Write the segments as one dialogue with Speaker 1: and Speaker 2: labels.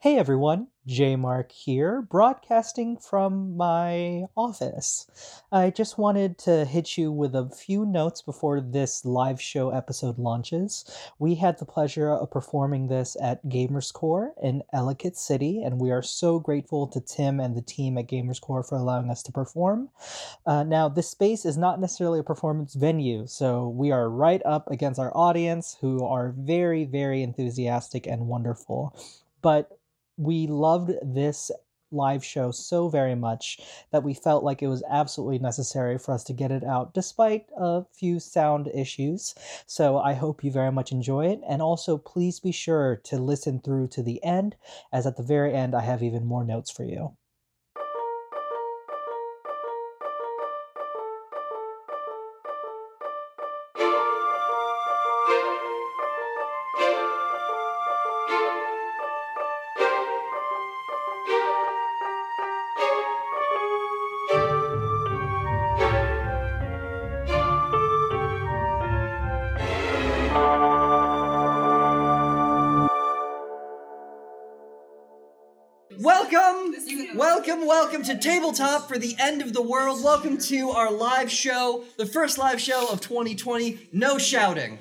Speaker 1: Hey everyone, J Mark here, broadcasting from my office. I just wanted to hit you with a few notes before this live show episode launches. We had the pleasure of performing this at Gamers Core in Ellicott City, and we are so grateful to Tim and the team at Gamers Core for allowing us to perform. Uh, now, this space is not necessarily a performance venue, so we are right up against our audience who are very, very enthusiastic and wonderful. But we loved this live show so very much that we felt like it was absolutely necessary for us to get it out despite a few sound issues. So I hope you very much enjoy it. And also, please be sure to listen through to the end, as at the very end, I have even more notes for you.
Speaker 2: Welcome, welcome, welcome to Tabletop for the End of the World. Welcome to our live show, the first live show of 2020. No shouting.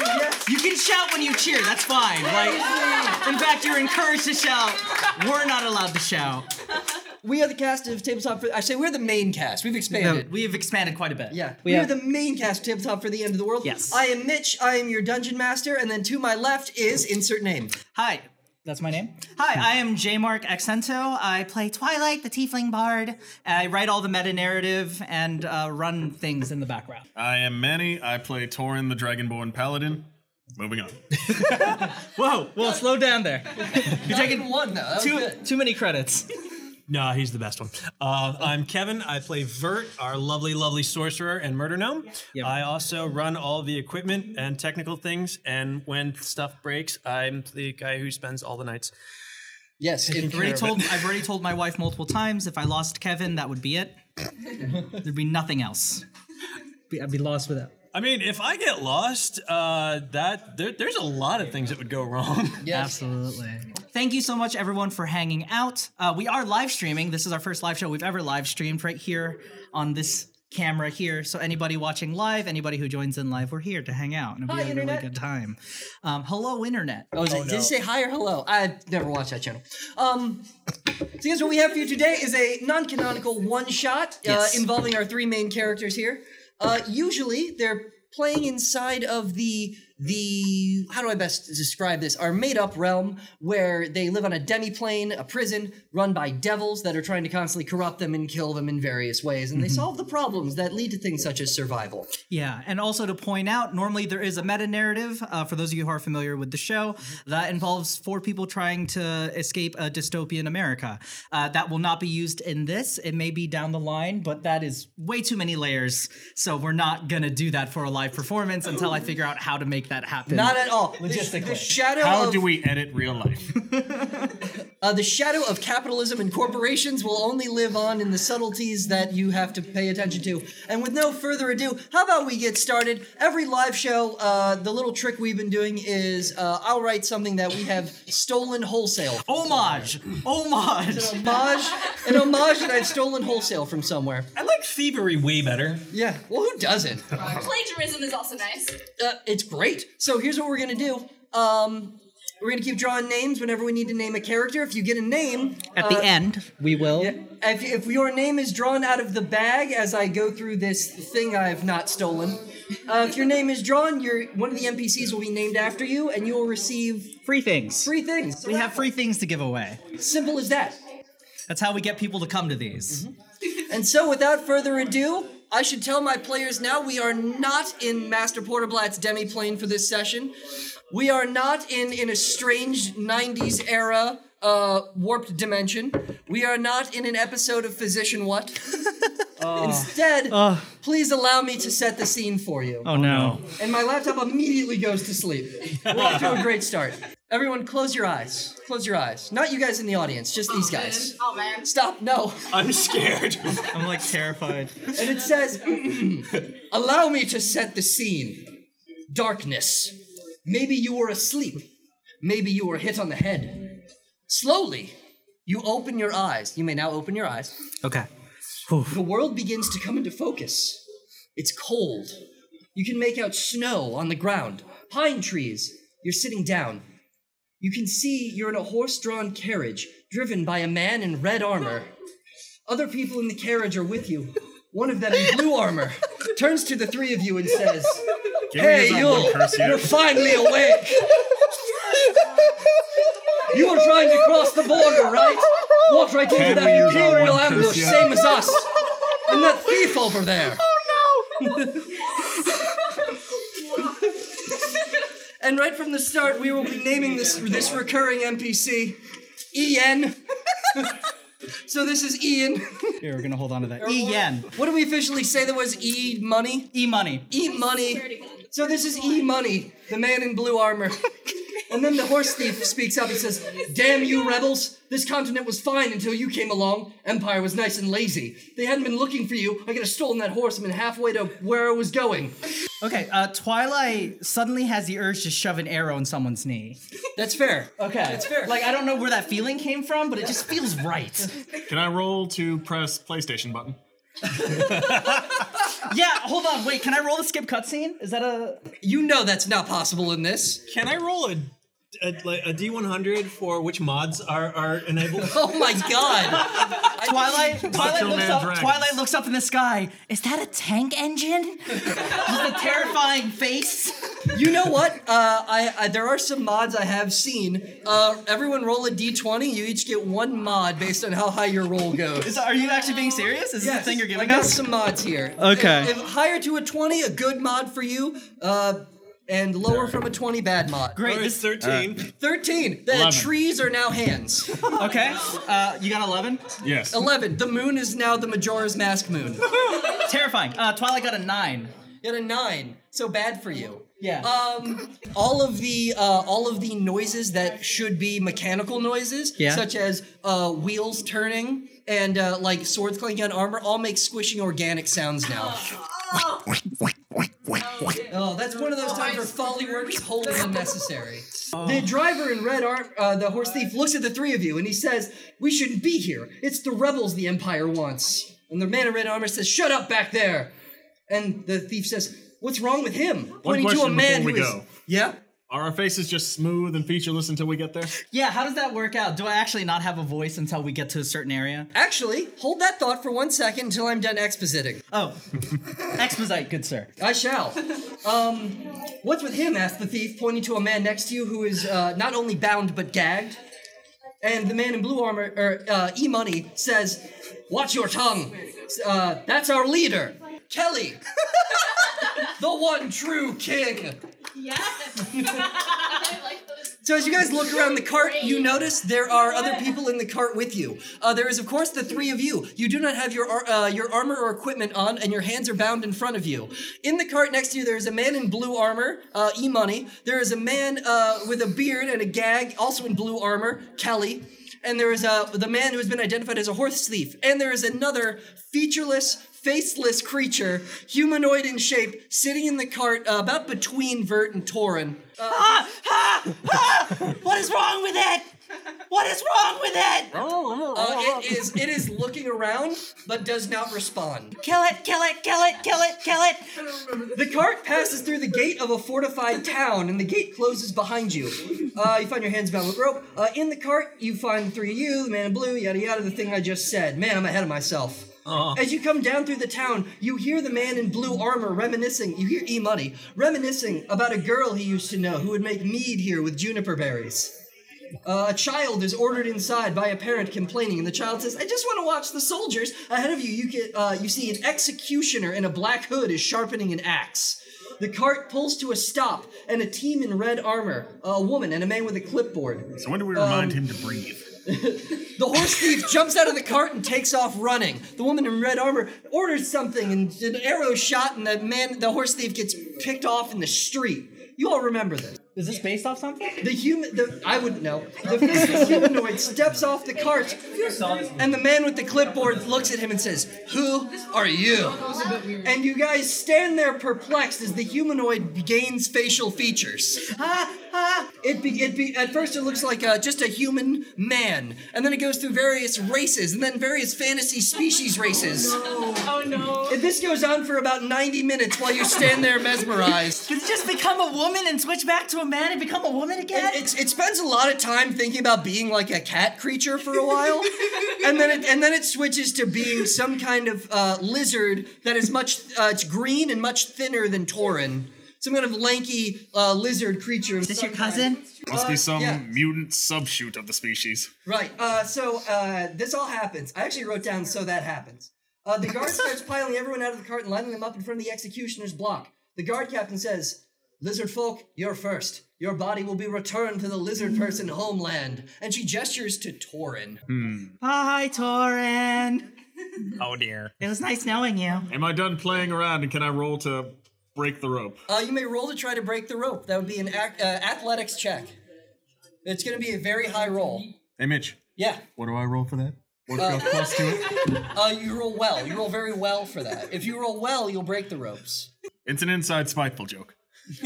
Speaker 2: Yes.
Speaker 3: You can shout when you cheer, that's fine. Like, in fact, you're encouraged to shout. We're not allowed to shout.
Speaker 2: We are the cast of Tabletop for. I say we're the main cast. We've expanded.
Speaker 3: We have expanded quite a bit.
Speaker 2: Yeah,
Speaker 1: We
Speaker 2: we are
Speaker 1: have-
Speaker 2: the main cast of Tabletop for the End of the World.
Speaker 3: Yes.
Speaker 2: I am Mitch. I am your dungeon master, and then to my left is insert name.
Speaker 3: Hi.
Speaker 1: That's my name.
Speaker 3: Hi, I am J Mark Accento. I play Twilight, the Tiefling Bard. I write all the meta narrative and uh, run things in the background.
Speaker 4: I am Manny. I play Torin, the Dragonborn Paladin. Moving on.
Speaker 3: Whoa, whoa, slow down there. You're
Speaker 2: Second
Speaker 3: taking
Speaker 2: one though. That was
Speaker 3: too,
Speaker 2: good.
Speaker 3: too many credits.
Speaker 5: Nah, he's the best one. Uh, I'm Kevin. I play Vert, our lovely, lovely sorcerer and murder gnome. I also run all the equipment and technical things. And when stuff breaks, I'm the guy who spends all the nights.
Speaker 2: Yes.
Speaker 3: I've already
Speaker 2: If,
Speaker 3: told, I've already told my wife multiple times if I lost Kevin, that would be it. There'd be nothing else. Be- I'd be lost without.
Speaker 5: I mean, if I get lost, uh, that there, there's a lot of things that would go wrong.
Speaker 2: yes.
Speaker 3: Absolutely. Thank you so much, everyone, for hanging out. Uh, we are live streaming. This is our first live show we've ever live streamed right here on this camera here. So anybody watching live, anybody who joins in live, we're here to hang out and it'll be
Speaker 2: Hi,
Speaker 3: a
Speaker 2: Internet.
Speaker 3: really good time. Um, hello, internet.
Speaker 2: Oh, is it, did it say hi or hello? I never watched that channel. Um, so guess what we have for you today is a non-canonical one-shot
Speaker 3: Yes.
Speaker 2: uh, involving our three main characters here. Uh, usually, they're playing inside of the the how do I best describe this? Our made-up realm where they live on a demiplane, a prison run by devils that are trying to constantly corrupt them and kill them in various ways, and they solve the problems that lead to things such as survival.
Speaker 3: Yeah, and also to point out, normally there is a meta narrative uh, for those of you who are familiar with the show that involves four people trying to escape a dystopian America. Uh, that will not be used in this. It may be down the line, but that is way too many layers. So we're not gonna do that for a live performance until I figure out how to make that happen.
Speaker 2: Not at all. Logistically, the, shadow
Speaker 4: How
Speaker 2: of
Speaker 4: do we edit real life?
Speaker 2: Uh, the shadow of capitalism and corporations will only live on in the subtleties that you have to pay attention to. And with no further ado, how about we get started? Every live show, uh, the little trick we've been doing is uh, I'll write something that we have stolen wholesale.
Speaker 3: Oh.
Speaker 2: from
Speaker 3: homage, homage.
Speaker 2: somewhere. Homage, an homage that I've stolen wholesale from somewhere.
Speaker 5: I like thievery way better.
Speaker 2: Yeah. Well, who doesn't?
Speaker 6: Plagiarism is also nice.
Speaker 2: uh, it's great. So here's what we're gonna do. Um, we're gonna keep drawing names whenever we need to name a character. If you get a name,
Speaker 3: At the end, we will.
Speaker 2: if, if your name is drawn out of the bag as I go through this thing I've not stolen, uh, if your name is drawn, your one of the NPCs will be named after you, and you will receive
Speaker 3: Free things.
Speaker 2: free things.
Speaker 3: We have free things to give away.
Speaker 2: Simple as that.
Speaker 3: That's how we get people to come to these.
Speaker 2: And so, without further ado, I should tell my players now we are not in Master Porterblatt's demi plane for this session. We are not in in a strange '90s era uh, warped dimension. We are not in an episode of Physician What. Uh, Instead, please allow me to set the scene for you.
Speaker 3: Oh no.
Speaker 2: And my laptop immediately goes to sleep. We're off to a great start. Everyone, close your eyes. Close your eyes. Not you guys in the audience, just these guys.
Speaker 6: Oh man.
Speaker 2: Stop. No.
Speaker 5: I'm scared.
Speaker 3: I'm like terrified.
Speaker 2: And it says, Allow me to set the scene. Darkness. Maybe you were asleep. Maybe you were hit on the head. Slowly, you open your eyes. You may now open your eyes.
Speaker 3: Okay.
Speaker 2: The world begins to come into focus. It's cold. You can make out snow on the ground, pine trees. You're sitting down. You can see you're in a horse drawn carriage driven by a man in red armor. Other people in the carriage are with you. One of them in blue armor turns to the three of you and says,
Speaker 4: Give
Speaker 2: Hey,
Speaker 4: me his
Speaker 2: you!
Speaker 4: unblocked curse, yeah.
Speaker 2: You're finally awake! you were trying to cross the border, right? Walked right into
Speaker 4: Can we
Speaker 2: that
Speaker 4: use our
Speaker 2: imperial
Speaker 4: one
Speaker 2: ambush,
Speaker 4: curse yet?
Speaker 2: same as us! And that thief over there! And right from the start, we will be naming this this recurring NPC Ian. so this is Ian.
Speaker 3: Here, we're gonna hold on to that. E yen.
Speaker 2: What do we officially say that was E money?
Speaker 3: E money.
Speaker 2: E money. So this is E money, the man in blue armor. And then the horse thief speaks up and says, Damn you rebels! This continent was fine until you came along. Empire was nice and lazy. They hadn't been looking for you. I could have stolen that horse and been halfway to where I was going.
Speaker 3: Okay, uh, Twilight suddenly has the urge to shove an arrow in someone's knee.
Speaker 2: That's fair.
Speaker 3: Okay. That's
Speaker 2: fair.
Speaker 3: Like, I don't know where that feeling came from, but it just feels right.
Speaker 4: Can I roll to press PlayStation button?
Speaker 3: yeah, hold on, wait, can I roll the skip cutscene? Is that a.
Speaker 2: You know that's not possible in this.
Speaker 5: Can I roll a, a, like a D100 for which mods are, are enabled?
Speaker 2: Oh my god!
Speaker 3: Twilight, Twilight,
Speaker 4: Macho
Speaker 3: looks
Speaker 4: Man
Speaker 3: up,
Speaker 4: Dragons.
Speaker 3: Twilight looks up in the sky. Is that a tank engine? With a terrifying face.
Speaker 2: You know what? Uh, I, I there are some mods I have seen. Uh, everyone roll a d20. You each get one mod based on how high your roll goes.
Speaker 3: Is- are you actually being serious? Is this the thing you're
Speaker 2: I
Speaker 3: giving
Speaker 2: got
Speaker 3: us?
Speaker 2: some mods here.
Speaker 3: Okay.
Speaker 2: If, if higher to a 20, a good mod for you. Uh, and lower from a 20, bad mod.
Speaker 3: Great.
Speaker 5: It's
Speaker 3: This,
Speaker 5: 13.
Speaker 2: 13. The trees are now hands.
Speaker 3: okay. Uh, you got 11?
Speaker 4: Yes.
Speaker 2: 11. The moon is now the Majora's Mask moon.
Speaker 3: Terrifying. Uh, Twilight got a 9.
Speaker 2: You had a 9. So bad for you.
Speaker 3: Yeah.
Speaker 2: um, all of the uh, all of the noises that should be mechanical noises,
Speaker 3: Yeah.
Speaker 2: such as uh, wheels turning and uh, like swords clanking on armor, all make squishing organic sounds now. Oh, that's one of those times where folly work is wholly unnecessary.
Speaker 4: Oh.
Speaker 2: The driver in red arm, uh, the horse thief, looks at the three of you and he says, "We shouldn't be here. It's the rebels the Empire wants." And the man in red armor says, "Shut up back there." And the thief says, "What's wrong with him?" Pointing to a
Speaker 4: question
Speaker 2: man
Speaker 4: before we
Speaker 2: who is-
Speaker 4: go.
Speaker 2: yeah.
Speaker 4: Are our faces just smooth and featureless until we get there?
Speaker 3: Yeah, how does that work out? Do I actually not have a voice until we get to a certain area?
Speaker 2: Actually, hold that thought for one second until I'm done expositing.
Speaker 3: Oh, exposite, good sir.
Speaker 2: I shall. Um, what's with him? asked the thief, pointing to a man next to you who is uh, not only bound but gagged. And the man in blue armor, or uh, E Money, says, "Watch your tongue. Uh, that's our leader, Kelly, the one true king."
Speaker 6: Yes. I like those.
Speaker 2: So as you guys look around the cart, you notice there are other people in the cart with you. Uh, there is, of course, the three of you. You do not have your ar- uh, your armor or equipment on, and your hands are bound in front of you. In the cart next to you, there is a man in blue armor, uh, E Money. There is a man uh, with a beard and a gag, also in blue armor, Kelly. And there is uh, the man who has been identified as a horse thief. And there is another featureless faceless creature, humanoid in shape, sitting in the cart uh, about between Vert and Torin.
Speaker 3: What is wrong with it? What is wrong with it? Oh,
Speaker 2: Uh, it is it is looking around but does not respond.
Speaker 3: Kill it, kill it, kill it, kill it, kill it.
Speaker 2: The cart passes through the gate of a fortified town, and the gate closes behind you. Uh, you find your hands bound with rope. Uh, in the cart, you find the three of you, the man in blue, yada yada, the thing I just said. Man, I'm ahead of myself. As you come down through the town, you hear the man in blue armor reminiscing. You hear E Money reminiscing about a girl he used to know who would make mead here with juniper berries. Uh, a child is ordered inside by a parent complaining, and the child says, "I just want to watch the soldiers." Ahead of you, you get uh, you see an executioner in a black hood is sharpening an axe. The cart pulls to a stop, and a team in red armor, a woman and a man with a clipboard.
Speaker 4: So when do we
Speaker 2: um,
Speaker 4: remind him to breathe?
Speaker 2: The horse thief jumps out of the cart and takes off running. The woman in red armor orders something, and an arrow shot, and the man, the horse thief, gets picked off in the street. You all remember this.
Speaker 7: Is this based off something?
Speaker 2: The human, the, I wouldn't know. The faceless humanoid steps off the cart, and the man with the clipboard looks at him and says, "Who are you?" And you guys stand there perplexed as the humanoid gains facial features. Ah, ah. It be, it be, at first it looks like uh just a human man, and then it goes through various races, and then various fantasy species races.
Speaker 6: Oh no.
Speaker 2: And This goes on for about 90 minutes while you stand there mesmerized.
Speaker 7: Did it just become a woman and switch back to a man and become a woman again?
Speaker 2: It, it's- it spends a lot of time thinking about being like a cat creature for a while, and then it, and then it switches to being some kind of uh, lizard that is much uh, it's green and much thinner than Torin. Some kind of lanky uh, lizard creature. Is
Speaker 7: Is this your cousin?
Speaker 4: Must be some
Speaker 2: uh, yeah.
Speaker 4: mutant subshoot of the species.
Speaker 2: Right. Uh, so uh, this all happens. I actually wrote down so that happens. Uh, the guard starts piling everyone out of the cart and lining them up in front of the executioner's block. The guard captain says, "Lizard folk, you're first. Your body will be returned to the lizard person homeland." And she gestures to Torin.
Speaker 7: Hi, Torin.
Speaker 5: Oh dear.
Speaker 7: It was nice knowing you.
Speaker 4: Am I done playing around and can I roll to break the rope?
Speaker 2: Uh, you may roll to try to break the rope. That would be an ac- uh, athletics check. It's going to be a very high roll.
Speaker 4: Hey, Mitch,
Speaker 2: Yeah.
Speaker 4: what do I roll for that? What got close to it?
Speaker 2: Uh, you roll well. You roll very well for that. If you roll well, you'll break the ropes.
Speaker 4: It's an inside spiteful joke.
Speaker 7: Is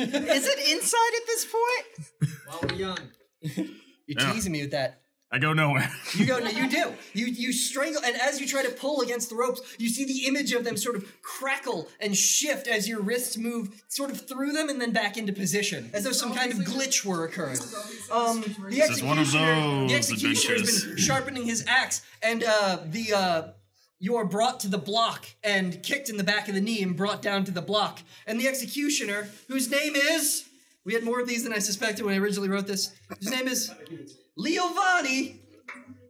Speaker 7: it inside at this point?
Speaker 2: While we're young. You're
Speaker 4: Yeah.
Speaker 2: teasing me with that.
Speaker 4: I go nowhere.
Speaker 2: You go, no, you do. You you strangle, and as you try to pull against the ropes, you see the image of them sort of crackle and shift as your wrists move sort of through them and then back into position, as though some kind of glitch were occurring. Um, the
Speaker 4: is one of
Speaker 2: executioner, the
Speaker 4: those
Speaker 2: executioner has been
Speaker 4: adventures.
Speaker 2: sharpening his axe, and uh, the uh, you are brought to the block and kicked in the back of the knee and brought down to the block. And the executioner, whose name is. We had more of these than I suspected when I originally wrote this. His name is Leovani.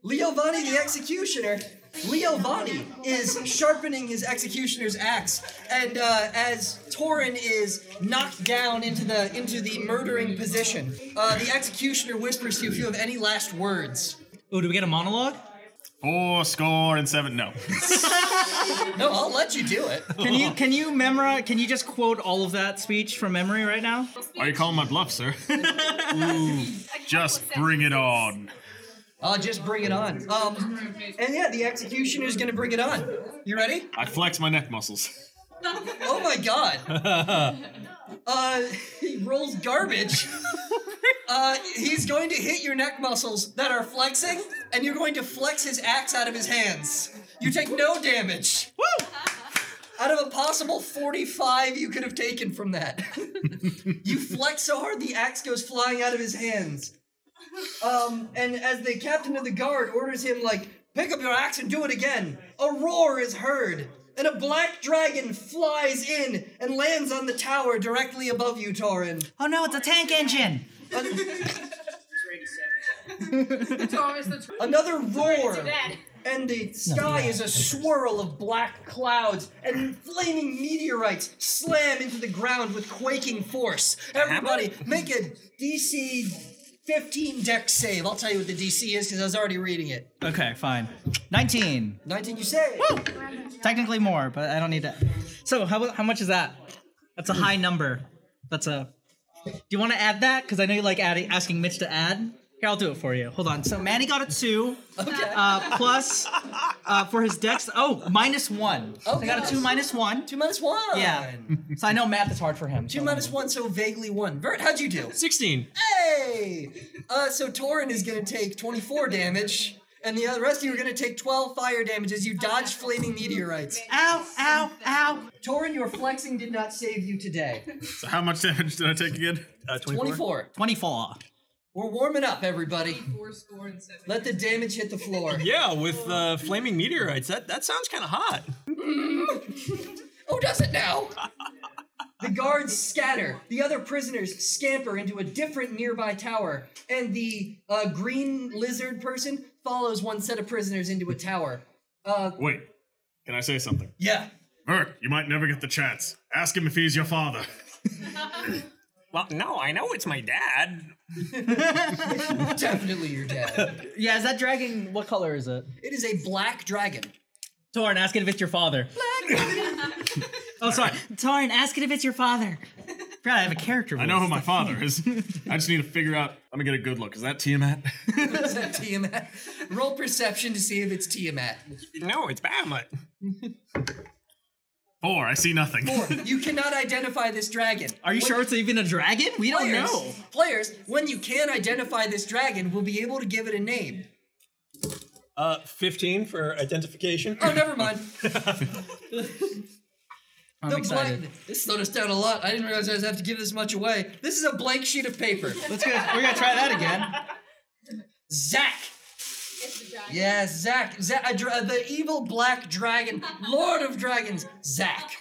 Speaker 2: Leovani the executioner. Leovani is sharpening his executioner's axe, and uh, as Torin is knocked down into the into the murdering position, uh, the executioner whispers to you if you have any last words.
Speaker 3: Oh,
Speaker 7: Ooh, do we get a monologue?
Speaker 4: Four score and seven. No.
Speaker 2: No, I'll let you do it.
Speaker 7: Can you can you memorize? Can you just quote all of that speech from memory right now?
Speaker 4: Are you calling my bluff, sir?
Speaker 6: I can't
Speaker 4: Just
Speaker 6: look at
Speaker 4: bring it on.
Speaker 2: I'll just bring it on. Um, and yeah, the executioner's gonna bring it on. You ready?
Speaker 4: I flex my neck muscles.
Speaker 2: Oh my god. Uh, he rolls garbage. Uh, he's going to hit your neck muscles that are flexing, and you're going to flex his axe out of his hands. You take no damage. Woo! Out of a possible 45 you could have taken from that. you flex so hard the axe goes flying out of his hands. Um, and as the captain of the guard orders him, like, pick up your axe and do it again, a roar is heard, and a black dragon flies in and lands on the tower directly above you, Torin.
Speaker 7: Oh no, it's a tank engine.
Speaker 6: Thomas the Tr-
Speaker 2: Another roar,
Speaker 6: Too bad.
Speaker 2: and the sky is a swirl of black clouds, and flaming meteorites slam into the ground with quaking force. Everybody, make a DC 15 deck save. I'll tell you what the DC is because I was already reading it.
Speaker 3: Okay, fine. 19.
Speaker 2: 19, you say?
Speaker 3: Technically more, but I don't need that.
Speaker 7: So how how much is that?
Speaker 3: That's a high number.
Speaker 7: That's a. Do you want to add that? Because I know you like adding, asking Mitch to add. Here, I'll do it for you. Hold on. So Manny got a two.
Speaker 2: Okay.
Speaker 7: Uh, plus, uh, for his dex. Oh, minus one. So I got a two minus one.
Speaker 2: Two minus one.
Speaker 7: Yeah. So I know math is hard for him.
Speaker 2: Two
Speaker 1: Oh.
Speaker 2: minus one, so vaguely one. Vert, how'd you do?
Speaker 5: 16.
Speaker 2: Hey! Uh, so Torin is gonna take 24 damage, and the other- rest of you are gonna take 12 fire damage as you dodge flaming meteorites.
Speaker 7: Ow! Ow! Ow!
Speaker 2: Torin, your flexing did not save you today.
Speaker 4: So how much damage did I take again?
Speaker 5: Uh, 24.
Speaker 2: 24.
Speaker 3: 24.
Speaker 2: We're warming up, everybody.
Speaker 6: Four score and seven.
Speaker 2: Let the damage hit the floor.
Speaker 5: Yeah, with uh, flaming meteorites. That that sounds kind of hot.
Speaker 2: Who does it now? The guards scatter. The other prisoners scamper into a different nearby tower, and the uh, green lizard person follows one set of prisoners into a tower. Uh,
Speaker 4: Wait, can I say something?
Speaker 2: yeah.
Speaker 4: Bert, you might never get the chance. Ask him if he's your father.
Speaker 5: Well, no, I know it's my dad.
Speaker 2: Definitely your dad.
Speaker 7: Yeah. Is that dragon? What color is it?
Speaker 2: It is a black dragon.
Speaker 7: Torn, ask it if it's your father. oh, sorry. Torn, ask it if it's your father.
Speaker 3: forgot I have a character.
Speaker 4: I know who my father is. I just need to figure out. I'm gonna get a good look. Is that Tiamat?
Speaker 2: Is that Tiamat? Roll perception to see if it's Tiamat.
Speaker 5: No, it's Bahamut.
Speaker 4: Four. I see nothing.
Speaker 2: Four. You cannot identify this dragon.
Speaker 3: Are you sure Oh, it's even a dragon? We don't
Speaker 2: Players,
Speaker 3: know.
Speaker 2: players, when you can identify this dragon, will be able to give it a name.
Speaker 5: Uh, 15 for identification.
Speaker 2: Oh, never mind.
Speaker 3: I'm
Speaker 2: The
Speaker 3: excited.
Speaker 2: blank- this slowed us down a lot. I didn't realize I was have to give this much away. This is a blank sheet of paper.
Speaker 3: Let's go. We're gonna try that again.
Speaker 2: Zach. Yes, Zach. Zach a dra- the evil black dragon, Lord of Dragons, Zach.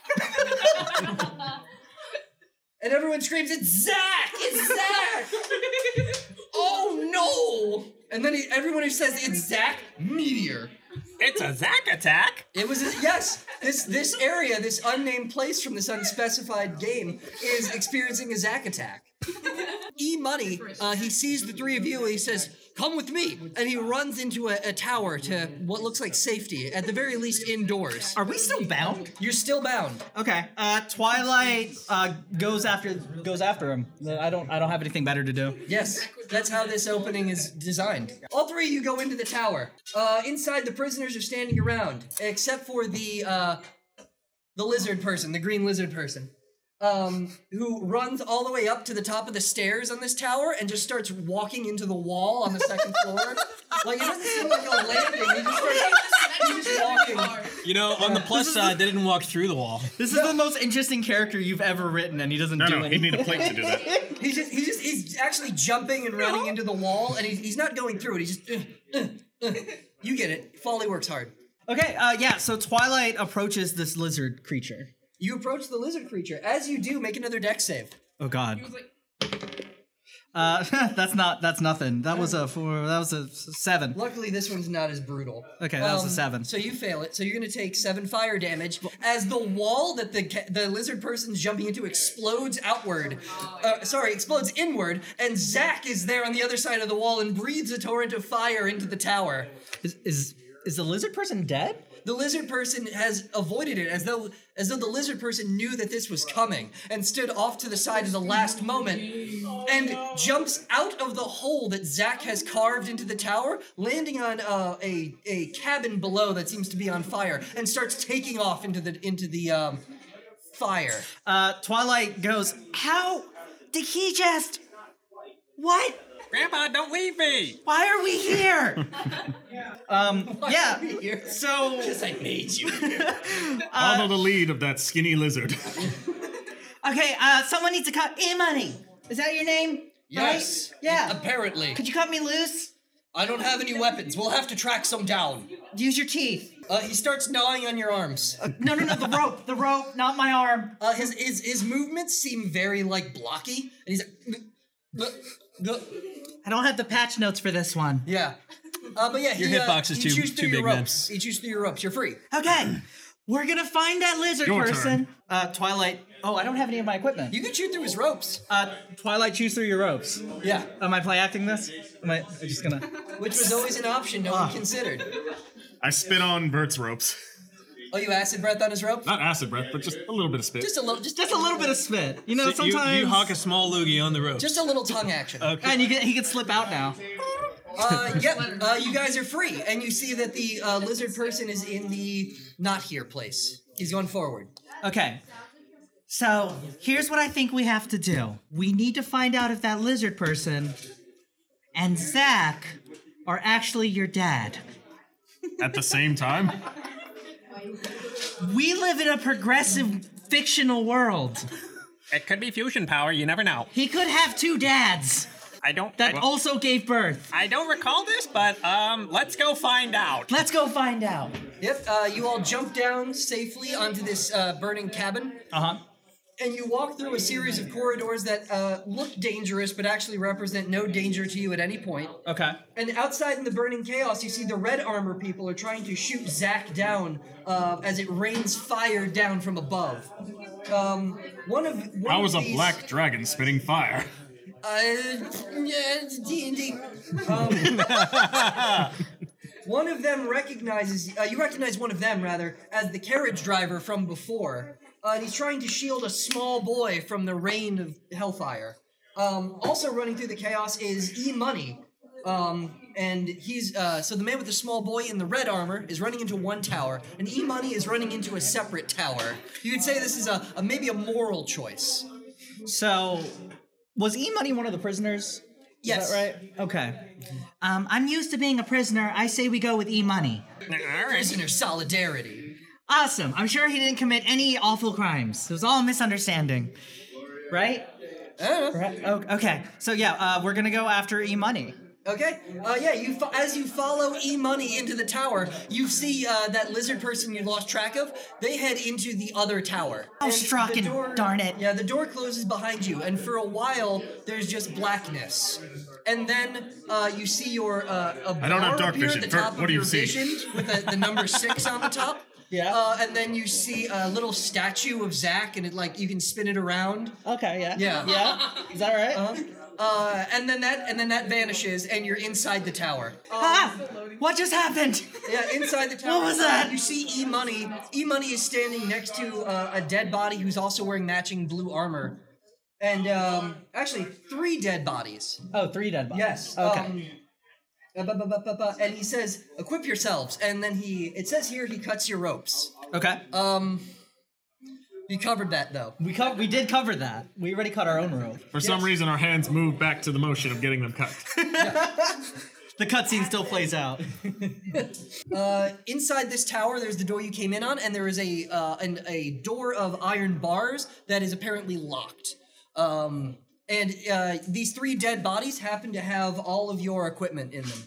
Speaker 2: and everyone screams, "It's Zach! It's Zach!" oh no! And then he, everyone who says it's Zach, meteor.
Speaker 5: It's a Zack attack.
Speaker 2: It was yes. This this area, this unnamed place from this unspecified game, is experiencing a Zack attack. E Money, uh, he sees the three of you and he says, "Come with me!" And he runs into a, a tower to what looks like safety, at the very least indoors.
Speaker 3: Are we still bound?
Speaker 2: You're still bound.
Speaker 3: Okay. Uh, Twilight uh, goes after goes after him. I don't I don't have anything better to do.
Speaker 2: Yes, that's how this opening is designed. All three of you go into the tower. Uh, inside, the prisoners are standing around, except for the uh, the lizard person, the green lizard person, um, who runs all the way up to the top of the stairs on this tower and just starts walking into the wall on the second floor. Like it doesn't seem like a landing. He just starts, he's just walking.
Speaker 5: You know, on the plus side, they didn't walk through the wall.
Speaker 3: This is the most interesting character you've ever written, and he doesn't
Speaker 4: No,
Speaker 3: do
Speaker 4: no. He'd
Speaker 3: anything.
Speaker 4: need a plate to do that.
Speaker 2: He just, he just, he's actually jumping and running into the wall, and he's, he's not going through it. He's just, uh, uh, uh. you get it. Folly works hard.
Speaker 3: Okay. Uh, yeah. So Twilight approaches this lizard creature.
Speaker 2: You approach the lizard creature. As you do, make another deck save.
Speaker 3: Oh God.
Speaker 6: was like,
Speaker 3: Uh, that's not that's nothing. That was a four. That was a seven.
Speaker 2: Luckily, this one's not as brutal. Um,
Speaker 3: Okay, that was a seven.
Speaker 2: So you fail it. So you're going to take seven fire damage as the wall that the ca- the lizard person's jumping into explodes outward. Uh, sorry, explodes inward, and Zach is there on the other side of the wall and breathes a torrent of fire into the tower.
Speaker 3: Is is, is the lizard person dead?
Speaker 2: The lizard person has avoided it as though as though the lizard person knew that this was coming and stood off to the side at the last moment and jumps out of the hole that Zack has carved into the tower, landing on uh, a a cabin below that seems to be on fire and starts taking off into the into the um, fire.
Speaker 3: Uh, Twilight goes. How did he just? What?
Speaker 5: Grandpa, don't leave me.
Speaker 3: Why are we here? um. Yeah.
Speaker 2: Here.
Speaker 3: So
Speaker 2: I made you.
Speaker 3: Uh,
Speaker 4: Follow the lead of that skinny lizard.
Speaker 3: okay. Uh, someone needs to cut in money. Is that your name?
Speaker 2: Yes.
Speaker 3: Right? Yeah.
Speaker 2: Apparently,
Speaker 3: Could you cut me loose?
Speaker 2: I don't have any weapons. We'll have to track some down.
Speaker 3: Use your teeth.
Speaker 2: Uh, he starts gnawing on your arms.
Speaker 3: No, no, no. The rope. The rope. Not my arm.
Speaker 2: Uh, his his his movements seem very like blocky, and he's like, "Gah, gah, gah."
Speaker 3: I don't have the patch notes for this one.
Speaker 2: yeah. Uh, but yeah, he,
Speaker 5: Your
Speaker 2: uh,
Speaker 5: hitbox is
Speaker 2: you
Speaker 5: too-
Speaker 2: choose through
Speaker 5: too
Speaker 2: your
Speaker 5: big, man.
Speaker 2: ropes. You choose through your ropes. You're free.
Speaker 3: Okay. We're gonna find that lizard
Speaker 4: Your
Speaker 3: person.
Speaker 4: turn.
Speaker 3: Uh, Twilight. Oh, I don't have any of my equipment.
Speaker 2: You can shoot through his ropes.
Speaker 3: Uh, Twilight, choose through your ropes.
Speaker 2: Yeah,
Speaker 3: Am I play acting this? Am I I'm just gonna?
Speaker 2: which was always an option no
Speaker 5: Ah.
Speaker 2: one considered.
Speaker 4: I spit on Bert's ropes.
Speaker 2: Oh, you acid breath on his rope?
Speaker 4: Not acid breath, but just a little bit of spit.
Speaker 2: Just a little, just,
Speaker 3: Just a little bit of spit. You know,
Speaker 5: So you,
Speaker 3: sometimes.
Speaker 5: you hawk a small loogie on the rope.
Speaker 2: just a little tongue action.
Speaker 3: and you can, he can slip out now.
Speaker 2: Uh, yep. Uh, you guys are free, and you see that the uh, lizard person is in the not here place. He's going forward.
Speaker 3: Okay. So here's what I think we have to do. We need to find out if that lizard person and Zach are actually your dad.
Speaker 4: At the same time,
Speaker 3: We live in a progressive fictional world.
Speaker 5: it could be fusion power. You never know.
Speaker 3: He could have two dads
Speaker 5: I don't.
Speaker 3: that also gave birth.
Speaker 5: I don't recall this, but um, let's go find out.
Speaker 3: Let's go find out.
Speaker 2: Yep. Uh, you all jump down safely onto this uh, burning cabin.
Speaker 5: Uh-huh.
Speaker 3: Uh huh.
Speaker 2: and you walk through a series of corridors that uh, look dangerous but actually represent no danger to you at any point.
Speaker 3: Okay.
Speaker 2: And outside in the burning chaos, you see the red armor people are trying to shoot Zack down uh, as it rains fire down from above. Um, one of one
Speaker 4: I
Speaker 2: of
Speaker 4: was a
Speaker 2: these-
Speaker 4: black dragon spitting fire.
Speaker 2: uh, yeah, D and D. One of them recognizes uh, you recognize one of them rather as the carriage driver from before. uh, and he's trying to shield a small boy from the rain of hellfire. Um, also running through the chaos is E Money. Um, and he's uh, so the man with the small boy in the red armor is running into one tower, and E Money is running into a separate tower. You could say this is a, a maybe a moral choice.
Speaker 3: So, was E Money one of the prisoners?
Speaker 2: Yes,
Speaker 3: Is that right? Okay.
Speaker 7: Um, I'm used to being a prisoner. I say we go with E Money.
Speaker 2: Prisoner solidarity.
Speaker 7: Awesome. I'm sure he didn't commit any awful crimes. It was all a misunderstanding. Right? Right. Oh, okay.
Speaker 3: So yeah, uh, we're gonna go after E Money.
Speaker 2: Okay. Uh, yeah. You fo- as you follow E Money into the tower, you see uh, that lizard person you lost track of. They head into the other tower.
Speaker 7: Oh,
Speaker 2: And the
Speaker 7: Strachan,
Speaker 2: door-
Speaker 7: darn it.
Speaker 2: Yeah, the door closes behind you, and for a while there's just blackness, and then uh, you see your uh, a
Speaker 4: I don't have
Speaker 2: bar
Speaker 4: dark
Speaker 2: appear at
Speaker 4: vision.
Speaker 2: the
Speaker 4: Bert,
Speaker 2: top
Speaker 4: what
Speaker 2: of
Speaker 4: do you
Speaker 2: your
Speaker 4: see?
Speaker 2: vision with the, the number six on the top.
Speaker 3: Yeah.
Speaker 2: Uh, and then you see a little statue of Zach, and it like you can spin it around.
Speaker 3: Okay. Yeah. Uh-huh.
Speaker 2: Yeah.
Speaker 3: Yeah. Is that right?
Speaker 2: Uh, and then that and then that vanishes, and you're inside the tower.
Speaker 3: Oh,
Speaker 7: Ah! What just happened?
Speaker 2: Yeah, inside the tower.
Speaker 7: What was that?
Speaker 2: You see E Money. E Money is standing next to uh, a dead body who's also wearing matching blue armor, and um, actually three dead bodies.
Speaker 3: oh, three dead bodies.
Speaker 2: Yes.
Speaker 3: Okay.
Speaker 2: um, uh, bu- bu- bu- bu- bu- and he says, "Equip yourselves." And then he, it says here, he cuts your ropes.
Speaker 3: okay.
Speaker 2: Um, you covered that though.
Speaker 3: we co- we did cover that. We already cut our own rope.
Speaker 4: For some reason, our hands move back to the motion of getting them cut.
Speaker 3: The cutscene still plays out.
Speaker 2: Uh, inside this tower, there's the door you came in on, and there is a uh, an, a door of iron bars that is apparently locked. Um, and uh, these three dead bodies happen to have all of your equipment in them.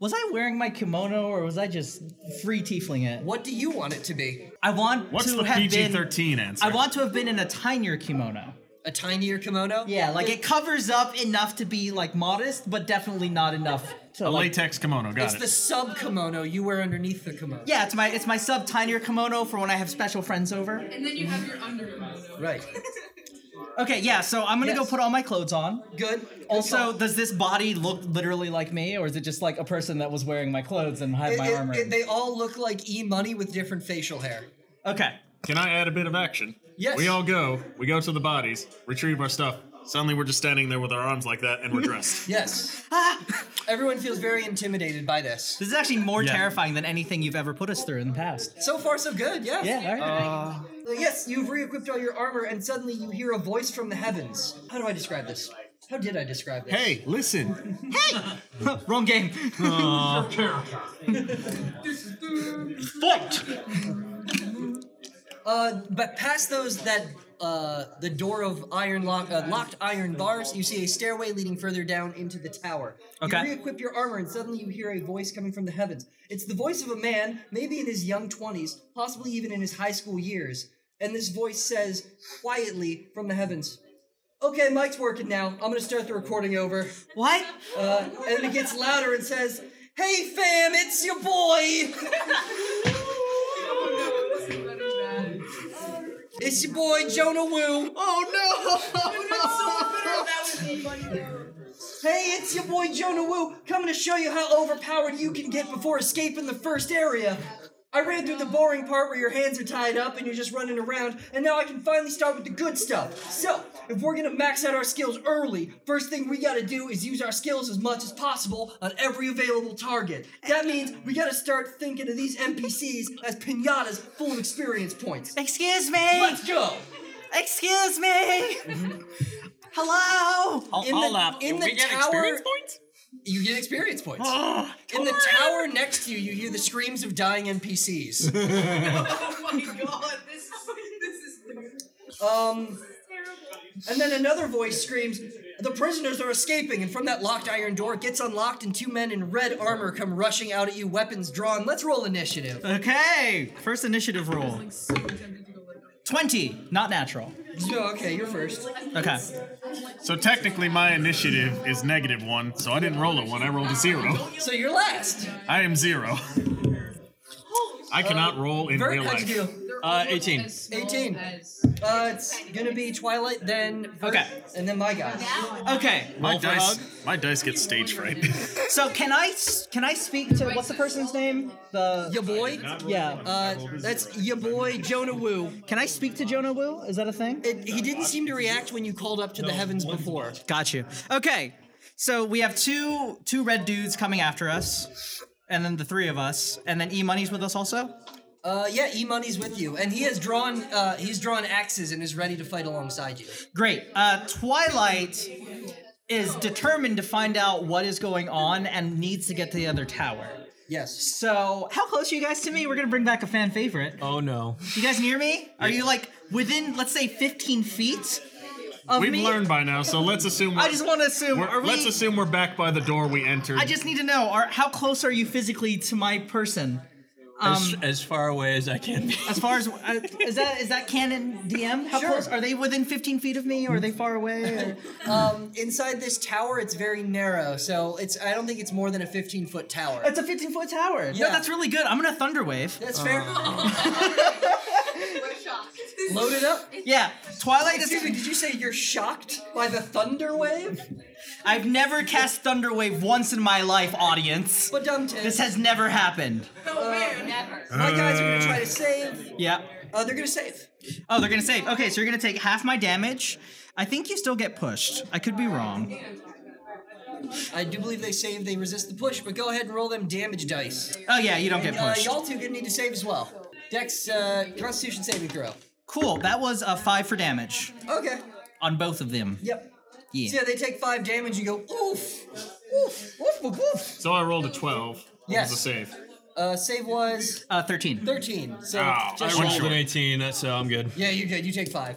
Speaker 3: Was I wearing my kimono or was I just free tiefling it?
Speaker 2: What do you want it to be?
Speaker 3: I want
Speaker 4: What's
Speaker 3: to
Speaker 4: the
Speaker 3: have
Speaker 4: PG
Speaker 3: been.
Speaker 4: thirteen answer?
Speaker 3: I want to have been in a tinier kimono.
Speaker 2: A tinier kimono?
Speaker 3: Yeah, like it covers up enough to be like modest, but definitely not enough to
Speaker 4: a
Speaker 3: like.
Speaker 4: latex kimono. Got
Speaker 2: It's
Speaker 4: it.
Speaker 2: the sub kimono you wear underneath the kimono.
Speaker 3: yeah, it's my it's my sub tinier kimono for when I have special friends over.
Speaker 6: And then you have your underkimono.
Speaker 2: Right.
Speaker 3: Okay, yeah, so I'm gonna go
Speaker 2: Yes.
Speaker 3: put all my clothes on.
Speaker 2: Good.
Speaker 3: Also, does this body look literally like me, or is it just like a person that was wearing my clothes and had
Speaker 2: It-
Speaker 3: my
Speaker 2: it-
Speaker 3: armor?
Speaker 2: it- they all look like E Money with different facial hair.
Speaker 3: okay.
Speaker 4: Can I add a bit of action?
Speaker 2: Yes.
Speaker 4: We all go. We go to the bodies, retrieve our stuff. Suddenly, we're just standing there with our arms like that, and we're dressed.
Speaker 2: Yes. Everyone feels very intimidated by this.
Speaker 3: This is actually more
Speaker 4: Yeah.
Speaker 3: terrifying than anything you've ever put us through in the past.
Speaker 2: So far, so good. Yes.
Speaker 3: Yeah, all right.
Speaker 2: Well, Uh, Yes, you've re-equipped all your armor, and suddenly you hear a voice from the heavens. How do I describe this? How did I describe this?
Speaker 4: hey, listen.
Speaker 3: Wrong game. Fight!
Speaker 2: Uh, but past those that uh, the door of iron lock, uh, locked iron bars, you see a stairway leading further down into the tower.
Speaker 3: Okay.
Speaker 2: You re-equip your armor, and suddenly you hear a voice coming from the heavens. It's the voice of a man, maybe in his young twenties, possibly even in his high school years. And this voice says quietly from the heavens, "Okay, Mike's working now. I'm gonna start the recording over."
Speaker 7: What?
Speaker 2: Uh, and then it gets louder and says, Hey fam, it's your boy! It's your boy Jonah Woo! Hey, it's your boy Jonah Woo coming to show you how overpowered you can get before escaping the first area. I ran through the boring part where your hands are tied up and you're just running around, and now I can finally start with the good stuff. So, if we're gonna max out our skills early, first thing we gotta do is use our skills as much as possible on every available target. That means we gotta start thinking of these NPCs as pinatas full of experience points.
Speaker 7: Excuse me!
Speaker 2: Let's go!
Speaker 7: Excuse me!
Speaker 2: Mm-hmm.
Speaker 7: Hello!
Speaker 2: In the,
Speaker 5: uh,
Speaker 2: in the tower, You get experience points. in the tower next to you, you hear the screams of dying NPCs.
Speaker 6: Oh my god, this is this is
Speaker 2: Um,
Speaker 6: terrible.
Speaker 2: and then another voice screams, "The prisoners are escaping!" And from that locked iron door, it gets unlocked, and two men in red armor come rushing out at you, weapons drawn. Let's roll initiative.
Speaker 3: Okay, first initiative roll.
Speaker 6: So tempted to go like
Speaker 3: 20, not natural.
Speaker 2: So, okay, you're first.
Speaker 3: Okay.
Speaker 4: So technically, my initiative is negative one. So I didn't roll a one. I rolled a zero.
Speaker 2: So you're last.
Speaker 4: I am zero. I cannot roll in
Speaker 2: Bert,
Speaker 4: real
Speaker 2: how'd
Speaker 3: Uh,
Speaker 4: life.
Speaker 2: you do?
Speaker 6: They're
Speaker 5: Uh,
Speaker 6: almost
Speaker 5: 18.
Speaker 6: as small
Speaker 2: 18.
Speaker 6: as-
Speaker 2: Uh, it's gonna be Twilight, then Vert,
Speaker 3: Okay.
Speaker 2: and then my guys.
Speaker 3: Okay.
Speaker 4: My
Speaker 5: Roll for
Speaker 4: dice,
Speaker 5: hug.
Speaker 4: my dice get stage fright.
Speaker 3: So can I s- can I speak to what's the person's name? The
Speaker 2: Your boy,
Speaker 3: yeah.
Speaker 2: uh, that's your boy Jonah Woo.
Speaker 3: Can I speak to Jonah Will? Is that a thing?
Speaker 2: It, he didn't seem to react when you called up to the heavens before.
Speaker 3: Got you. Okay. So we have two two red dudes coming after us, and then the three of us, and then E Money's with us also.
Speaker 2: Uh, yeah, E Money's with you, and he has drawn. Uh, he's drawn axes and is ready to fight alongside you.
Speaker 3: Great. Uh, Twilight is determined to find out what is going on and needs to get to the other tower.
Speaker 2: Yes.
Speaker 3: So how close are you guys to me? We're gonna bring back a fan favorite.
Speaker 5: Oh no.
Speaker 3: You guys near me? Are you like within, let's say, 15 feet of
Speaker 4: We've
Speaker 3: me?
Speaker 4: learned by now, so let's assume.
Speaker 3: I just want to assume.
Speaker 4: We're,
Speaker 3: Are we?
Speaker 4: Let's assume we're back by the door we entered.
Speaker 3: I just need to know. Are how close are you physically to my person?
Speaker 5: As, as far away as I can be.
Speaker 3: As far as uh, is that is that canon DM? How close are they within 15 feet of me? Or are they far away? Or-
Speaker 2: Inside this tower, it's very narrow, so it's. I don't think it's more than a 15 foot tower.
Speaker 3: It's a 15 foot tower.
Speaker 2: Yeah.
Speaker 3: No, that's really good. I'm gonna thunder wave.
Speaker 2: That's fair.
Speaker 6: We're shocked.
Speaker 2: Load it up.
Speaker 3: Yeah, Twilight
Speaker 2: Excuse me.
Speaker 3: is.
Speaker 2: Did you say you're shocked by the thunder wave?
Speaker 3: I've never cast thunder wave once in my life, audience.
Speaker 2: But dumb
Speaker 3: This
Speaker 2: tits.
Speaker 3: has never happened.
Speaker 2: uh, My guys are gonna try to save.
Speaker 3: Yeah.
Speaker 2: Uh, they're gonna save.
Speaker 3: Oh, they're gonna save. Okay, so you're gonna take half my damage. I think you still get pushed. I could be wrong.
Speaker 2: I do believe they save. They resist the push, but go ahead and roll them damage dice.
Speaker 3: Oh yeah, you don't get
Speaker 2: Uh,
Speaker 3: pushed.
Speaker 2: y'all two gonna need to save as well. Dex uh, Constitution saving throw.
Speaker 3: Cool. That was a five for damage
Speaker 2: Okay.
Speaker 3: on both of them.
Speaker 2: Yep. So
Speaker 3: Yeah.
Speaker 2: yeah, they take five damage. You go oof, oof, oof, oof. oof.
Speaker 4: so I rolled a twelve. What
Speaker 2: Yes.
Speaker 4: was the save?
Speaker 2: Uh, save was
Speaker 3: Uh, Thirteen.
Speaker 2: thirteen. So
Speaker 4: Ow,
Speaker 2: just
Speaker 4: Oh, I rolled
Speaker 2: short.
Speaker 4: an
Speaker 5: 18, that's
Speaker 3: uh,
Speaker 5: so I'm good.
Speaker 2: Yeah, you did. You take five.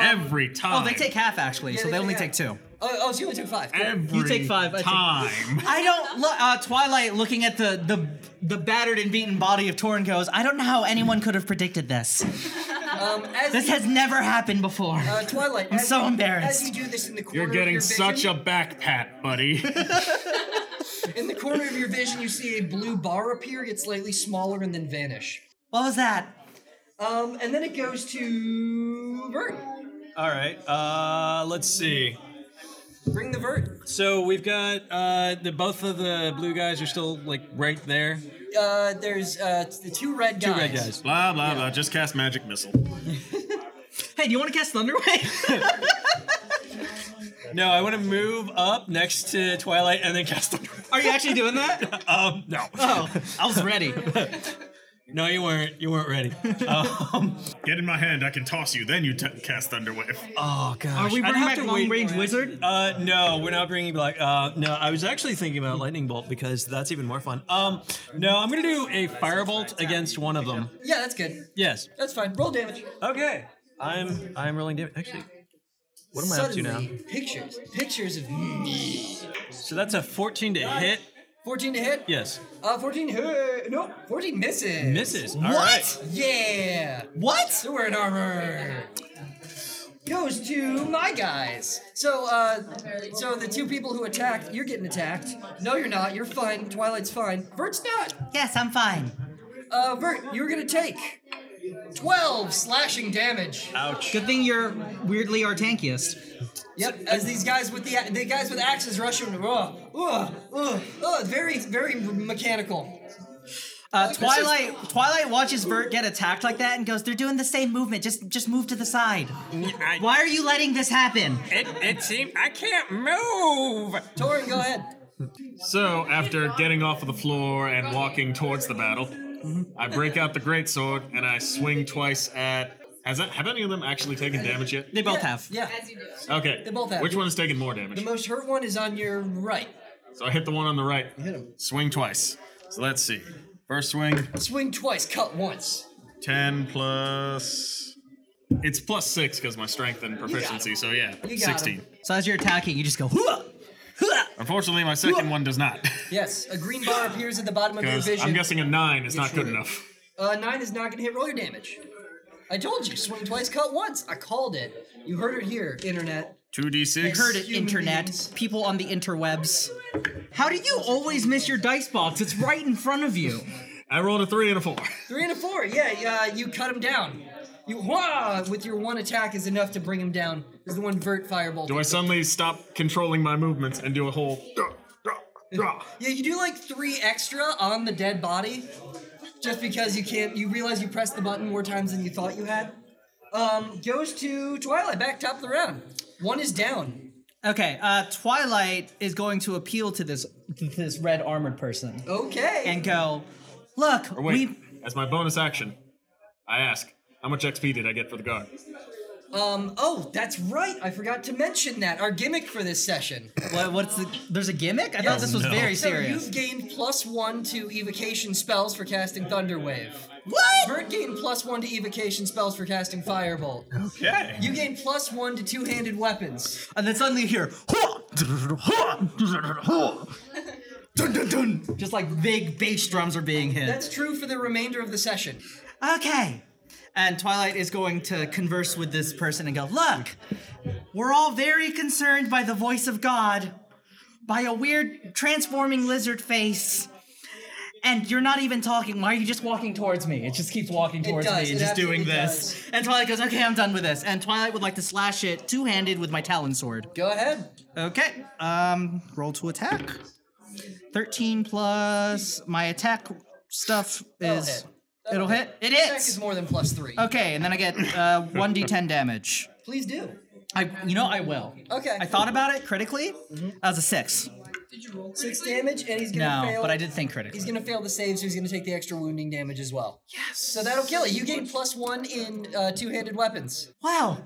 Speaker 4: Every time.
Speaker 3: Oh, they take half actually, so
Speaker 2: they
Speaker 3: they only
Speaker 2: take
Speaker 3: take two.
Speaker 2: Oh, oh, so you only took five. Cool.
Speaker 4: Every
Speaker 3: You take five, I take-
Speaker 4: Time.
Speaker 3: I don't look. Uh, Twilight looking at the the the battered and beaten body of Torn goes. I don't know how anyone could have predicted this.
Speaker 2: Um, as
Speaker 3: This
Speaker 2: you-
Speaker 3: has never happened before.
Speaker 2: uh, Twilight.
Speaker 3: I'm
Speaker 2: as
Speaker 3: so
Speaker 2: you-
Speaker 3: embarrassed.
Speaker 2: As you do this in the corner,
Speaker 4: You're
Speaker 2: of
Speaker 4: getting
Speaker 2: your
Speaker 4: such a
Speaker 2: vision,
Speaker 4: back pat, buddy.
Speaker 2: In the corner of your vision, you see a blue bar appear, get slightly smaller, and then vanish.
Speaker 3: What was that?
Speaker 2: Um, and then it goes to Vert.
Speaker 5: All right. Uh, let's see.
Speaker 2: Bring the Vert.
Speaker 5: So we've got uh, the both of the blue guys are still like right there.
Speaker 2: Uh, there's uh, the two red guys.
Speaker 5: Two red guys.
Speaker 4: blah blah blah. Just cast magic missile.
Speaker 3: Hey, do you want to cast Thunderwave?
Speaker 5: No, I want to move up next to Twilight and then cast Thunder.
Speaker 3: Are you actually doing that?
Speaker 5: Um, no.
Speaker 3: Oh, I was ready.
Speaker 5: No, you weren't. You weren't ready. Um,
Speaker 4: Get in my hand. I can toss you. Then you t- cast thunderwave.
Speaker 5: oh gosh.
Speaker 3: Are we
Speaker 5: I'd
Speaker 3: bringing
Speaker 5: have
Speaker 3: back
Speaker 5: to
Speaker 3: long
Speaker 5: wait-
Speaker 3: range wizard?
Speaker 5: Uh, no, we're not bringing black. Uh, no, I was actually thinking about lightning bolt because that's even more fun. Um, no, I'm gonna do a firebolt against one of them.
Speaker 2: Yeah, that's good.
Speaker 5: Yes.
Speaker 2: That's fine. Roll damage.
Speaker 5: Okay. I'm I'm rolling damage. Actually, what am I up to
Speaker 2: Suddenly,
Speaker 5: now?
Speaker 2: pictures. Pictures of me.
Speaker 5: So that's a 14 to hit.
Speaker 2: 14 to hit.
Speaker 5: Yes.
Speaker 2: Uh, 14 hit. No, 14 misses.
Speaker 5: Misses. All
Speaker 3: What?
Speaker 2: Yeah.
Speaker 3: What?
Speaker 2: So we're in armor. Goes to my guys. So, uh, so the two people who attacked, you're getting attacked. No, you're not. You're fine. Twilight's fine. Vert's not.
Speaker 7: Yes, I'm fine.
Speaker 2: Uh, Vert, you're gonna take 12 slashing damage.
Speaker 3: Good thing you're weirdly Artankiest.
Speaker 2: Yep, as these guys with the the guys with axes rush him. Oh, oh, oh, oh, very very mechanical.
Speaker 3: Uh, Twilight Twilight watches Vert get attacked like that and goes, "They're doing the same movement. Just just move to the side.
Speaker 5: right.
Speaker 3: Why are you letting this happen?"
Speaker 5: It, it seems I can't move.
Speaker 2: Torin, go ahead.
Speaker 4: So, after getting off of the floor and walking towards the battle, I break out the greatsword and I swing twice at. Has that, have any of them actually taken damage yet?
Speaker 3: They both have.
Speaker 2: Yeah,
Speaker 4: Okay.
Speaker 2: They both have.
Speaker 4: Which one is taking more
Speaker 2: the
Speaker 4: damage?
Speaker 2: most hurt one is on your right.
Speaker 4: So I hit the one on the right.
Speaker 2: Hit him.
Speaker 4: Swing twice. So let's see. First swing,
Speaker 2: Swing twice, cut once.
Speaker 4: 10 plus. It's plus 6 because my strength and proficiency, so yeah,
Speaker 2: You got
Speaker 4: 16.
Speaker 2: him.
Speaker 3: So as you're attacking, you just go, "Hua, hua."
Speaker 4: Unfortunately, my second one does not.
Speaker 2: Yes, a green bar appears at the bottom of your
Speaker 4: Because
Speaker 2: vision.
Speaker 4: I'm guessing a 9 is not good
Speaker 2: sure.
Speaker 4: enough.
Speaker 2: uh, nine is not gonna hit. Roll your damage. I told you, swing twice, cut once. I called it. You heard it here, internet.
Speaker 4: 2d6.
Speaker 3: I heard it,
Speaker 2: Human
Speaker 3: internet.
Speaker 2: beings.
Speaker 3: People on the interwebs. How do you always miss your dice box? It's right in front of you.
Speaker 4: I rolled a 3 and a 4.
Speaker 2: Three and a four. Yeah, yeah. You cut him down. You wah with your one attack is enough to bring him down. This is the one vert firebolt.
Speaker 4: Do I suddenly stop controlling my movements and do a whole? "Duh, duh, duh"?
Speaker 2: Yeah, you do like three extra on the dead body, just because you can't. You realize you pressed the button more times than you thought you had. Um, goes to Twilight back top of the round. One is down.
Speaker 3: Okay, uh, Twilight is going to appeal to this to this red armored person
Speaker 2: Okay.
Speaker 3: and go, look,
Speaker 4: Or wait,
Speaker 3: we
Speaker 4: as my bonus action, I ask, how much XP did I get for the guard?
Speaker 2: um. Oh, that's right. I forgot to mention that our gimmick for this session.
Speaker 3: what, what's the? There's a gimmick? I
Speaker 2: Yeah.
Speaker 3: thought this was
Speaker 5: Oh, no.
Speaker 3: very
Speaker 2: So
Speaker 3: serious.
Speaker 2: you've gained plus one to evocation spells for casting Thunder Wave.
Speaker 3: what?
Speaker 2: Vert gained plus one to evocation spells for casting Firebolt.
Speaker 5: Okay.
Speaker 2: You gain plus one to two-handed weapons.
Speaker 3: And then suddenly you hear, dun, dun, dun. just like big bass drums are being hit.
Speaker 2: That's true for the remainder of the session.
Speaker 3: okay. And Twilight is going to converse with this person and go, Look, we're all very concerned by the voice of God, by a weird transforming lizard face. And you're not even talking. Why are you just walking towards me? It just keeps walking towards
Speaker 2: does,
Speaker 3: me
Speaker 2: it
Speaker 3: and just doing
Speaker 2: absolutely
Speaker 3: this. And Twilight goes, Okay, I'm done with this. And Twilight would like to slash it two handed with my Talon sword.
Speaker 2: Go ahead.
Speaker 3: Okay. Um, roll to attack. Thirteen plus my attack stuff
Speaker 2: That'll
Speaker 3: is.
Speaker 2: hit.
Speaker 3: It'll hit. It
Speaker 2: Attack is
Speaker 3: hits.
Speaker 2: more than plus three.
Speaker 3: Okay, and then I get uh, one d10 damage.
Speaker 2: Please do.
Speaker 3: I, you know, I will.
Speaker 2: Okay. Mm-hmm.
Speaker 3: I thought about it critically. That was a six.
Speaker 2: six damage, and he's gonna
Speaker 3: No,
Speaker 2: fail.
Speaker 3: but I did think
Speaker 2: He's
Speaker 3: critically.
Speaker 2: gonna fail the save, so he's gonna take the extra wounding damage as well. Yes. So that'll kill it. You gain plus one in uh, two-handed weapons.
Speaker 3: Wow.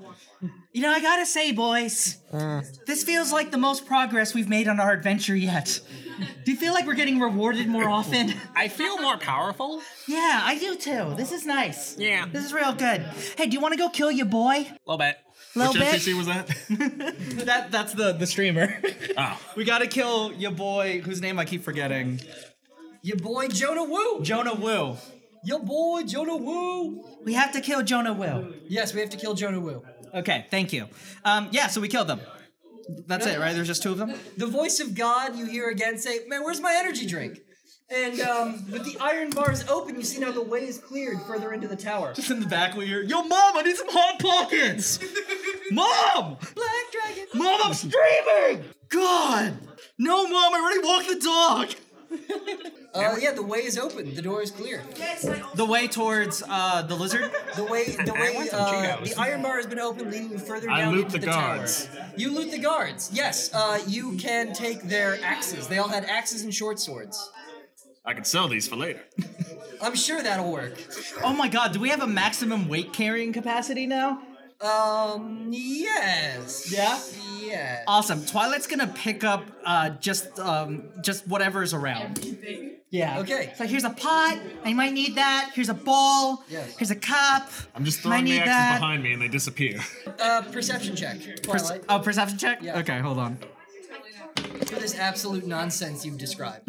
Speaker 3: You know, I gotta say, boys, this feels like the most progress we've made on our adventure yet. Do you feel like we're getting rewarded more often?
Speaker 8: I feel more powerful.
Speaker 3: yeah, I do too. This is nice.
Speaker 8: Yeah.
Speaker 3: This is real good. Hey, do you want to go kill your boy?
Speaker 8: A little bit.
Speaker 3: Little
Speaker 4: Which
Speaker 3: bit.
Speaker 4: NPC was that?
Speaker 3: That that's the the streamer.
Speaker 4: Ah,
Speaker 3: we gotta kill your boy, whose name I keep forgetting.
Speaker 2: Your boy Jonah Woo.
Speaker 3: Jonah Wu.
Speaker 2: Your boy Jonah Woo.
Speaker 3: We have to kill Jonah Wu.
Speaker 2: Yes, we have to kill Jonah Woo.
Speaker 3: Okay, thank you. Um, yeah, so we killed them. That's it, right? There's just two of them.
Speaker 2: The voice of God you hear again say, "Man, where's my energy drink?" And um, with the iron bars open, you see now the way is cleared further into the tower.
Speaker 3: In the back, we hear, "Yo, mom, I need some hot pockets." mom,
Speaker 2: Black dragon.
Speaker 3: mom, I'm streaming. God, no, mom, I already walked the dog.
Speaker 2: Uh, yeah, the way is open. The door is clear.
Speaker 6: Yes, I also
Speaker 3: The way towards uh, the lizard.
Speaker 2: The way, the way,
Speaker 8: want some
Speaker 2: uh,
Speaker 8: Cheetos.
Speaker 2: the iron bar has been open, leading you further
Speaker 4: I
Speaker 2: down
Speaker 4: loot
Speaker 2: into the,
Speaker 4: the
Speaker 2: tower.
Speaker 4: guards.
Speaker 2: You loot the guards. Yes, uh, you can take their axes. They all had axes and short swords.
Speaker 4: I could sell these for later.
Speaker 2: I'm sure that'll work.
Speaker 3: Oh my God, do we have a maximum weight carrying capacity now?
Speaker 2: Um, yes.
Speaker 3: Yeah?
Speaker 2: Yeah.
Speaker 3: Awesome. Twilight's gonna pick up uh, just um, just whatever's around. Yeah.
Speaker 2: Okay.
Speaker 3: So here's a pot. I might need that. Here's a ball.
Speaker 2: Yes.
Speaker 3: Here's a cup.
Speaker 4: I'm just
Speaker 3: might
Speaker 4: throwing the
Speaker 3: need
Speaker 4: axes
Speaker 3: that.
Speaker 4: behind me and they disappear.
Speaker 2: Uh, perception check.
Speaker 3: Perce-
Speaker 2: Twilight.
Speaker 3: oh, perception check.
Speaker 2: Yeah.
Speaker 3: Okay, hold on.
Speaker 2: For this absolute nonsense you've described.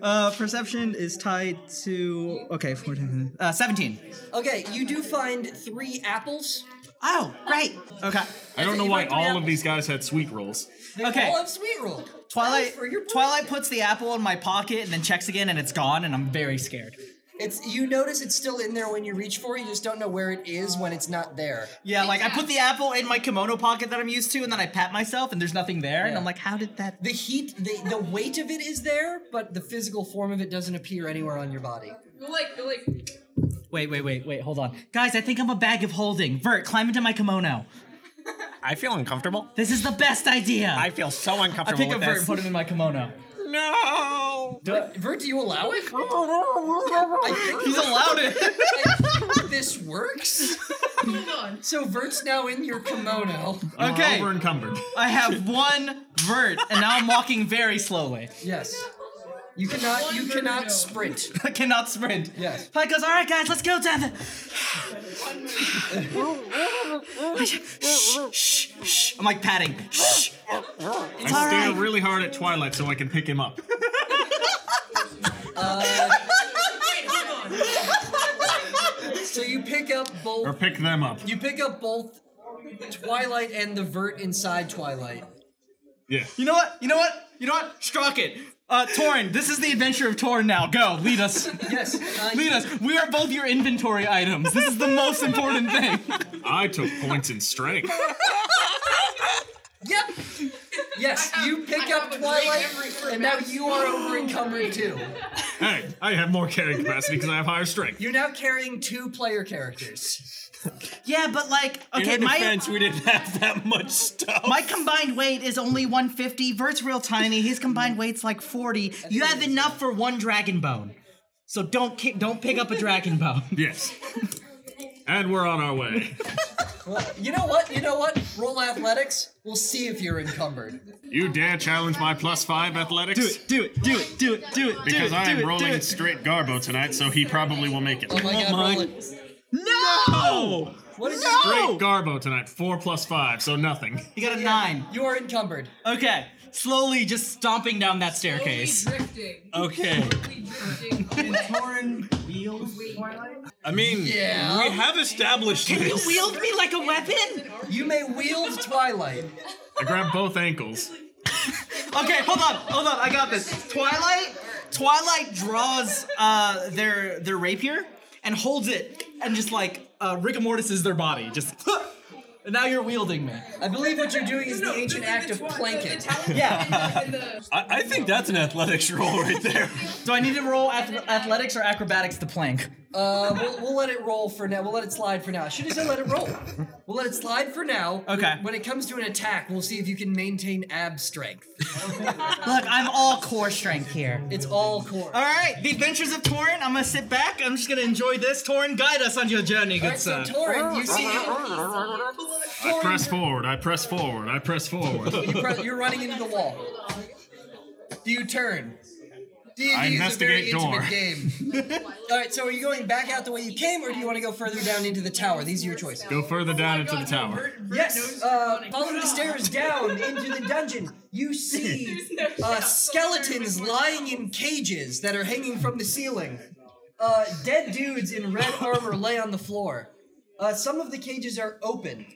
Speaker 3: Uh, perception is tied to okay, 14, uh, seventeen.
Speaker 2: Okay, you do find three apples.
Speaker 3: Oh, right. Okay.
Speaker 4: I don't know
Speaker 2: You
Speaker 4: why
Speaker 2: might be
Speaker 4: all
Speaker 2: apples.
Speaker 4: of these guys had sweet rolls.
Speaker 2: They
Speaker 3: Okay.
Speaker 2: all have sweet roll.
Speaker 3: Twilight.
Speaker 2: For your
Speaker 3: Twilight
Speaker 2: birthday.
Speaker 3: puts the apple in my pocket and then checks again, and it's gone, and I'm very scared.
Speaker 2: It's you notice it's still in there when you reach for it. You just don't know where it is when it's not there.
Speaker 3: Yeah, like I put the apple in my kimono pocket that I'm used to, and then I pat myself, and there's nothing there, and
Speaker 2: Yeah.
Speaker 3: I'm like, how did that?
Speaker 2: The heat, the, the weight of it is there, but the physical form of it doesn't appear anywhere on your body.
Speaker 6: go like, go like.
Speaker 3: Wait, wait, wait, wait. Hold on, guys. I think I'm a bag of holding. Vert, climb into my kimono.
Speaker 8: I feel uncomfortable.
Speaker 3: This is the best idea.
Speaker 8: I feel so
Speaker 3: I
Speaker 8: uncomfortable
Speaker 3: pick up
Speaker 8: with
Speaker 3: Vert and
Speaker 8: this.
Speaker 3: put him in my kimono.
Speaker 8: no.
Speaker 2: Vert, do you allow it? I think
Speaker 3: He's allowed it.
Speaker 2: this works.
Speaker 6: Hold on.
Speaker 2: So Vert's now in your kimono.
Speaker 3: Okay.
Speaker 4: We're encumbered.
Speaker 3: I have one vert, and now I'm walking very slowly.
Speaker 2: Yes. You cannot. You cannot sprint.
Speaker 3: I cannot sprint.
Speaker 2: Yes.
Speaker 3: Pike goes, all right, guys, let's go, Devin. shh, shh, shh. I'm like patting. Shh.
Speaker 4: I stare
Speaker 3: alright.
Speaker 4: really hard at Twilight so I can pick him up.
Speaker 6: Wait, hold on.
Speaker 2: So you pick up
Speaker 4: Or
Speaker 2: both.
Speaker 4: pick them up.
Speaker 2: You pick up both Twilight and the Vert inside Twilight.
Speaker 4: Yeah.
Speaker 3: You know what? You know what? You know what? Struck it. Uh, Torin, this is the adventure of Torin now. Go, lead us. Yes.
Speaker 2: Uh,
Speaker 3: lead us. We are both your inventory items. This is the most important thing.
Speaker 4: I took points in strength.
Speaker 2: Yep. Yes, you pick up Twilight, and now you are over encumbered too.
Speaker 4: Hey, I have more carrying capacity because I have higher strength.
Speaker 2: You're now carrying two player characters.
Speaker 7: Yeah, but like, okay,
Speaker 5: In her
Speaker 7: my
Speaker 5: defense, we didn't have that much stuff.
Speaker 7: my combined weight is only 150. Vert's real tiny. His combined weight's like 40. You have enough for one dragon bone. So don't ki- don't pick up a dragon bone.
Speaker 4: Yes. And we're on our way.
Speaker 2: Well, you know what? You know what? Roll athletics. We'll see if you're encumbered.
Speaker 4: You dare challenge my plus five athletics?
Speaker 3: do it, do it, do it, do it,
Speaker 4: Because I am rolling straight Garbo tonight, so he probably will make it.
Speaker 2: Oh my god, roll it.
Speaker 3: No!
Speaker 2: What is
Speaker 4: Straight Garbo tonight, four plus five, so nothing.
Speaker 3: You got a nine.
Speaker 2: You are encumbered.
Speaker 3: Okay. Slowly just stomping down that staircase.
Speaker 6: Drifting.
Speaker 4: Uh,
Speaker 5: Okay.
Speaker 6: Slowly drifting.
Speaker 5: I mean,
Speaker 2: Yeah.
Speaker 5: we have established
Speaker 7: You
Speaker 5: this.
Speaker 7: wield me like a weapon?
Speaker 2: You may wield Twilight.
Speaker 4: I grab both ankles.
Speaker 3: Okay, hold on, hold on. I got this. Twilight. Twilight draws uh, their their rapier and holds it and just like uh, rigor mortis is their body. Just and now you're wielding me.
Speaker 2: I believe what you're doing is the ancient act of planking.
Speaker 3: Yeah.
Speaker 5: I, I think that's an athletics roll right there.
Speaker 3: Do I need to roll ath- athletics or acrobatics to plank?
Speaker 2: Uh, we'll, we'll let it roll for now. We'll let it slide for now. I should have said let it roll. We'll let it slide for now.
Speaker 3: Okay.
Speaker 2: When it comes to an attack, we'll see if you can maintain ab strength.
Speaker 7: Look, I'm all core strength here.
Speaker 2: It's all core.
Speaker 3: All right, the adventures of Torin. I'm gonna sit back. I'm just gonna enjoy this. Torin, guide us on your journey, good
Speaker 2: Alright, so
Speaker 3: sir.
Speaker 2: Torin, you see
Speaker 3: uh-huh.
Speaker 4: I press forward, I press forward, I press forward.
Speaker 2: you pre- you're running into the wall. Do you turn? D&D
Speaker 4: I
Speaker 2: is a very
Speaker 4: investigate door.
Speaker 2: intimate game. All right, so are you going back out the way you came, or do you want to go further down into the tower? These are your choices.
Speaker 4: Go further down into the tower.
Speaker 2: Yes. Uh, follow the stairs down into the dungeon. You see uh, skeletons lying in cages that are hanging from the ceiling. Uh, dead dudes in red armor lay on the floor. Uh, some of the cages are open.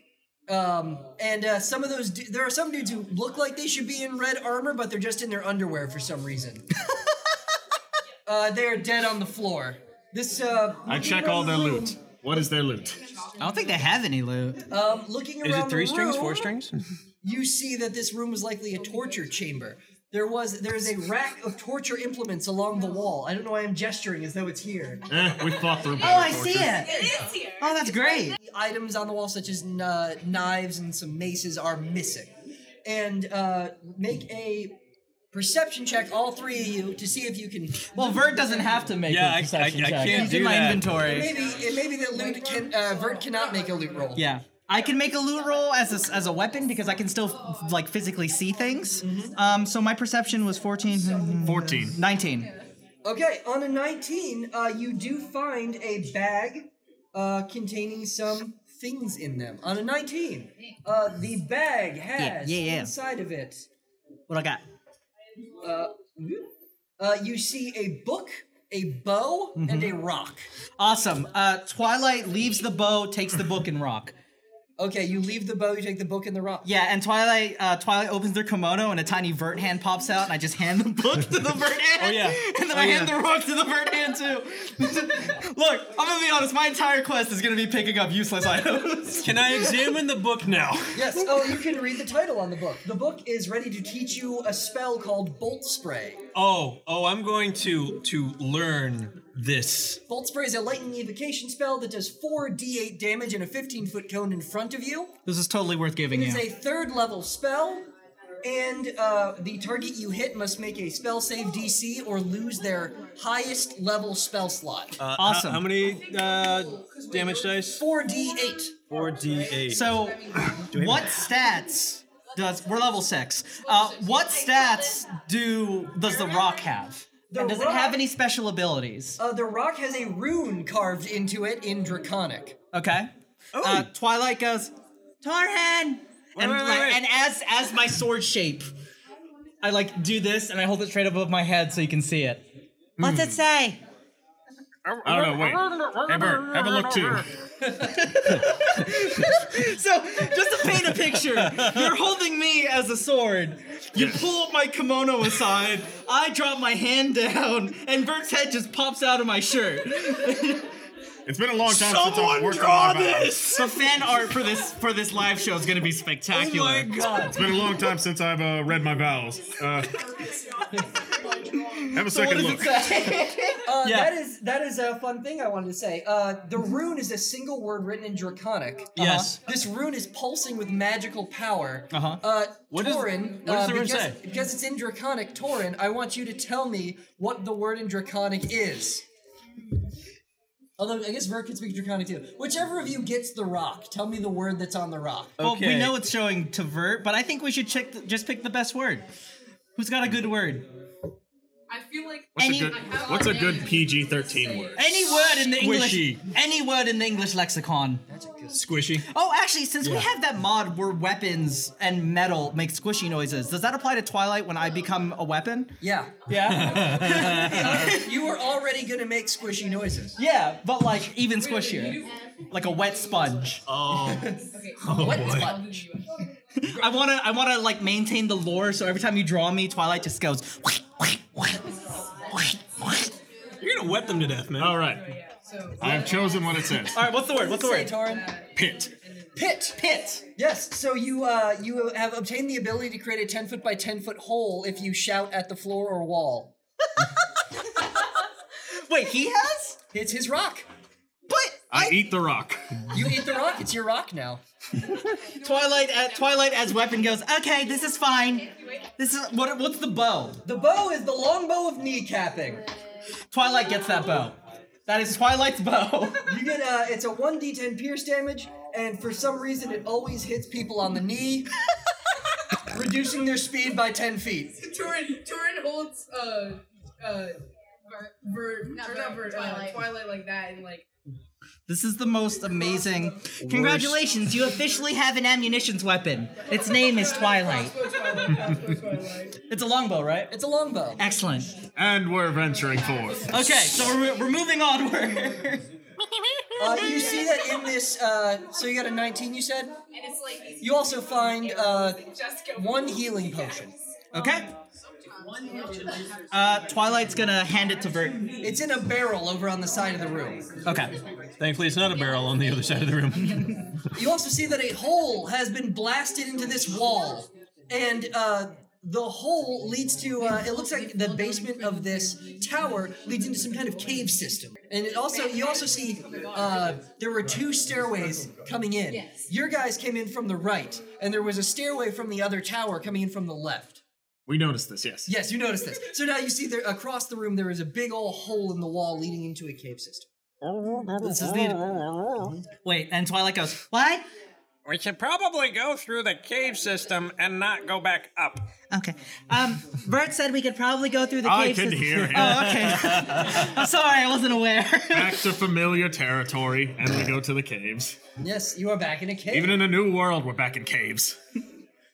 Speaker 2: Um, and uh, some of those, du- there are some dudes who look like they should be in red armor, but they're just in their underwear for some reason. uh, they are dead on the floor. This, uh,
Speaker 4: I check all their loot. What is their loot?
Speaker 7: I don't think they have any loot.
Speaker 2: Um, looking around
Speaker 5: Is it three
Speaker 2: the
Speaker 5: strings,
Speaker 2: room,
Speaker 5: four strings?
Speaker 2: you see that this room was likely a torture chamber. There was there is a rack of torture implements along the wall. I don't know why I'm gesturing as though it's here.
Speaker 4: Eh, we fought through.
Speaker 7: Oh, I see it.
Speaker 6: It is here.
Speaker 7: Oh, that's great.
Speaker 2: Items on the wall such as uh, knives and some maces are missing. And uh, make a perception check, all three of you, to see if you can.
Speaker 3: Well, Vert doesn't have to make
Speaker 5: Yeah,
Speaker 3: a
Speaker 5: I- I-
Speaker 3: perception
Speaker 5: I
Speaker 3: check.
Speaker 5: can't
Speaker 3: He's
Speaker 5: do
Speaker 3: in my
Speaker 5: that.
Speaker 3: inventory.
Speaker 2: Maybe it may be that loot can uh, Vert cannot make a loot roll.
Speaker 3: Yeah. I can make a loot roll as a, s- as a weapon because I can still f- like physically see things.
Speaker 7: Mm-hmm.
Speaker 3: Um, so my perception was 14,
Speaker 4: 14.
Speaker 3: 19.
Speaker 2: Okay, on a 19, uh, you do find a bag uh, containing some things in them. On a 19, uh, the bag has
Speaker 7: yeah, yeah.
Speaker 2: inside of it,
Speaker 7: What I got?
Speaker 2: uh, you see a book, a bow, and
Speaker 7: Mm-hmm.
Speaker 2: a rock.
Speaker 3: Awesome. Uh, Twilight leaves the bow, takes the book and rock.
Speaker 2: Okay, you leave the bow, you take the book and the rock.
Speaker 3: Yeah, and Twilight uh, Twilight opens their kimono and a tiny vert hand pops out, and I just hand the book to the vert hand.
Speaker 5: Oh, yeah.
Speaker 3: and then
Speaker 5: Oh,
Speaker 3: I
Speaker 5: yeah.
Speaker 3: hand the rock to the vert hand too. Look, I'm gonna be honest. My entire quest is gonna be picking up useless items.
Speaker 5: Can I examine the book now?
Speaker 2: Yes, oh, you can read the title on the book. The book is ready to teach you a spell called Bolt Spray.
Speaker 5: Oh, oh, I'm going to to learn this.
Speaker 2: Bolt Spray is a lightning evocation spell that does 4d8 damage in a 15 foot cone in front of you.
Speaker 3: this is totally worth giving
Speaker 2: It's a third level spell, and uh, the target you hit must make a spell save DC or lose their highest level spell slot.
Speaker 5: Uh,
Speaker 3: Awesome.
Speaker 5: How, how many uh, damage dice?
Speaker 2: 4d8.
Speaker 5: Four D eight.
Speaker 3: So, what stats does we're level six? Uh, what stats do does the rock have? And does it have any special abilities?
Speaker 2: Uh, the rock has a rune carved into it in Draconic.
Speaker 3: Okay. Uh, Twilight goes, Tarhan, and
Speaker 5: Oh. wait,
Speaker 3: like-
Speaker 5: wait.
Speaker 3: and as as my sword shape, I
Speaker 5: Hmm.
Speaker 3: like do this and I hold it straight above my head so you can see it.
Speaker 7: What's it say?
Speaker 4: I don't know. Wait. Hey, Bert, have a look too.
Speaker 3: So, just to paint a picture, you're holding me as a sword. You pull my kimono aside, I drop my hand down, and Bert's head just pops out of my shirt.
Speaker 4: It's been a long time since I've
Speaker 5: Someone
Speaker 4: worked
Speaker 5: draw
Speaker 4: on my body.
Speaker 5: this!
Speaker 3: The fan art for this for this live show is going to be spectacular.
Speaker 5: Oh my god.
Speaker 4: It's been a long time since I've uh, read my vowels. Uh, have a second look.
Speaker 2: Uh,
Speaker 3: Yeah.
Speaker 2: That is that is a fun thing I wanted to say. Uh, the rune is a single word written in Draconic.
Speaker 5: Mm-hmm.
Speaker 2: Uh-huh.
Speaker 5: Yes.
Speaker 2: This rune is pulsing with magical power.
Speaker 3: Uh-huh.
Speaker 2: Uh,
Speaker 5: What is-
Speaker 2: Torin,
Speaker 5: what does
Speaker 2: uh,
Speaker 5: the rune
Speaker 2: because,
Speaker 5: say?
Speaker 2: Because it's in Draconic, Torin, I want you to tell me what the word in Draconic is. Although I guess Vert can speak Draconic too. Whichever of you gets the rock, tell me the word that's on the rock.
Speaker 3: Well, we
Speaker 5: Okay.
Speaker 3: know it's showing to Vert, but I think we should check the, just pick the best word. Who's got a good word?
Speaker 6: I feel like
Speaker 4: What's
Speaker 3: Any-
Speaker 4: a good, what's a good PG 13 word?
Speaker 3: Any word in the English,
Speaker 5: Squishy.
Speaker 3: any word in the English lexicon.
Speaker 5: Squishy.
Speaker 3: Oh, actually, since we
Speaker 5: Yeah.
Speaker 3: have that mod where weapons and metal make squishy noises, does that apply to Twilight when I become a weapon?
Speaker 2: Yeah.
Speaker 3: Yeah.
Speaker 2: you were already gonna make squishy noises.
Speaker 3: yeah, but like even squishier. Like a wet sponge.
Speaker 5: Oh.
Speaker 2: what?
Speaker 3: I wanna I wanna like maintain the lore so every time you draw me, Twilight just goes
Speaker 5: You're gonna wet them to death, man.
Speaker 4: All right. I've chosen what it says.
Speaker 3: Alright, what's the word? What's the
Speaker 2: Say,
Speaker 3: word?
Speaker 2: Torin.
Speaker 4: Pit.
Speaker 2: Pit.
Speaker 3: Pit.
Speaker 2: Yes. So you uh, you have obtained the ability to create a ten foot by ten foot hole if you shout at the floor or wall.
Speaker 3: Wait, he has?
Speaker 2: It's his rock.
Speaker 3: But
Speaker 4: I eat the rock.
Speaker 2: You eat the rock. It's your rock now.
Speaker 3: Twilight at Twilight as weapon goes, okay, this is fine. This is what what's the bow?
Speaker 2: The bow is the long bow of kneecapping.
Speaker 3: Twilight gets that bow. That is Twilight's bow.
Speaker 2: You get uh, it's a one d10 pierce damage, and for some reason it always hits people on the knee, reducing their speed by ten feet.
Speaker 6: Torin, Torin holds uh uh Ver, Ver,
Speaker 9: Not
Speaker 6: or
Speaker 9: Ver,
Speaker 6: not Ver, Twilight.
Speaker 9: Twilight.
Speaker 6: Uh, Twilight like that and like
Speaker 3: This is the most amazing. Congratulations, you officially have an ammunitions weapon. Its name is Twilight.
Speaker 6: Crossbow Twilight, crossbow Twilight.
Speaker 3: It's a longbow, right?
Speaker 2: It's a Uh, long bow.
Speaker 3: Excellent.
Speaker 4: And we're venturing forth.
Speaker 3: Okay, so we're, we're moving onward.
Speaker 2: Uh, you see that in this. Uh, so you got a 19. You said.
Speaker 9: And it's like these
Speaker 2: You also find uh,
Speaker 9: just go
Speaker 2: one healing potion.
Speaker 3: okay. Uh, Twilight's gonna hand it to Vert.
Speaker 2: It's in a barrel over on the side of the room.
Speaker 3: Okay.
Speaker 5: Thankfully, it's not a barrel on the other side of the room.
Speaker 2: You also see that a hole has been blasted into this wall, and uh, the hole leads to. Uh, it looks like the basement of this tower leads into some kind of cave system, and it also you also see uh, there were two stairways coming in. Your guys came in from the right, and there was a stairway from the other tower coming in from the left.
Speaker 4: We noticed this, yes.
Speaker 2: Yes, you noticed this. So now you see there across the room there is a big old hole in the wall leading into a cave system.
Speaker 3: This is neat. Wait, and Twilight goes, What?
Speaker 8: We should probably go through the cave system and not go back up.
Speaker 7: Okay. Um, Bert said we could probably go through the
Speaker 4: I
Speaker 7: cave
Speaker 4: can
Speaker 7: system.
Speaker 4: hear him.
Speaker 3: Oh, okay. I'm sorry, I wasn't aware.
Speaker 4: Back to familiar territory, and we go to the caves.
Speaker 2: Yes, you are back in a cave.
Speaker 4: Even in a new world, we're back in caves.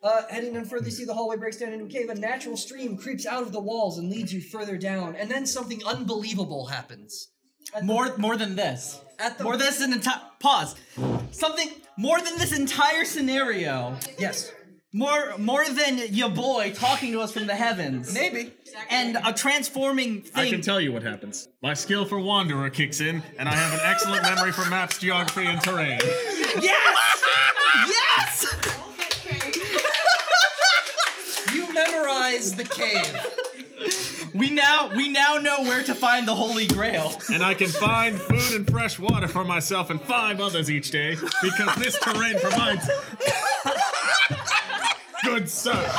Speaker 2: Uh, heading on
Speaker 3: Hmm.
Speaker 2: further, you see the hallway breaks down into a cave. A natural stream creeps out of the walls and leads you further down. And then something unbelievable happens.
Speaker 3: more more than this.
Speaker 2: At the
Speaker 3: More than this entire pause. Something more than this entire scenario.
Speaker 2: yes,
Speaker 3: More more than your boy talking to us from the heavens.
Speaker 2: maybe
Speaker 3: And a transforming thing.
Speaker 4: I can tell you what happens. My skill for Wanderer kicks in, and I have an excellent memory for maps, geography, and terrain.
Speaker 3: Yes! yes!
Speaker 2: you memorize the cave.
Speaker 3: We now we now know where to find the Holy Grail.
Speaker 4: And I can find food and fresh water for myself and five others each day because this terrain provides. Good sir.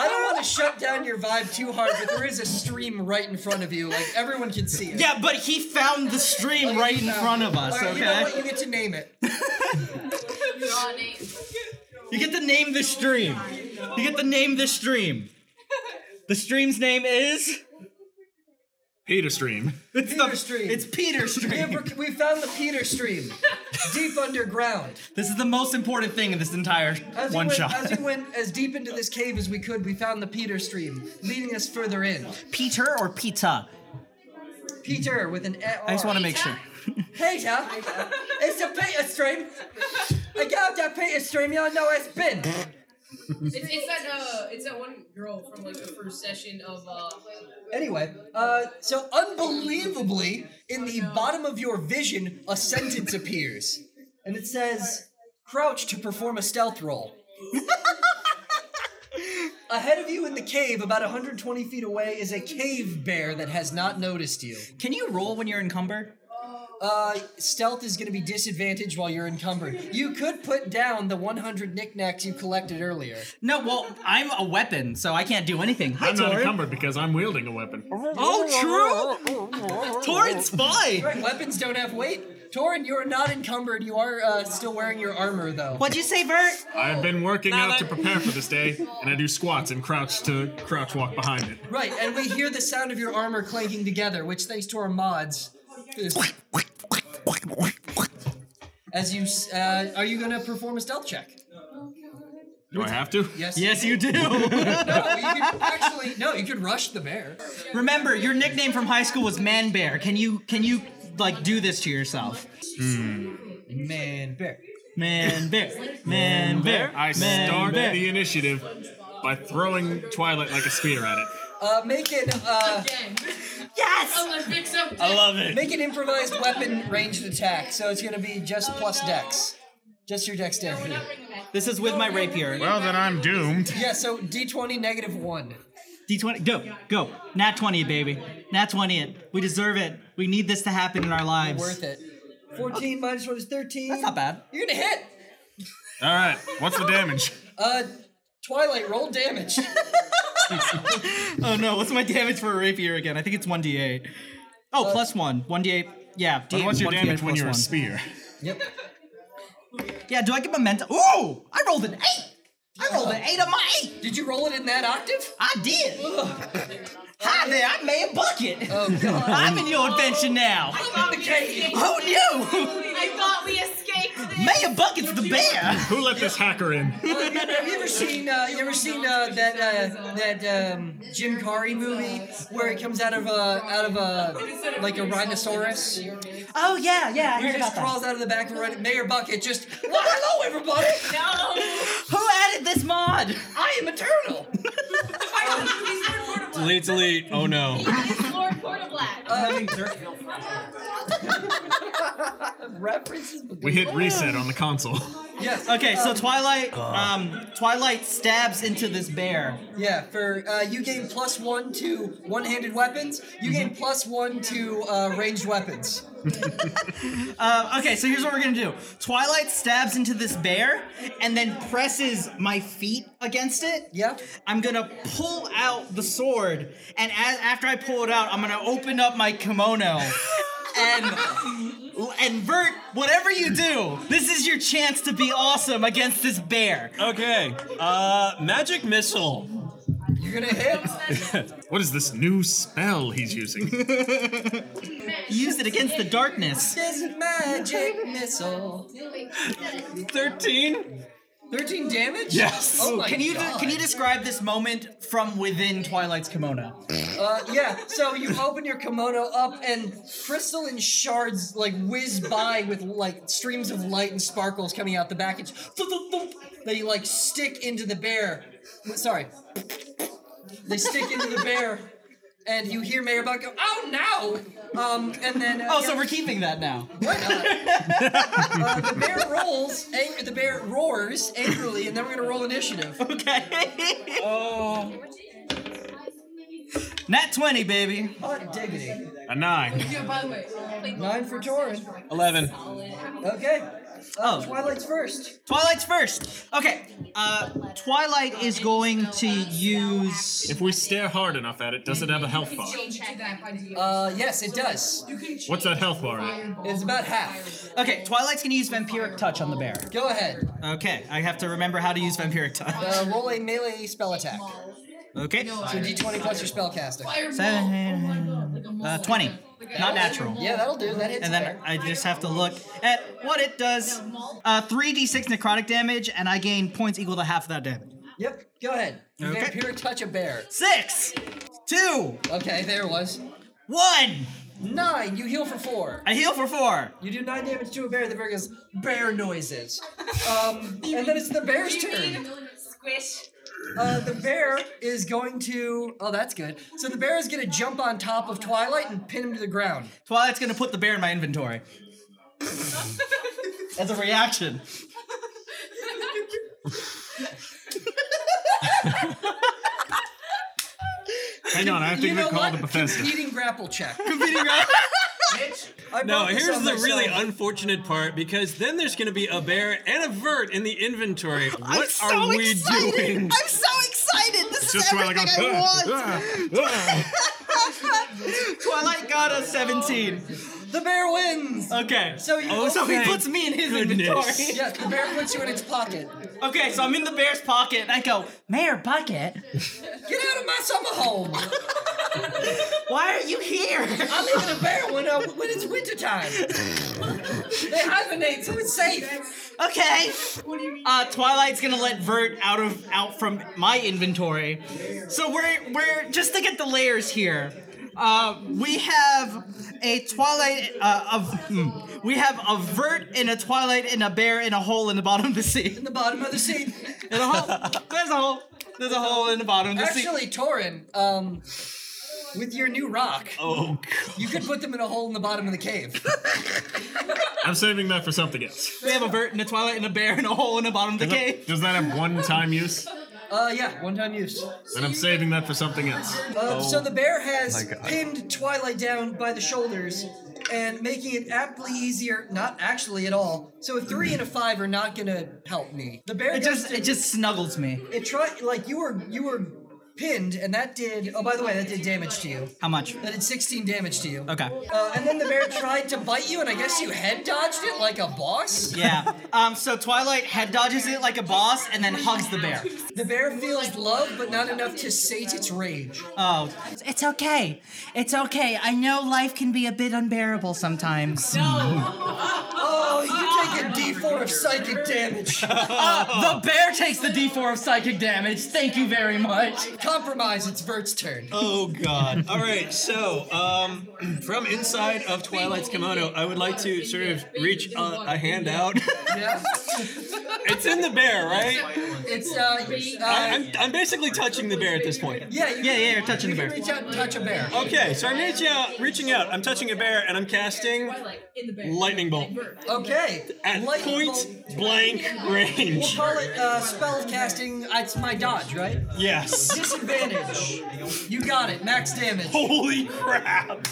Speaker 2: I don't want to shut down your vibe too hard, but there is a stream right in front of you. Like everyone can see it.
Speaker 3: Yeah, but he found the stream right in front of us,
Speaker 2: All right, you know what?
Speaker 3: okay?
Speaker 2: You get to name it.
Speaker 9: draw names.
Speaker 3: You get to name the stream. You get to name the stream. The stream's name is
Speaker 4: Peter Stream.
Speaker 3: It's
Speaker 2: Peter Stream.
Speaker 3: It's Peter
Speaker 2: We,
Speaker 3: Stream.
Speaker 2: have- we found the Peter Stream deep underground.
Speaker 3: This is the most important thing in this entire
Speaker 2: As
Speaker 3: one
Speaker 2: we went,
Speaker 3: shot.
Speaker 2: As we went as deep into this cave as we could, we found the Peter Stream, leading us further in.
Speaker 3: Peter or pizza?
Speaker 2: Peter with an.
Speaker 3: I just want to make sure.
Speaker 2: Peter, it's a Peter stream. I got that Peter stream. Y'all know it's been. Mm-hmm.
Speaker 6: It's, it's that uh, it's that one girl from like the first session of uh.
Speaker 2: Anyway, uh, so unbelievably, in the bottom of your vision, a sentence appears, and it says, "Crouch to perform a stealth roll." Ahead of you in the cave, about 120 feet away, is a cave bear that has not noticed you.
Speaker 3: Can you roll when you're encumbered?
Speaker 2: Uh, stealth is going to be disadvantaged while you're encumbered. You could put down the 100 knickknacks you collected earlier.
Speaker 3: No, well, I'm a weapon, so I can't do anything. Hi,
Speaker 4: I'm not
Speaker 3: Torin.
Speaker 4: encumbered because I'm wielding a weapon.
Speaker 3: Oh, true. Torin's fine.
Speaker 2: Right, weapons don't have weight. Torin, you are not encumbered. You are uh, still wearing your armor, though.
Speaker 7: What'd you say, Bert?
Speaker 4: I've been working
Speaker 8: Now
Speaker 4: out to
Speaker 8: that-
Speaker 4: prepare for this day, and I do squats and crouch to crouch walk behind it.
Speaker 2: Right, and we hear the sound of your armor clanking together, which, thanks to our mods, is. As you, s- uh, are you going to perform a stealth check?
Speaker 4: Do I have to?
Speaker 2: Yes.
Speaker 3: Yes, you do.
Speaker 2: No, you could actually, no, you could rush the bear.
Speaker 3: Remember, your nickname from high school was Man Bear. Can you can you like do this to yourself?
Speaker 2: Man, bear.
Speaker 3: Man Bear. Man Bear.
Speaker 4: I
Speaker 3: Man
Speaker 4: start
Speaker 3: Bear.
Speaker 4: the initiative by throwing Twilight like a spear at it.
Speaker 2: Uh, make it, uh,
Speaker 6: Gang.
Speaker 7: Yes!
Speaker 6: Olympics of
Speaker 5: I love it.
Speaker 2: Make an improvised weapon ranged attack, so it's gonna be just plus dex. Just your dexterity.
Speaker 3: This is with my rapier.
Speaker 9: Well, then I'm
Speaker 8: doomed.
Speaker 2: Yeah, so d20 negative 1.
Speaker 3: D20. Go. Go. Nat 20, baby. Nat 20 it. We deserve it. We need this to happen in our lives.
Speaker 2: Worth it. 14 minus 1 is 13.
Speaker 3: That's not bad.
Speaker 2: You're gonna hit!
Speaker 4: All right, what's the damage?
Speaker 2: Uh, Twilight, roll damage.
Speaker 3: Oh no, what's my damage for a rapier again? I think it's 1d8. Oh, plus 1. 1d8. Yeah.
Speaker 4: And
Speaker 3: D8,
Speaker 4: what's your
Speaker 3: 1d8
Speaker 4: damage when
Speaker 3: plus
Speaker 4: you're a
Speaker 3: one.
Speaker 4: spear?
Speaker 2: yep.
Speaker 3: Yeah, do I get momentum? Ooh! I rolled an 8! I rolled an 8 on my 8!
Speaker 2: Did you roll it in that octave?
Speaker 3: I did! Hi there, I made a bucket!
Speaker 2: Oh god.
Speaker 3: I'm in your adventure now!
Speaker 2: I'm in the cave!
Speaker 3: Who knew?
Speaker 9: I thought we escaped this.
Speaker 3: Maya Bucket's the bear!
Speaker 4: Who let this hacker in?
Speaker 2: Have you ever seen? Uh, you ever seen uh, that uh, that um, Jim Carrey movie where it comes out of a out of a like a rhinoceros?
Speaker 7: Oh, yeah, yeah, I
Speaker 2: He just
Speaker 7: heard about that.
Speaker 2: crawls out of the back of a rhin- Mayor Bucket. Just well, hello everybody.
Speaker 7: Who added this mod?
Speaker 2: I am a turtle.
Speaker 5: Delete, delete. Oh no.
Speaker 9: It's Lord Portablack.
Speaker 2: Uh, References.
Speaker 4: We hit reset on the console.
Speaker 2: Yes.
Speaker 3: Okay, so Twilight, um, Twilight stabs into this bear.
Speaker 2: Yeah. For uh, you gain plus one to one-handed weapons. You gain plus one to uh, ranged weapons.
Speaker 3: Um, okay, so here's what we're gonna do. Twilight stabs into this bear and then presses my feet against it.
Speaker 2: Yeah.
Speaker 3: I'm gonna pull out the sword, and as, after I pull it out, I'm gonna open up my kimono. And and Vert, whatever you do, this is your chance to be awesome against this bear.
Speaker 5: Okay. Uh, magic missile.
Speaker 2: You're gonna hit.
Speaker 4: What is this new spell he's using?
Speaker 3: Use it against the darkness.
Speaker 2: This magic missile.
Speaker 5: Thirteen.
Speaker 2: Thirteen damage.
Speaker 5: Yes.
Speaker 2: Oh my
Speaker 3: Can you de-
Speaker 2: God.
Speaker 3: can you describe this moment from within Twilight's kimono?
Speaker 2: Uh, yeah, so you open your kimono up and crystal and shards like whiz by with like streams of light and sparkles coming out the back. It's thump, thump, thump, that you like stick into the bear. Sorry. They stick into the bear and you hear Mayor Buck go, oh no! Um, and then. Uh,
Speaker 3: Oh, so we're keeping that now.
Speaker 2: why not? uh, the bear rolls, ang- the bear roars angrily, and then we're gonna roll initiative.
Speaker 3: Okay.
Speaker 2: Oh.
Speaker 3: Nat 20, baby.
Speaker 2: Hot diggity.
Speaker 4: A nine.
Speaker 6: Yeah, by the way,
Speaker 2: Nine for Torin.
Speaker 5: Eleven.
Speaker 2: Okay. Uh,
Speaker 3: Oh.
Speaker 2: Twilight's first.
Speaker 3: Twilight's first. Okay. Uh, Twilight is going to use.
Speaker 4: If we stare hard enough at it, does it have a health bar?
Speaker 6: you do that by the
Speaker 2: Uh, yes, it does.
Speaker 4: What's that health bar at?
Speaker 2: It's about half.
Speaker 3: Okay, Twilight's going to use Vampiric Touch on the bear.
Speaker 2: Go ahead.
Speaker 3: Okay, I have to remember how to use Vampiric Touch.
Speaker 2: Uh, roll a melee spell attack.
Speaker 3: Okay.
Speaker 2: So d20 plus your spell casting.
Speaker 6: Oh
Speaker 3: Seven, uh, 20. Not natural.
Speaker 2: Yeah, that'll do. That hits.
Speaker 3: And then
Speaker 2: there.
Speaker 3: I just have to look at what it does. Uh, 3d6 necrotic damage, and I gain points equal to half of that damage.
Speaker 2: Yep. Go ahead.
Speaker 3: Okay.
Speaker 2: Vampire touch a bear.
Speaker 3: Six, two,
Speaker 2: Okay, there it was.
Speaker 3: one.
Speaker 2: Nine. You heal for four.
Speaker 3: I heal for four.
Speaker 2: You do nine damage to a bear. The bear goes bear noises. Um, and then it's the bear's turn.
Speaker 9: Squish.
Speaker 2: Uh, the bear is going to. Oh, that's good. So the bear is going to jump on top of Twilight and pin him to the ground.
Speaker 3: Twilight's gonna put the bear in my inventory. As a reaction.
Speaker 4: Hang on, I have to
Speaker 2: You know
Speaker 4: get called
Speaker 2: what?
Speaker 4: to Bethesda.
Speaker 2: Competing grapple check. I
Speaker 5: No,
Speaker 2: brought this
Speaker 5: here's
Speaker 2: on
Speaker 5: the
Speaker 2: myself.
Speaker 5: really unfortunate part because then there's going to be a bear and a vert in the inventory. What
Speaker 7: I'm
Speaker 5: are
Speaker 7: so
Speaker 5: we
Speaker 7: excited.
Speaker 5: doing?
Speaker 7: I'm so excited. This is
Speaker 4: Just where I Ah.
Speaker 7: everything
Speaker 4: go.
Speaker 7: I want.
Speaker 3: Twilight got a 17.
Speaker 2: The bear wins.
Speaker 3: Okay.
Speaker 2: So you-
Speaker 3: oh, so he
Speaker 5: thank
Speaker 3: puts me in his
Speaker 5: goodness.
Speaker 3: inventory.
Speaker 2: Yes, the bear puts you in its pocket.
Speaker 3: Okay, so I'm in the bear's pocket and I go, Mayor Bucket,
Speaker 2: Get out of my summer home.
Speaker 3: why are you here?
Speaker 2: I'm even a bear when, uh, when it's wintertime. they hibernate, so it's safe.
Speaker 3: Okay. Uh, Twilight's gonna let Vert out of out from my inventory. So we're we're just to get the layers here. Uh, we have a Twilight uh, of mm, we have a Vert and a Twilight and a bear in a hole in the bottom of the sea.
Speaker 2: In the bottom of the sea.
Speaker 3: There's a hole. There's a hole. There's a hole in the bottom of the sea.
Speaker 2: Actually, Torin, um, with your new rock,
Speaker 5: Oh, God.
Speaker 2: you could put them in a hole in the bottom of the cave.
Speaker 4: I'm saving that for something else.
Speaker 3: We have a Vert and a Twilight and a bear in a hole in the bottom of the
Speaker 4: Does
Speaker 3: cave.
Speaker 4: that, does that have one time use?
Speaker 2: Uh, yeah, one time use.
Speaker 4: Then I'm saving that for something else.
Speaker 2: Uh, so the bear has pinned Twilight down by the shoulders and making it aptly easier, not actually at all. So a three and a five are not gonna help me. The bear
Speaker 3: It
Speaker 2: goes
Speaker 3: just
Speaker 2: to-
Speaker 3: it just snuggles me.
Speaker 2: it tried like you were you were pinned and that did oh by the way that did damage to you.
Speaker 3: How much?
Speaker 2: That did 16 damage to you.
Speaker 3: Okay.
Speaker 2: Uh, and then the bear tried to bite you, and I guess you head dodged it like a boss.
Speaker 3: Yeah. Um. So Twilight head dodges it like a boss and then hugs the bear.
Speaker 2: The bear feels love, but not enough to sate its rage.
Speaker 3: Oh, it's okay. It's okay. I know life can be a bit unbearable sometimes.
Speaker 2: Oh, you take a d4 of psychic damage. Uh,
Speaker 3: The bear takes the D4 of psychic damage. Thank you very much.
Speaker 2: Compromise, it's Bert's turn.
Speaker 5: Oh God! All right, so um, from inside of Twilight's kimono, I would like to sort of reach a, a hand out.
Speaker 2: Yeah?
Speaker 5: it's in the bear, right?
Speaker 2: It's, uh,
Speaker 5: I,
Speaker 2: uh
Speaker 5: I'm, I'm basically touching the bear at this point.
Speaker 2: yeah, you
Speaker 3: Yeah, yeah, you're touching the
Speaker 2: can
Speaker 3: bear.
Speaker 2: reach out and touch a bear.
Speaker 5: Okay, so I'm reaching out, reaching out. I'm touching a bear, and I'm casting lightning bolt
Speaker 2: Okay.
Speaker 5: at
Speaker 2: lightning
Speaker 5: point
Speaker 2: bolt.
Speaker 5: blank
Speaker 2: We'll
Speaker 5: range.
Speaker 2: call it uh, spell casting. uh, It's my dodge, right?
Speaker 5: Yes.
Speaker 2: Disadvantage. You got it. Max damage.
Speaker 5: Holy crap!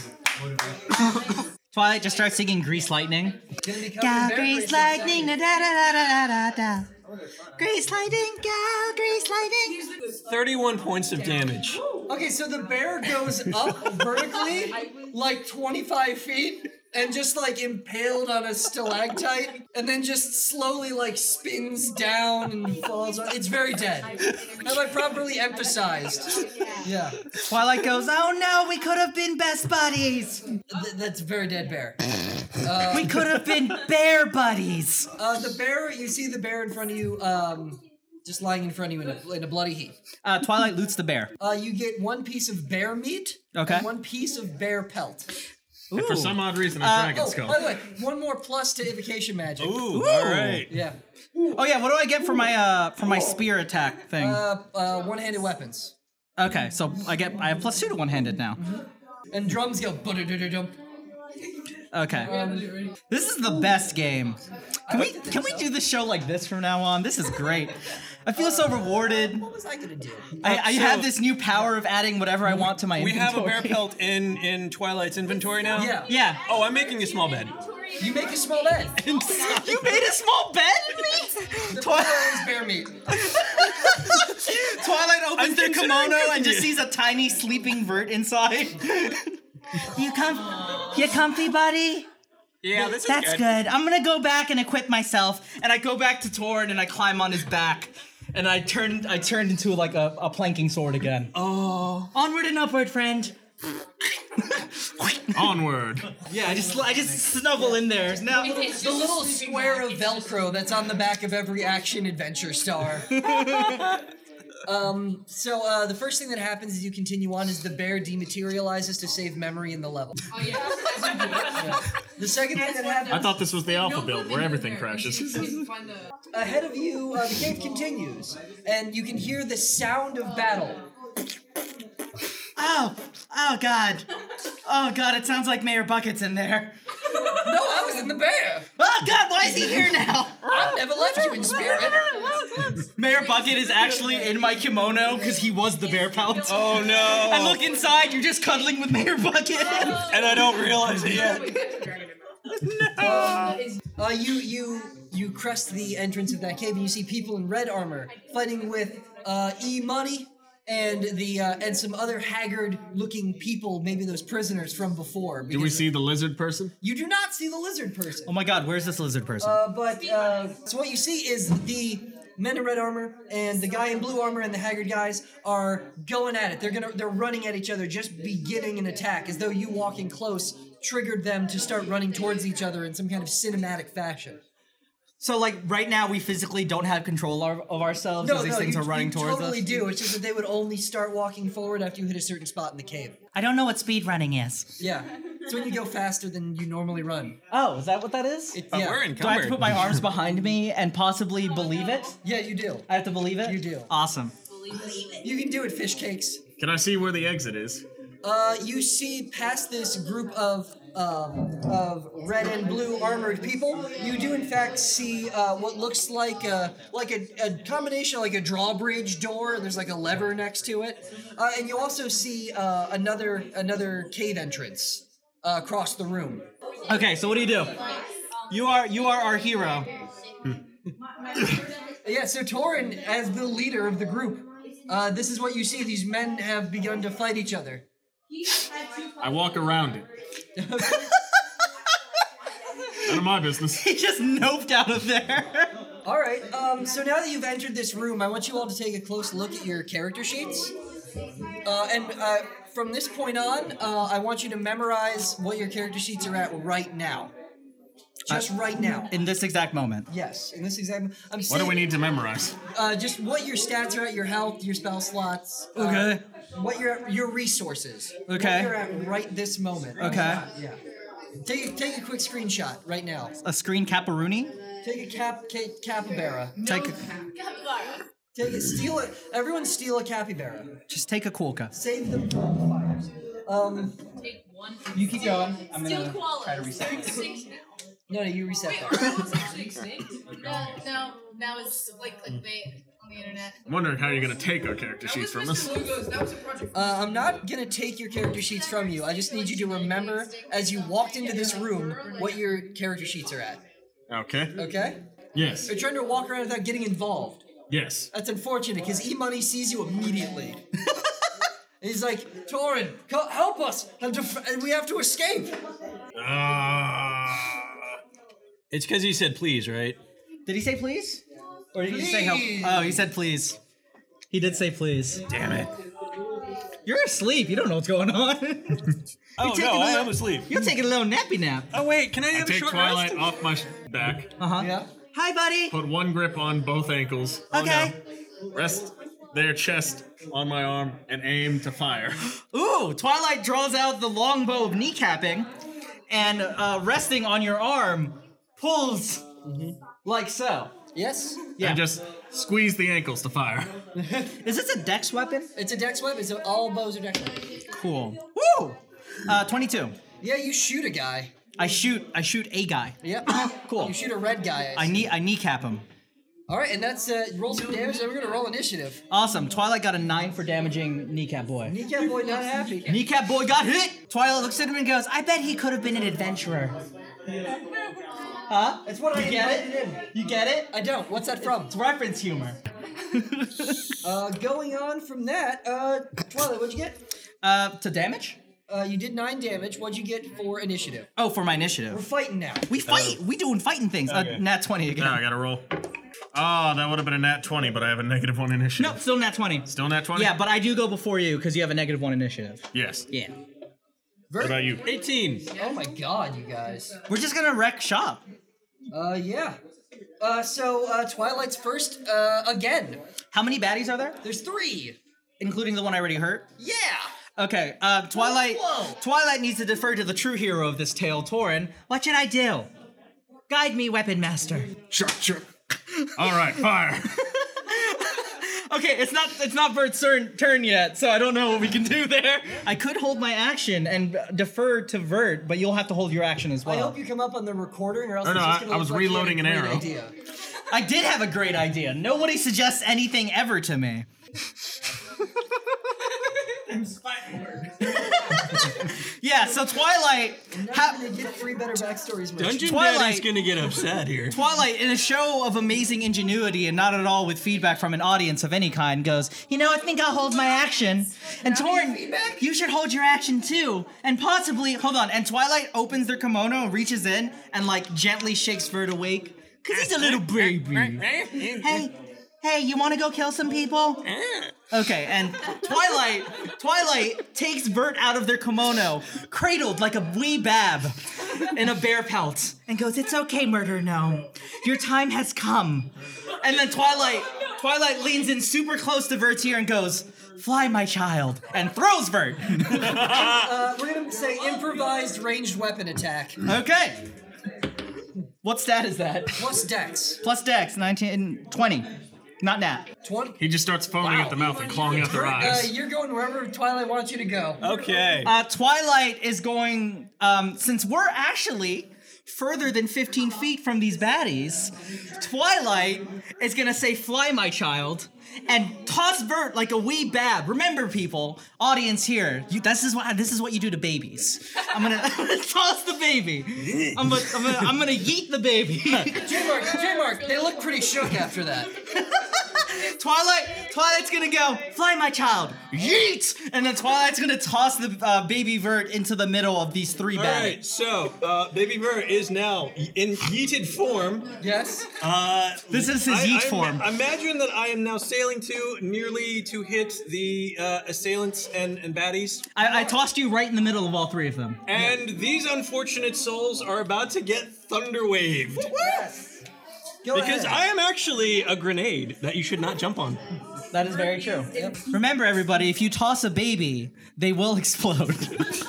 Speaker 3: Twilight just starts singing Grease Lightning.
Speaker 2: Gonna be covered in
Speaker 7: Gal
Speaker 2: bear grease
Speaker 7: grease
Speaker 2: in a second.
Speaker 7: lightning, da da da da da da. Grease lightning, gal grease lightning.
Speaker 5: Thirty-one points of damage.
Speaker 2: Okay, so the bear goes up vertically, like 25 feet, and just like impaled on a stalactite, and then just slowly like spins down and falls. On. It's very dead. Have I properly emphasized? Yeah,
Speaker 3: Twilight goes,
Speaker 7: Oh no, we could have been best buddies.
Speaker 2: Th- that's a very dead bear.
Speaker 7: We could have been bear buddies.
Speaker 2: Uh, the bear, you see the bear in front of you, um, just lying in front of you in a, in a bloody heap.
Speaker 3: uh, Twilight loots the bear.
Speaker 2: Uh, you get one piece of bear meat,
Speaker 3: Okay.
Speaker 2: and one piece of bear pelt.
Speaker 4: And for some odd reason, a dragon
Speaker 2: Oh,
Speaker 4: skull.
Speaker 2: by the way, one more plus to invocation magic.
Speaker 5: Ooh, all right.
Speaker 2: Yeah.
Speaker 3: Oh yeah, what do I get for my uh for my spear attack thing?
Speaker 2: Uh, uh, one-handed weapons.
Speaker 3: Okay, so I get I have plus two to one handed now.
Speaker 2: And drums go ba-da-da-da-dum.
Speaker 3: Okay. This is the best game. Can we can we do the show like this from now on? This is great. I feel so rewarded.
Speaker 2: What was I gonna do?
Speaker 3: I, I
Speaker 5: So-
Speaker 3: have this new power of adding whatever I want to my
Speaker 5: We
Speaker 3: inventory.
Speaker 5: have a bear pelt in in Twilight's inventory now.
Speaker 2: Yeah.
Speaker 3: Yeah.
Speaker 5: Oh, I'm making a small bed.
Speaker 2: You make a small bed.
Speaker 3: you made a small bed of me?
Speaker 2: The
Speaker 3: Twi-
Speaker 2: pillow is bear meat.
Speaker 3: Twilight
Speaker 5: I'm
Speaker 3: opens their
Speaker 5: considering
Speaker 3: kimono and
Speaker 5: cooking
Speaker 3: just
Speaker 5: it.
Speaker 3: sees a tiny sleeping vert inside.
Speaker 7: You com- you comfy,
Speaker 3: Oh,
Speaker 7: buddy?
Speaker 5: Yeah, this is
Speaker 7: That's
Speaker 5: good.
Speaker 7: good.
Speaker 3: I'm gonna go back and equip myself, and I go back to Torn and I climb on his back. And I turned I turned into like a, a planking sword again. Oh.
Speaker 7: Onward and upward, friend.
Speaker 4: Onward.
Speaker 3: Yeah, I just I just snuggle in there. Now
Speaker 9: It's
Speaker 2: The
Speaker 9: just
Speaker 2: little square of Velcro that's on the back of every action adventure star. Um, so uh, the first thing that happens as you continue on is the bear dematerializes to save memory in the level.
Speaker 6: Oh, yeah.
Speaker 2: The second thing that happens.
Speaker 4: I thought this was the alpha
Speaker 6: No
Speaker 4: build
Speaker 6: clip
Speaker 4: where
Speaker 6: in
Speaker 4: everything
Speaker 6: there.
Speaker 4: crashes.
Speaker 6: You can find the-
Speaker 2: ahead of you, uh, the cave continues, and you can hear the sound of battle.
Speaker 7: Oh, oh God, oh God! It sounds like Mayor Bucket's in there.
Speaker 2: No, I was in the bear.
Speaker 7: Oh God, why is he here now?
Speaker 2: I never left you in spirit.
Speaker 3: Mayor Bucket is actually in my kimono because he was the bear pounce.
Speaker 5: Oh no!
Speaker 3: I look inside, you're just cuddling with Mayor Bucket.
Speaker 5: and I don't realize it yet.
Speaker 2: Uh, you you you crest the entrance of that cave, and you see people in red armor fighting with uh, E Money and the uh, and some other haggard-looking people, maybe those prisoners from before.
Speaker 4: Do we
Speaker 2: because
Speaker 4: see the lizard person?
Speaker 2: You do not see the lizard person.
Speaker 3: Oh my god, where's this lizard person?
Speaker 2: Uh, but uh, so what you see is the men in red armor and the guy in blue armor and the haggard guys are going at it. They're gonna they're running at each other, just beginning an attack, as though you walking close triggered them to start running towards each other in some kind of cinematic fashion.
Speaker 3: so like right now we physically don't have control of, of ourselves as these things
Speaker 2: you,
Speaker 3: are running
Speaker 2: you
Speaker 3: towards
Speaker 2: totally
Speaker 3: us.
Speaker 2: do. It's just that they would only start walking forward after you hit a certain spot in the cave.
Speaker 7: I don't know what speed running is.
Speaker 2: Yeah, it's when you go faster than you normally run.
Speaker 3: Oh, is that what that is?
Speaker 2: It,
Speaker 8: But
Speaker 2: yeah.
Speaker 8: we're
Speaker 3: do I have
Speaker 8: encumbered.
Speaker 3: to put my arms behind me and possibly believe it?
Speaker 2: yeah, you do.
Speaker 3: I have to believe it?
Speaker 2: You do.
Speaker 3: Awesome.
Speaker 2: You can do it, fish cakes.
Speaker 4: Can I see where the exit is?
Speaker 2: Uh, you see past this group of um, of red and blue armored people. You do in fact see uh, what looks like a, like a, a combination like a drawbridge door, and there's like a lever next to it. Uh, and you also see uh, another another cave entrance uh, across the room.
Speaker 3: Okay, so what do you do? You are you are our hero.
Speaker 2: Yeah, so Torin, as the leader of the group, uh, this is what you see. These men have begun to fight each other.
Speaker 4: I walk around it. None of my business.
Speaker 3: He just noped out of there.
Speaker 2: All right. Um, so now that you've entered this room, I want you all to take a close look at your character sheets. Uh, and uh, from this point on, uh, I want you to memorize what your character sheets are at right now.
Speaker 4: Uh,
Speaker 2: Just right now.
Speaker 3: In this exact moment.
Speaker 2: Yes. In this exam, I'm
Speaker 4: What
Speaker 2: saying
Speaker 4: do we need to memorize?
Speaker 2: Uh, just what your stats are at, your health, your spell slots. uh,
Speaker 3: Okay.
Speaker 2: what your your resources. What
Speaker 3: Okay.
Speaker 2: you're at right this moment.
Speaker 3: Okay.
Speaker 2: Yeah. Take a, take a quick screenshot right now.
Speaker 3: A screen caparoonie?
Speaker 2: Take a cap ca- capybara.
Speaker 3: Take a,
Speaker 2: Take it. Steal it. Everyone steal a capybara.
Speaker 3: just take a quokka.
Speaker 2: Save them from the fires. Um,
Speaker 9: Take one.
Speaker 3: You keep going. I'm
Speaker 9: Still
Speaker 3: gonna
Speaker 9: koalas.
Speaker 3: try to reset.
Speaker 9: They're extinct now.
Speaker 2: no, no, you reset
Speaker 6: Wait, are
Speaker 2: that.
Speaker 6: those actually extinct?
Speaker 9: No, no, now it's like clickbait on the internet.
Speaker 4: I'm wondering how you're gonna take our character
Speaker 6: That
Speaker 4: sheets
Speaker 6: was
Speaker 4: from us.
Speaker 6: Mr. Lugo's. That was a project.
Speaker 2: Uh, I'm not gonna take your character sheets from you. I just need you to remember as you walked into this room what your character sheets are at.
Speaker 4: Okay.
Speaker 2: Okay?
Speaker 4: Yes.
Speaker 2: You're trying to walk around without getting involved.
Speaker 4: Yes.
Speaker 2: That's unfortunate because E Money sees you immediately. He's like, Torin, co- help us! I'm def- and we have to escape.
Speaker 5: Uh,
Speaker 4: Ah.
Speaker 5: It's because he said please, right?
Speaker 3: Did he say please? Or did he say help? Oh, he said please. He did say please.
Speaker 5: Damn it!
Speaker 3: You're asleep. You don't know what's going on.
Speaker 5: Oh
Speaker 3: taking
Speaker 5: no,
Speaker 3: a
Speaker 5: I
Speaker 3: look-
Speaker 5: am asleep.
Speaker 3: You're taking a little nappy nap.
Speaker 5: Oh wait, can I
Speaker 4: I
Speaker 5: have a
Speaker 4: take
Speaker 5: short
Speaker 4: Twilight
Speaker 5: rest?
Speaker 4: off my sh- back.
Speaker 3: Uh-huh.
Speaker 2: Yeah.
Speaker 3: Hi, buddy.
Speaker 4: Put one grip on both ankles. Oh,
Speaker 3: Okay.
Speaker 4: no. Rest their chest on my arm and aim to fire.
Speaker 3: Ooh, Twilight draws out the longbow of kneecapping and uh, resting on your arm pulls like so.
Speaker 2: Yes?
Speaker 3: Yeah.
Speaker 4: And just squeeze the ankles to fire.
Speaker 3: Is this a dex weapon?
Speaker 2: It's a dex web, it's a- all bows are dex web.
Speaker 3: Cool. Woo! Uh, 22.
Speaker 2: Yeah, you shoot a guy.
Speaker 3: I shoot I shoot a guy.
Speaker 2: Yep.
Speaker 3: Cool.
Speaker 2: You shoot a red guy.
Speaker 3: I knee I kneecap him.
Speaker 2: All right, and that's uh, roll some damage, and we're gonna roll initiative.
Speaker 3: Awesome. Twilight got a 9 for damaging kneecap boy.
Speaker 2: Kneecap boy not happy.
Speaker 3: Kneecap boy got hit. Twilight looks at him and goes, "I bet he could have been an adventurer." Huh?
Speaker 2: That's what I
Speaker 3: get
Speaker 2: invited
Speaker 3: it?
Speaker 2: in.
Speaker 3: You get it?
Speaker 2: I don't. What's that from?
Speaker 3: It's reference humor.
Speaker 2: Uh, going on from that, uh, Twilight, what'd you get?
Speaker 3: Uh, to damage?
Speaker 2: Uh, you did nine damage. What'd you get for initiative?
Speaker 3: Oh, for my
Speaker 2: We're
Speaker 3: initiative.
Speaker 2: fighting now.
Speaker 3: We fight. we doing fighting things. Uh,
Speaker 5: okay.
Speaker 3: nat 20 again.
Speaker 4: Now Oh. I gotta roll. Ah, that would have been a nat 20, but I have a negative one initiative.
Speaker 3: Nope, still nat 20.
Speaker 4: Still nat 20?
Speaker 3: Yeah, but I do go before you because you have a negative one initiative.
Speaker 4: Yes.
Speaker 3: Yeah.
Speaker 4: What about you?
Speaker 5: 18.
Speaker 2: Oh my god, you guys.
Speaker 3: We're just gonna wreck shop.
Speaker 2: Uh, yeah. Uh, so uh, Twilight's first uh, again.
Speaker 3: How many baddies are there?
Speaker 2: There's three.
Speaker 3: Including the one I already hurt?
Speaker 2: Yeah.
Speaker 3: Okay, uh, Twilight.
Speaker 2: Whoa.
Speaker 3: Twilight needs to defer to the true hero of this tale, Torin. What should I do? Guide me, Weapon Master.
Speaker 4: Chuck, chuck. All right, fire.
Speaker 3: Okay, it's not it's not Bert's turn, turn yet, so I don't know what we can do there. I could hold my action and defer to Vert, but you'll have to hold your action as
Speaker 2: I
Speaker 3: well.
Speaker 2: hope you come up on the recording, or else
Speaker 4: No,
Speaker 2: it's
Speaker 4: no,
Speaker 2: just
Speaker 4: I-
Speaker 2: gonna
Speaker 4: I
Speaker 2: look
Speaker 4: was
Speaker 2: like you had a
Speaker 4: reloading an
Speaker 2: great
Speaker 4: arrow.
Speaker 2: Idea.
Speaker 3: I did have a great idea. Nobody suggests anything ever to me. yeah, so Twilight,
Speaker 2: How gonna get three better backstories? Merch.
Speaker 5: Dungeon
Speaker 3: Twilight-
Speaker 5: Daddy's gonna get upset here.
Speaker 3: Twilight, in a show of amazing ingenuity and not at all with feedback from an audience of any kind, goes, You know, I think I'll hold my action. And Torn, you should hold your action too. And possibly, hold on. And Twilight opens their kimono, reaches in, and like gently shakes Vert awake. Because he's a little baby. Hey, hey, you want to go kill some people? Okay, and Twilight, Twilight takes Vert out of their kimono, cradled like a wee bab in a bear pelt, and goes, "It's okay, murder gnome. Your time has come." And then Twilight, Twilight leans in super close to Vert's ear and goes, "Fly, my child," and throws Vert.
Speaker 2: Uh, we're gonna say improvised ranged weapon attack.
Speaker 3: Okay. What stat is that?
Speaker 2: Plus dex.
Speaker 3: Plus Dex, 19, 20. Not nat.
Speaker 2: Twenty.
Speaker 4: He just starts foaming at the mouth and clawing out their
Speaker 2: Uh,
Speaker 4: eyes.
Speaker 2: you're going wherever Twilight wants you to go.
Speaker 5: Okay.
Speaker 3: Uh, Twilight is going, um, since we're actually further than 15 feet from these baddies, Twilight is gonna say, Fly, my child, and toss Bert like a wee bab. Remember, people, audience here, you, this, is what, this is what you do to babies. I'm gonna, I'm gonna toss the baby. I'm gonna, I'm gonna, I'm gonna yeet the baby.
Speaker 2: J-Mark, J-Mark, they look pretty shook after that.
Speaker 3: Twilight, Twilight's gonna go, fly, my child, yeet! And then Twilight's gonna toss the uh, baby Vert into the middle of these three
Speaker 5: All
Speaker 3: baddies.
Speaker 5: right, so uh, Baby Bird is now in yeeted form.
Speaker 2: Yes.
Speaker 5: Uh,
Speaker 3: This is his yeet form.
Speaker 5: imagine that I am now sailing to nearly to hit the uh, assailants and, and baddies,
Speaker 3: I, I tossed you right in the middle of all three of them.
Speaker 5: and these unfortunate souls are about to get thunder waved
Speaker 2: Yes. Go
Speaker 5: because
Speaker 2: ahead.
Speaker 5: I am actually a grenade that you should not jump on.
Speaker 3: That is very true. Remember, everybody, if you toss a baby, they will explode,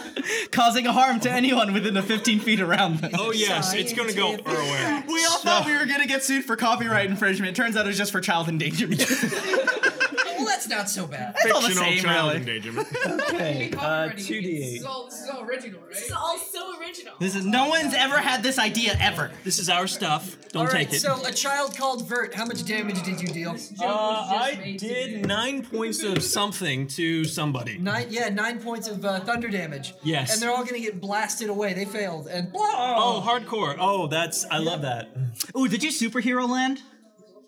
Speaker 3: causing harm to anyone within the 15 feet around them.
Speaker 5: Oh yes, it's gonna go away.
Speaker 3: We all thought we were gonna get sued for copyright infringement. Turns out it was just for child endangerment.
Speaker 2: Well, that's not so bad.
Speaker 3: it's all the
Speaker 4: Fictional
Speaker 3: same,
Speaker 4: child
Speaker 3: really.
Speaker 4: endangerment.
Speaker 6: Okay. Uh,
Speaker 5: 2d8.
Speaker 6: This is all, this is all original, right?
Speaker 9: It's all so original.
Speaker 3: This is no one's ever had this idea ever.
Speaker 5: This is our stuff.
Speaker 2: All
Speaker 5: Don't
Speaker 2: right,
Speaker 5: take it.
Speaker 2: so a child called Vert, how much damage did you deal?
Speaker 5: uh, I did nine points of something to somebody.
Speaker 2: Nine, yeah, nine points of uh, thunder damage.
Speaker 5: Yes.
Speaker 2: And they're all gonna get blasted away. They failed. And
Speaker 5: Oh, hardcore. Oh, that's I love that.
Speaker 3: Ooh, did you superhero land?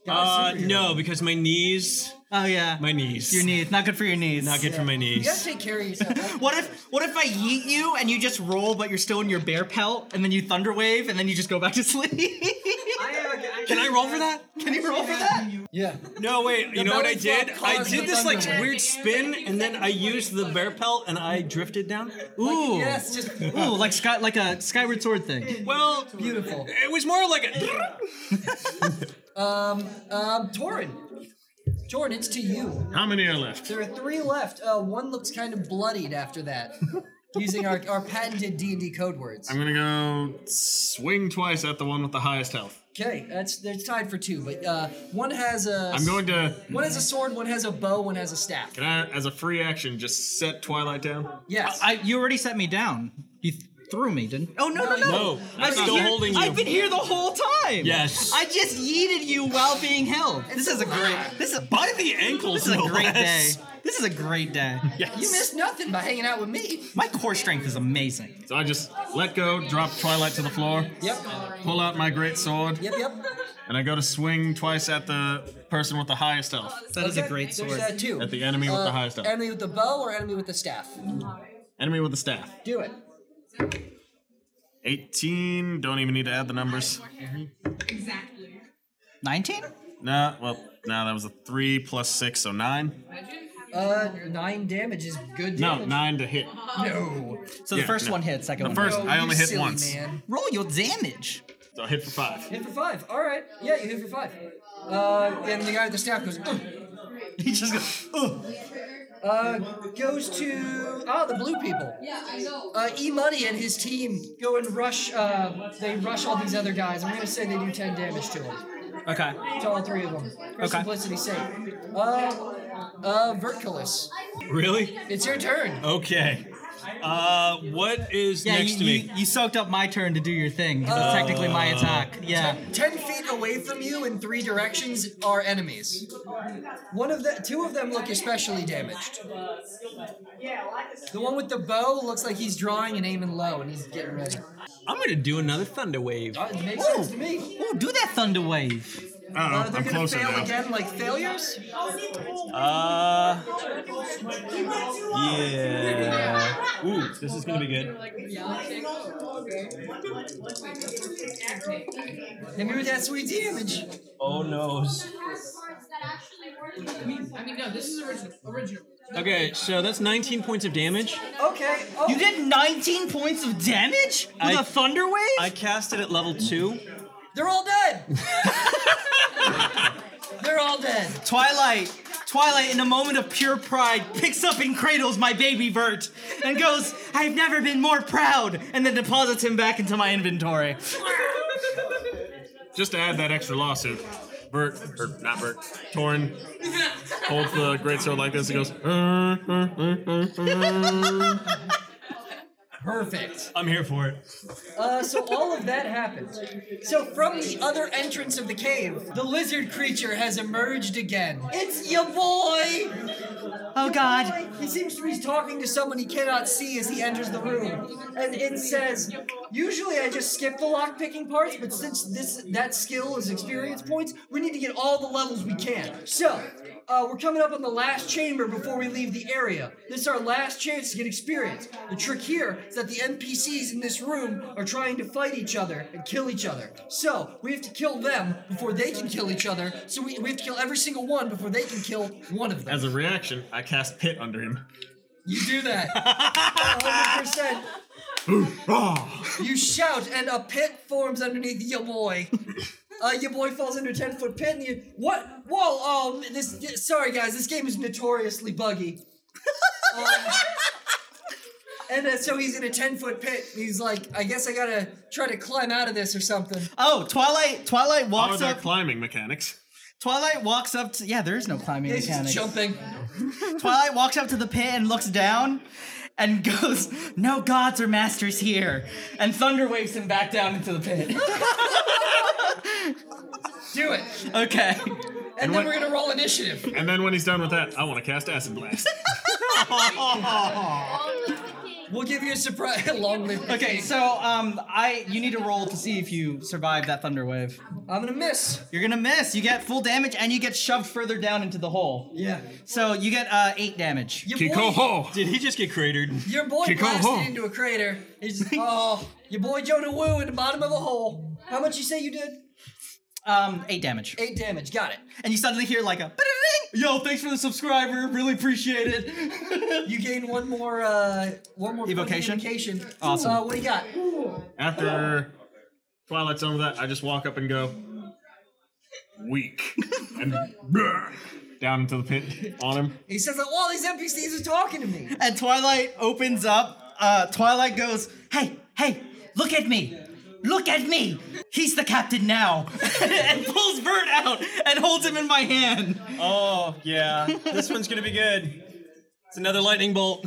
Speaker 5: Uh, no, because my knees,
Speaker 3: Oh yeah,
Speaker 5: my knees.
Speaker 3: your knees. Not good for your knees.
Speaker 5: Not good for my
Speaker 2: you gotta
Speaker 5: knees.
Speaker 2: take care of yourself.
Speaker 3: What if what if I yeet you and you just roll, but you're still in your bear pelt, and then you thunder wave, and then you just go back to sleep?
Speaker 5: Can I roll for that?
Speaker 3: Can you roll for that?
Speaker 2: yeah.
Speaker 5: No, wait. You know what I did? I did this like weird spin, and then I used the bear pelt, and I drifted down.
Speaker 3: Ooh.
Speaker 2: Yes, just
Speaker 3: Ooh, like sky, like a skyward sword thing.
Speaker 5: Well,
Speaker 2: beautiful.
Speaker 5: it was more like a.
Speaker 2: Um, Torin. Jordan, it's to you.
Speaker 4: How many are left?
Speaker 2: There are three left. Uh, one looks kind of bloodied after that, using our, our patented D and D code words.
Speaker 4: I'm gonna go swing twice at the one with the highest health.
Speaker 2: Okay, that's they're tied for two, but uh, one has a
Speaker 4: I'm going to.
Speaker 2: one has a sword, one has a bow, one has a staff.
Speaker 4: Can I, as a free action, just set Twilight down?
Speaker 2: Yes.
Speaker 3: I, you already set me down. You th- threw me, didn't? Oh no, no, no!
Speaker 5: No, I'm
Speaker 3: I've been
Speaker 5: still
Speaker 3: here-
Speaker 5: holding
Speaker 3: I've been
Speaker 5: you.
Speaker 3: here the whole time.
Speaker 5: Yes.
Speaker 3: I just yeeted you while being held. This is a great. This is
Speaker 5: By the ankles,
Speaker 3: This is a
Speaker 5: no
Speaker 3: great day.
Speaker 5: less.
Speaker 3: This is a great day.
Speaker 2: you missed nothing by hanging out with me.
Speaker 3: My core strength is amazing.
Speaker 4: So I just let go, drop Twilight to the floor,
Speaker 2: Yep.
Speaker 4: pull out my great sword,
Speaker 2: Yep. Yep.
Speaker 4: and I go to swing twice at the person with the highest health.
Speaker 3: That is a great
Speaker 2: There's
Speaker 3: sword.
Speaker 2: that two.
Speaker 4: At the enemy with the
Speaker 2: Uh,
Speaker 4: highest health.
Speaker 2: Enemy with the bow or enemy with the staff?
Speaker 4: Enemy with the staff.
Speaker 2: Do it.
Speaker 4: 18. Don't even need to add the numbers.
Speaker 6: Exactly.
Speaker 3: Nineteen?
Speaker 4: No, well, no, that was a 3 plus 6, so 9.
Speaker 2: Uh, nine damage is good
Speaker 4: No,
Speaker 2: damage.
Speaker 4: 9 to hit.
Speaker 2: No.
Speaker 3: So the
Speaker 4: Yeah,
Speaker 3: first
Speaker 4: no.
Speaker 3: one hit, second
Speaker 4: The
Speaker 3: one.
Speaker 4: first,
Speaker 2: No,
Speaker 4: I
Speaker 2: you
Speaker 4: only hit
Speaker 2: silly
Speaker 4: once.
Speaker 2: Man.
Speaker 3: roll your damage.
Speaker 4: So So I hit for five.
Speaker 2: Hit for five. All right. Yeah, you hit for five. Uh, and the guy with the staff goes. "Ugh."
Speaker 3: He just goes, Ugh.
Speaker 2: Uh, goes to ah the blue people.
Speaker 9: Yeah, I know.
Speaker 2: Uh, e Money and his team go and rush. Uh, they rush all these other guys. I'm gonna say they do ten damage to them.
Speaker 5: Okay.
Speaker 2: To all three of them. For
Speaker 5: Okay.
Speaker 2: simplicity's sake. Uh, uh, Verticalis,
Speaker 5: Really?
Speaker 2: it's your turn.
Speaker 5: Okay. Uh, what is
Speaker 3: Yeah,
Speaker 5: next
Speaker 3: you,
Speaker 5: to me?
Speaker 3: you, you soaked up my turn to do your thing. 'cause it's technically my attack. Yeah.
Speaker 2: Ten feet away from you in three directions are enemies. One of the two of them look especially damaged. The one with the bow looks like he's drawing and aiming low, and he's getting ready.
Speaker 5: I'm gonna do another thunder wave.
Speaker 2: Uh, it makes sense to me.
Speaker 3: Ooh, do that thunder wave.
Speaker 4: Oh,
Speaker 2: Uh, they're
Speaker 4: I'm
Speaker 2: gonna
Speaker 4: closer
Speaker 2: fail
Speaker 4: now.
Speaker 2: again, like failures.
Speaker 5: Uh, yeah. Ooh, this is gonna be good.
Speaker 2: Hit me with that sweet damage.
Speaker 5: Oh no.
Speaker 6: I mean, no, this is original. Original.
Speaker 5: Okay, so that's 19 points of damage.
Speaker 2: Okay. Oh,
Speaker 3: You did 19 points of damage with
Speaker 5: I-
Speaker 3: a thunder wave?
Speaker 5: I cast it at level two.
Speaker 2: They're all dead. They're all dead.
Speaker 3: Twilight, Twilight, in a moment of pure pride, picks up and cradles my baby Vert and goes, I've never been more proud, and then deposits him back into my inventory.
Speaker 4: Just to add that extra lawsuit, Bert, or not Bert, Torn holds the greatsword like this. He goes, "Uh, uh, uh, uh,
Speaker 2: Perfect.
Speaker 5: I'm here for it.
Speaker 2: Uh, so all of that happened. So from the other entrance of the cave, the lizard creature has emerged again. It's your boy.
Speaker 3: Oh god.
Speaker 2: He seems to be talking to someone he cannot see as he enters the room, and it says. Usually I just skip the lock picking parts, but since this that skill is experience points, we need to get all the levels we can. So. Uh, we're coming up on the last chamber before we leave the area. This is our last chance to get experience. The trick here is that the NPCs in this room are trying to fight each other and kill each other. So we have to kill them before they can kill each other. So we, we have to kill every single one before they can kill one of them.
Speaker 4: As a reaction, I cast Pit under him.
Speaker 2: You do that. 100%.
Speaker 4: Ah!
Speaker 2: You shout, and a pit forms underneath your boy. Uh, your boy falls into a 10 foot pit, and you. What? Whoa, oh, this. Sorry, guys, this game is notoriously buggy. Um, and uh, so he's in a 10 foot pit, and he's like, I guess I gotta try to climb out of this or something.
Speaker 3: Oh, Twilight, Twilight
Speaker 4: How are
Speaker 3: walks
Speaker 4: their
Speaker 3: up.
Speaker 4: climbing mechanics?
Speaker 3: Twilight walks up to Yeah, there is no climbing
Speaker 2: He's just
Speaker 3: mechanic.
Speaker 2: jumping.
Speaker 3: Twilight walks up to the pit and looks down and goes, No gods or masters here. And thunder waves him back down into the pit.
Speaker 2: Do it. And,
Speaker 3: okay.
Speaker 2: then
Speaker 4: what-
Speaker 2: we're gonna roll initiative.
Speaker 4: And then when he's done with that, I want to cast Acid Blast.
Speaker 2: We'll give you a surprise. Long live. the
Speaker 3: Okay,
Speaker 2: king.
Speaker 3: so um I you need to roll to see if you survive that thunder wave.
Speaker 2: I'm gonna miss.
Speaker 3: You're gonna miss. You get full damage and you get shoved further down into the hole.
Speaker 2: Yeah.
Speaker 3: So you get uh eight damage.
Speaker 2: Your boy-
Speaker 4: Kikoho!
Speaker 5: Did he just get cratered?
Speaker 2: Your boy
Speaker 4: Kick on
Speaker 2: blasted
Speaker 4: home.
Speaker 2: into a crater. He's oh, your boy Jonah Woo in the bottom of a hole. How much you say you did?
Speaker 3: Um, eight damage.
Speaker 2: Eight damage. Got it.
Speaker 3: And you suddenly hear like a "Ba-da-ding!" Yo, thanks for the subscriber. Really appreciate it.
Speaker 2: You gain one more, uh, one more point of
Speaker 3: Evocation?
Speaker 2: evocation.
Speaker 3: Awesome.
Speaker 2: Uh, what do you got?
Speaker 4: After Twilight's done with that, I just walk up and go, weak. And brr, down into the pit on him.
Speaker 2: He says like, all these NPCs are talking to me.
Speaker 3: and Twilight opens up. Uh, Twilight goes, "Hey, hey, look at me." Look at me! He's the captain now! and pulls Bert out and holds him in my hand.
Speaker 5: Oh yeah, this one's gonna be good. It's another lightning bolt.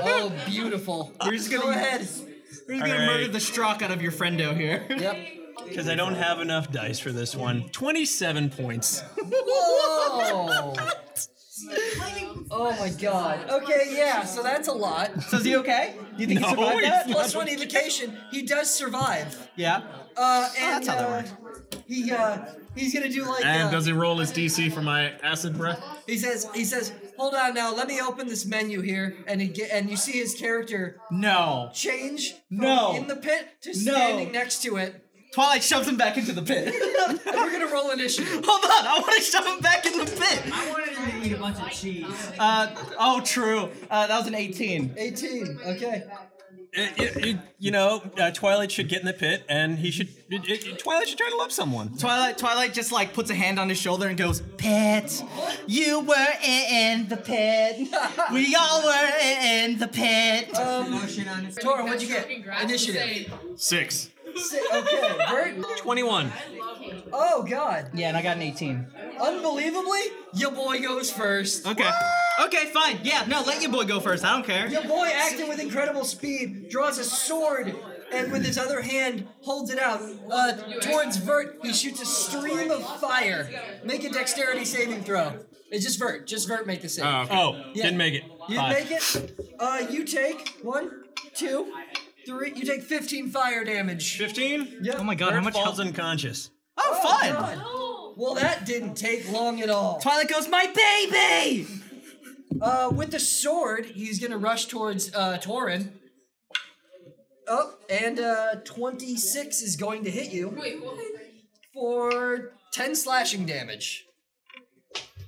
Speaker 2: oh, beautiful.
Speaker 3: We're just gonna
Speaker 2: Go ahead.
Speaker 3: We're just gonna
Speaker 5: Alright.
Speaker 3: murder the strock out of your friendo here.
Speaker 2: Yep.
Speaker 5: Because I don't have enough dice for this one. 27 points.
Speaker 2: Whoa. Oh my god. Okay, yeah, so that's a lot.
Speaker 3: So is he okay? Do you think
Speaker 5: No,
Speaker 3: he survived
Speaker 5: he's
Speaker 3: that?
Speaker 2: Plus one evocation, he does survive.
Speaker 3: Yeah.
Speaker 2: Uh, and
Speaker 3: Oh, that's how that
Speaker 2: uh, he uh, he's gonna do like uh,
Speaker 4: And does he roll his DC for my acid breath?
Speaker 2: He says, he says, hold on now, let me open this menu here, and he get, and you see his character
Speaker 3: No.
Speaker 2: change from
Speaker 3: No.
Speaker 2: in the pit to
Speaker 3: No.
Speaker 2: standing next to it.
Speaker 3: Twilight shoves him back into the pit.
Speaker 2: And we're gonna roll initiative.
Speaker 3: Hold on, I want to shove him back in the pit.
Speaker 7: Eat a bunch of cheese.
Speaker 3: Uh, oh, true. Uh, that was an 18.
Speaker 2: 18. Okay.
Speaker 5: It- it- it- you know, uh, Twilight should get in the pit, and he should. It, it- Twilight should try to love someone.
Speaker 3: Twilight, Twilight just like puts a hand on his shoulder and goes, "Pit, you were in the pit. We all were in the pit."
Speaker 2: Tora, what'd you get?
Speaker 6: Stroking grass and
Speaker 2: Initiative.
Speaker 6: say,
Speaker 4: Six.
Speaker 2: Si- Okay, Bert.
Speaker 5: Twenty-one.
Speaker 2: Oh God!
Speaker 3: Yeah, and I got an 18.
Speaker 2: Unbelievably, your boy goes first.
Speaker 3: Okay. Okay, fine. Yeah, no, let your boy go first. I don't care.
Speaker 2: Your boy, acting with incredible speed, draws a sword and with his other hand holds it out uh, towards Vert. He shoots a stream of fire. Make a dexterity saving throw. It's just Vert. Just Vert make the save.
Speaker 4: Oh, okay.
Speaker 5: Oh,
Speaker 2: Yeah.
Speaker 5: didn't make it.
Speaker 2: you
Speaker 5: Five.
Speaker 2: make it. Uh, you take one, two, three. You take 15 fire damage.
Speaker 5: Fifteen.
Speaker 2: Yep.
Speaker 3: Oh my god, how much
Speaker 5: falls
Speaker 3: health?
Speaker 5: unconscious?
Speaker 3: Oh, fun.
Speaker 2: God. Well, that didn't take long at all.
Speaker 3: Twilight goes, "My baby."
Speaker 2: Uh, with the sword, he's gonna rush towards uh, Torin. Oh, and uh, 26 is going to hit you
Speaker 6: Wait, what?
Speaker 2: for 10 slashing damage.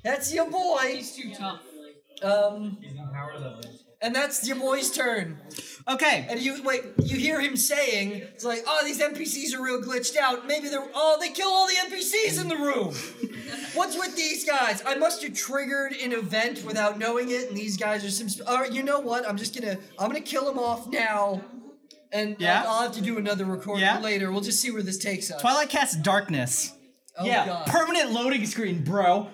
Speaker 2: That's your boy.
Speaker 6: He's too tough.
Speaker 2: Um, and that's your boy's turn.
Speaker 3: Okay.
Speaker 2: And you wait, you hear him saying, "It's like, oh, these NPCs are real glitched out. Maybe they're oh, they kill all the NPCs in the room. What's with these guys? I must have triggered an event without knowing it, and these guys are some. Sp- all right, you know what? I'm just gonna I'm gonna kill them off now, and
Speaker 3: Yeah?
Speaker 2: I'll, I'll have to do another recording
Speaker 3: Yeah?
Speaker 2: later. We'll just see where this takes us.
Speaker 3: Twilight casts darkness.
Speaker 2: oh
Speaker 3: yeah,
Speaker 2: God.
Speaker 3: permanent loading screen, bro.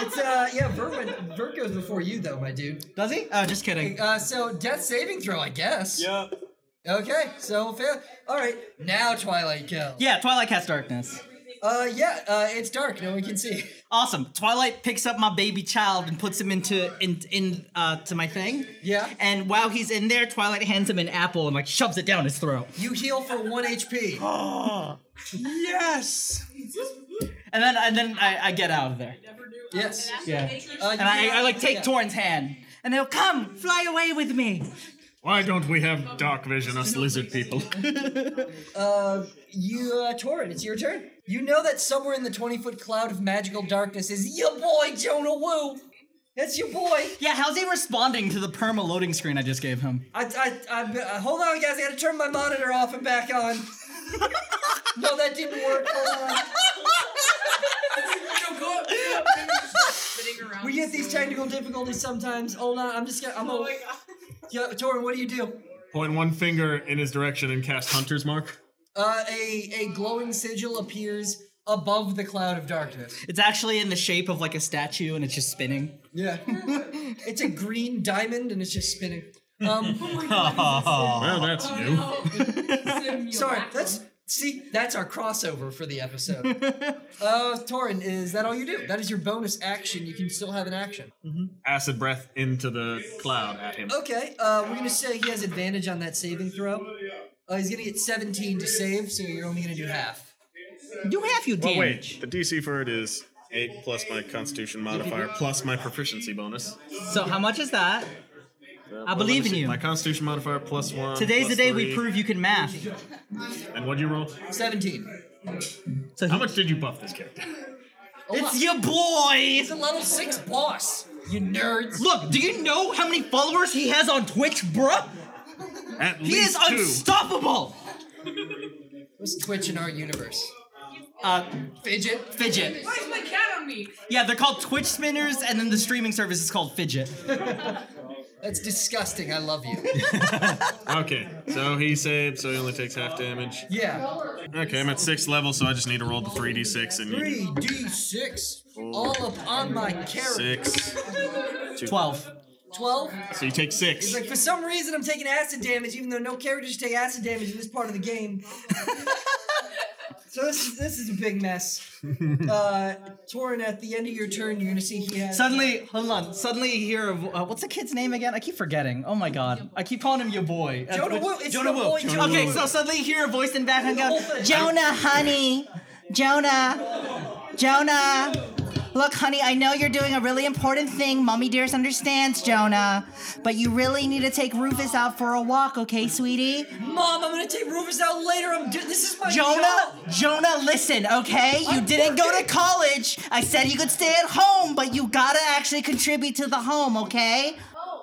Speaker 2: it's uh yeah, Vert went- Vert goes before you though, my dude.
Speaker 3: Does he? Oh, just kidding.
Speaker 2: Uh, so death saving throw, I guess.
Speaker 5: Yeah.
Speaker 2: Okay, so fail. All right, now Twilight kill.
Speaker 3: Yeah, Twilight casts darkness.
Speaker 2: Uh, yeah, uh, it's dark. No one can see.
Speaker 3: Awesome. Twilight picks up my baby child and puts him into in in uh to my thing.
Speaker 2: Yeah.
Speaker 3: And while he's in there, Twilight hands him an apple and like shoves it down his throat.
Speaker 2: You heal for one HP.
Speaker 5: Yes.
Speaker 3: And then and then I, I get out of there.
Speaker 2: Yes.
Speaker 3: Yeah.
Speaker 2: Uh, you
Speaker 3: And I,
Speaker 2: heal-
Speaker 3: I like take
Speaker 2: yeah.
Speaker 3: Torrin's hand. And they'll come, fly away with me.
Speaker 4: Why don't we have dark vision, us lizard people?
Speaker 2: Uh, you, uh, Torin, it's your turn. You know that somewhere in the 20 foot cloud of magical darkness is your boy, Jonah Woo. That's your boy.
Speaker 3: Yeah, how's he responding to the perma loading screen I just gave him?
Speaker 2: I, I, I, uh, hold on, guys. I gotta turn my monitor off and back on. no, that didn't work. Hold on.
Speaker 6: Spinning around.
Speaker 2: We get these technical difficulties sometimes. Hold on, I'm just gonna. I'm gonna. yeah, Torin, what do you do?
Speaker 4: Point one finger in his direction and cast Hunter's Mark.
Speaker 2: Uh, a a glowing sigil appears above the cloud of darkness.
Speaker 3: It's actually in the shape of like a statue and it's just spinning.
Speaker 2: Yeah, it's a green diamond and it's just spinning. Um,
Speaker 4: Well, that's new.
Speaker 2: sorry, that's see, that's our crossover for the episode. Uh, Torin, is that all you do? That is your bonus action. You can still have an action.
Speaker 4: Acid breath into the cloud at him.
Speaker 2: Okay, uh, we're gonna say he has advantage on that saving throw. Uh, he's gonna get 17 to save, so you're only gonna do half.
Speaker 3: Do half you
Speaker 4: Well,
Speaker 3: damage.
Speaker 4: wait. The DC for it is eight plus my Constitution modifier plus my proficiency bonus.
Speaker 3: So how much is that? I believe in you.
Speaker 4: My Constitution modifier plus one.
Speaker 3: Today's the
Speaker 4: plus
Speaker 3: day we
Speaker 4: three.
Speaker 3: prove you can math.
Speaker 4: And what'd you roll?
Speaker 2: 17.
Speaker 4: How much did you buff this character?
Speaker 3: It's your boy!
Speaker 2: He's a level six boss. You nerds.
Speaker 3: Look, do you know how many followers he has on Twitch, bruh?
Speaker 4: At
Speaker 3: He is
Speaker 4: least two.
Speaker 3: unstoppable!
Speaker 2: What's Twitch in our universe?
Speaker 3: Uh,
Speaker 2: Fidget.
Speaker 3: Fidget.
Speaker 6: Why is my cat on me?
Speaker 3: Yeah, they're called Twitch spinners, and then the streaming service is called Fidget.
Speaker 2: That's disgusting. I love you.
Speaker 4: okay, so he saved, so he only takes half damage.
Speaker 2: Yeah.
Speaker 4: Okay, I'm at sixth level, so I just need to roll the 3d6 and you-
Speaker 2: 3d6. All up on my character.
Speaker 4: six.
Speaker 3: 12.
Speaker 2: 12.
Speaker 4: So you take
Speaker 2: It's
Speaker 4: six.
Speaker 2: like, for some reason, I'm taking acid damage, even though no characters take acid damage in this part of the game. so this is, this is a big mess. Uh, Torin, at the end of your turn, you're going to see he has.
Speaker 3: Suddenly, hold on. Suddenly, you hear a vo- uh, what's the kid's name again? I keep forgetting. Oh my god, I keep calling him your boy. Uh,
Speaker 2: Jonah
Speaker 3: which-
Speaker 2: Woo, it's
Speaker 3: Jonah
Speaker 2: your
Speaker 3: Woo.
Speaker 2: boy, Jonah
Speaker 3: okay,
Speaker 2: Woo.
Speaker 3: so suddenly you hear a voice in the background
Speaker 2: whole
Speaker 3: go,
Speaker 2: thing.
Speaker 7: Jonah, honey. Jonah. Jonah. Look, honey, I know you're doing a really important thing. Mommy Dears understands, Jonah. But you really need to take Rufus out for a walk, okay, sweetie?
Speaker 2: Mom, I'm going to take Rufus out later. I'm do- this is my job.
Speaker 7: Jonah, Jonah, listen, okay? You
Speaker 2: I'm
Speaker 7: didn't go to
Speaker 2: working.
Speaker 7: college. I said you could stay at home, but you gotta actually contribute to the home, okay?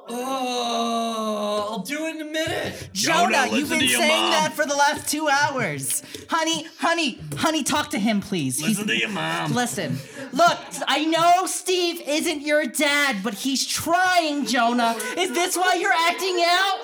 Speaker 2: Oh, I'll do it in a minute.
Speaker 7: Jonah,
Speaker 5: listen
Speaker 7: you've been
Speaker 5: to your
Speaker 7: saying
Speaker 5: mom.
Speaker 7: that for the last two hours. Honey, honey, honey, talk to him, please. He's-
Speaker 5: Listen to your mom.
Speaker 7: Listen, look, I know Steve isn't your dad, but he's trying, Jonah. Is this why you're acting out?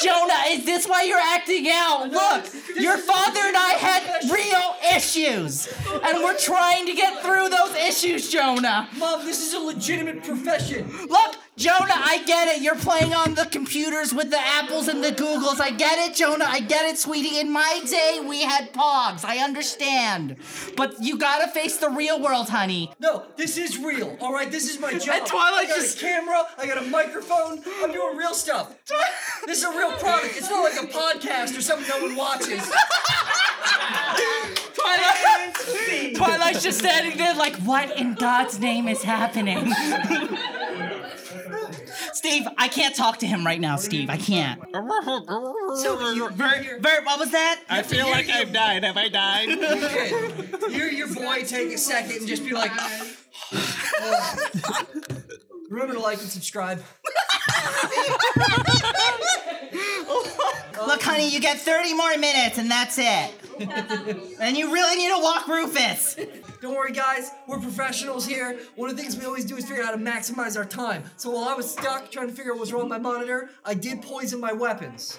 Speaker 7: Jonah, is this why you're acting out? Look, your father and I had real issues, and we're trying to get through those issues, Jonah.
Speaker 2: Mom, this is a legitimate profession.
Speaker 7: Look, Jonah, I get it. You're playing on the computers with the apples and the Googles. I get it, Jonah. I get it, sweetie. In my day, we had pogs. I understand. But you gotta face the real world, honey.
Speaker 2: No, this is real. All right, this is my job.
Speaker 7: And Twilight
Speaker 2: I got
Speaker 7: just-
Speaker 2: a camera. I got a microphone. I'm doing real stuff. This is a real product. It's not like a podcast or something no one watches.
Speaker 7: Twilight. Twilight's just standing there like, what in God's name is happening? Steve, I can't talk to him right now, Steve. I can't.
Speaker 2: So you, here,
Speaker 7: Bert, what was that?
Speaker 8: I feel like I've died. Have I died?
Speaker 2: kid, hear your boy take a second and just be like. "Oh." Remember to like and subscribe.
Speaker 7: Look, honey, you get 30 more minutes and that's it. and you really need to walk Rufus.
Speaker 2: Don't worry, guys. We're professionals here. One of the things we always do is figure out how to maximize our time. So while I was stuck trying to figure out what was wrong with my monitor, I did poison my weapons.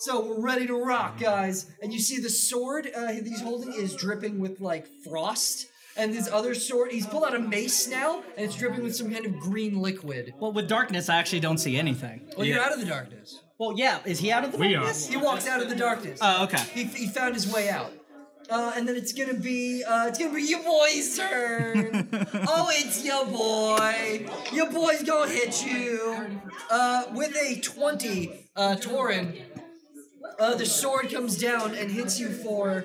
Speaker 2: So we're ready to rock, guys. And you see the sword uh, he's holding is dripping with like frost. And this other sword, he's pulled out a mace now, and it's dripping with some kind of green liquid.
Speaker 3: Well, with darkness, I actually don't see anything.
Speaker 2: Well, you're out of the darkness.
Speaker 3: Well, yeah, is he out of the
Speaker 4: We are.
Speaker 3: darkness?
Speaker 2: He walks out of the darkness.
Speaker 3: Oh, okay.
Speaker 2: he, he found his way out. Uh, and then it's gonna be uh, it's gonna be your boy's turn. oh, it's your boy. Your boy's gonna hit you uh, with a twenty, uh, Torin. Uh, the sword comes down and hits you for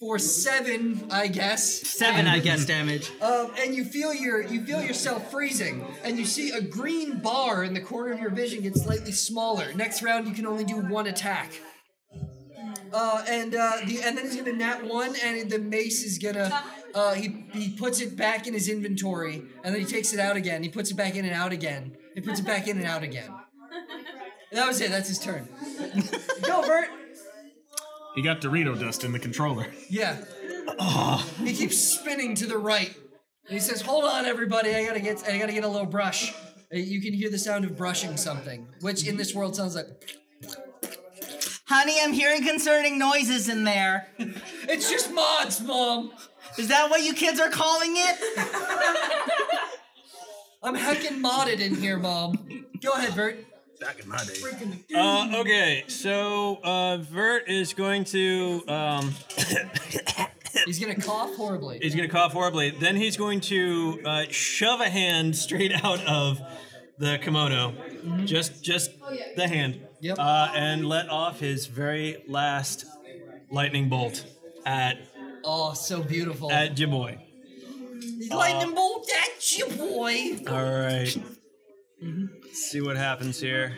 Speaker 2: for seven, I guess.
Speaker 3: Seven, I guess, damage.
Speaker 2: Um, and you feel your you feel yourself freezing, and you see a green bar in the corner of your vision get slightly smaller. Next round, you can only do one attack. Uh, and uh, the and then he's gonna nat one, and the mace is gonna. Uh, he he puts it back in his inventory, and then he takes it out again. He puts it back in and out again. He puts it back in and out again. And that was it. That's his turn. Go, Bert.
Speaker 4: He got Dorito dust in the controller.
Speaker 2: Yeah. He keeps spinning to the right. And he says, "Hold on, everybody! I gotta get, I gotta get a little brush." Uh, You can hear the sound of brushing something, which in this world sounds like
Speaker 7: Honey, I'm hearing concerning noises in there.
Speaker 2: it's just mods, mom.
Speaker 7: Is that what you kids are calling it?
Speaker 2: I'm heckin' modded in here, mom. Go ahead, Bert.
Speaker 5: Back in my day.
Speaker 2: Freaking-
Speaker 5: Uh, okay, so uh, Vert is going to um,
Speaker 2: He's gonna cough horribly.
Speaker 5: he's going to cough horribly. Then he's going to uh, shove a hand straight out of the kimono, just just the hand,
Speaker 2: Yep.
Speaker 5: uh, and let off his very last lightning bolt at
Speaker 2: Oh, so beautiful.
Speaker 5: at your boy.
Speaker 2: Lightning bolt at you, boy.
Speaker 5: All right. See what happens here.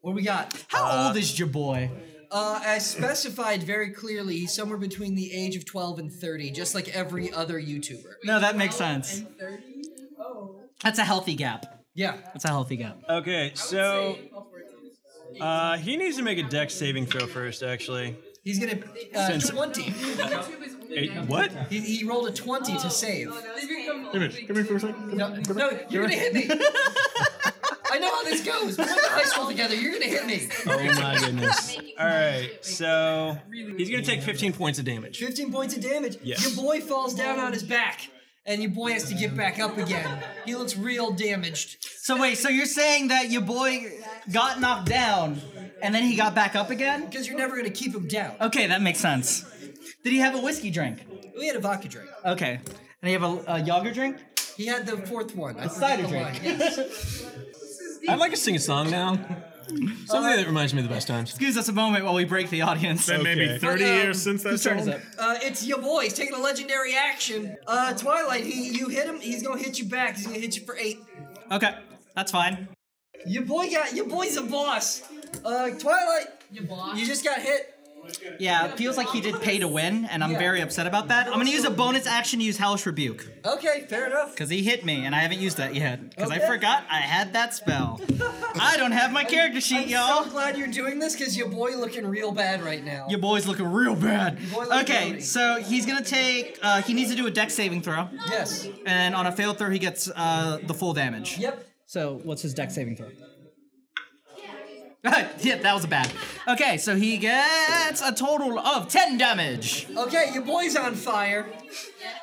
Speaker 2: What we got?
Speaker 3: How old is your boy?
Speaker 2: Uh, as specified very clearly, he's somewhere between the age of 12 and 30, just like every other YouTuber.
Speaker 3: No, that makes sense.
Speaker 6: Thirty. Oh.
Speaker 3: That's a healthy gap.
Speaker 2: Yeah.
Speaker 3: That's a healthy gap.
Speaker 5: Okay, so uh, he needs to make a dex saving throw first, actually.
Speaker 2: He's gonna uh,
Speaker 5: Since-
Speaker 2: twenty.
Speaker 5: Eight, what?
Speaker 2: He, he rolled a twenty to save.
Speaker 4: Image, come here for a second.
Speaker 2: Oh. No, no, you're gonna hit me. I know how this goes. We're in high school together. You're gonna hit me.
Speaker 5: Oh my goodness. All right, so he's gonna take 15 points of damage.
Speaker 2: Fifteen points of damage.
Speaker 5: Yes.
Speaker 2: Your boy falls down on his back, and your boy has to get back up again. He looks real damaged.
Speaker 3: So wait, so you're saying that your boy got knocked down and then he got back up again?
Speaker 2: Because you're never gonna keep him down.
Speaker 3: Okay, that makes sense. Did he have a whiskey drink?
Speaker 2: We had a vodka drink.
Speaker 3: Okay. And he have a, a Yager drink?
Speaker 2: He had the fourth one. I forget
Speaker 3: cider
Speaker 2: the
Speaker 3: drink.
Speaker 2: line. Yes.
Speaker 5: I'd like to sing a song now. Something that reminds me of the best times.
Speaker 3: Gives us a moment while we break the audience.
Speaker 4: Been
Speaker 5: Okay.
Speaker 4: maybe 30
Speaker 2: But, um,
Speaker 4: years since that
Speaker 3: Turn us
Speaker 4: song.
Speaker 3: up.
Speaker 2: Uh, it's your boy. He's taking a legendary action. Uh, Twilight. He, you hit him. He's gonna hit you back. He's gonna hit you for eight.
Speaker 3: Okay, that's fine.
Speaker 2: Your boy got your boy's a boss. Uh, Twilight,
Speaker 9: Your boss.
Speaker 2: you just got hit.
Speaker 3: Yeah, it feels like he did pay to win, and I'm
Speaker 2: Yeah.
Speaker 3: very upset about that. I'm gonna use a bonus action to use Hellish Rebuke
Speaker 2: Okay, fair enough.
Speaker 3: because he hit me, and I haven't used that yet because
Speaker 2: Okay.
Speaker 3: I forgot I had that spell. I don't have my character sheet,
Speaker 2: I'm
Speaker 3: y'all.
Speaker 2: so glad you're doing this because your boy looking real bad right now.
Speaker 3: Your boy's looking real bad.
Speaker 2: boy looking
Speaker 3: Okay,
Speaker 2: rowdy.
Speaker 3: so he's gonna take. Uh, he needs to do a deck saving throw,
Speaker 2: Yes.
Speaker 3: and on a failed throw, he gets uh, the full damage.
Speaker 2: Yep.
Speaker 3: So what's his deck saving throw? yeah, that was a bad. Okay, so he gets a total of ten damage.
Speaker 2: Okay, your boy's on fire.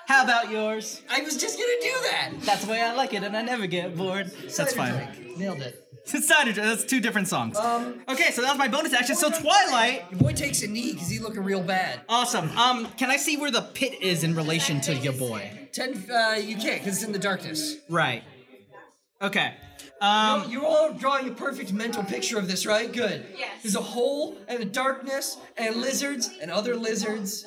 Speaker 3: How about yours?
Speaker 2: I was just gonna do that.
Speaker 3: That's the way I like it, and I never get bored. That's fine.
Speaker 2: Nailed it.
Speaker 3: It's Cider Drink. That's two different songs.
Speaker 2: Um,
Speaker 3: okay, so that was my bonus action. So Twilight.
Speaker 2: Your boy takes a knee because he looking real bad.
Speaker 3: Awesome. Um, can I see where the pit is in relation to your boy?
Speaker 2: Ten. Uh, you can't because it's in the darkness.
Speaker 3: Right. Okay. Um,
Speaker 2: You're all drawing a perfect mental picture of this, right? Good. Yes. There's a hole and a darkness and lizards and other lizards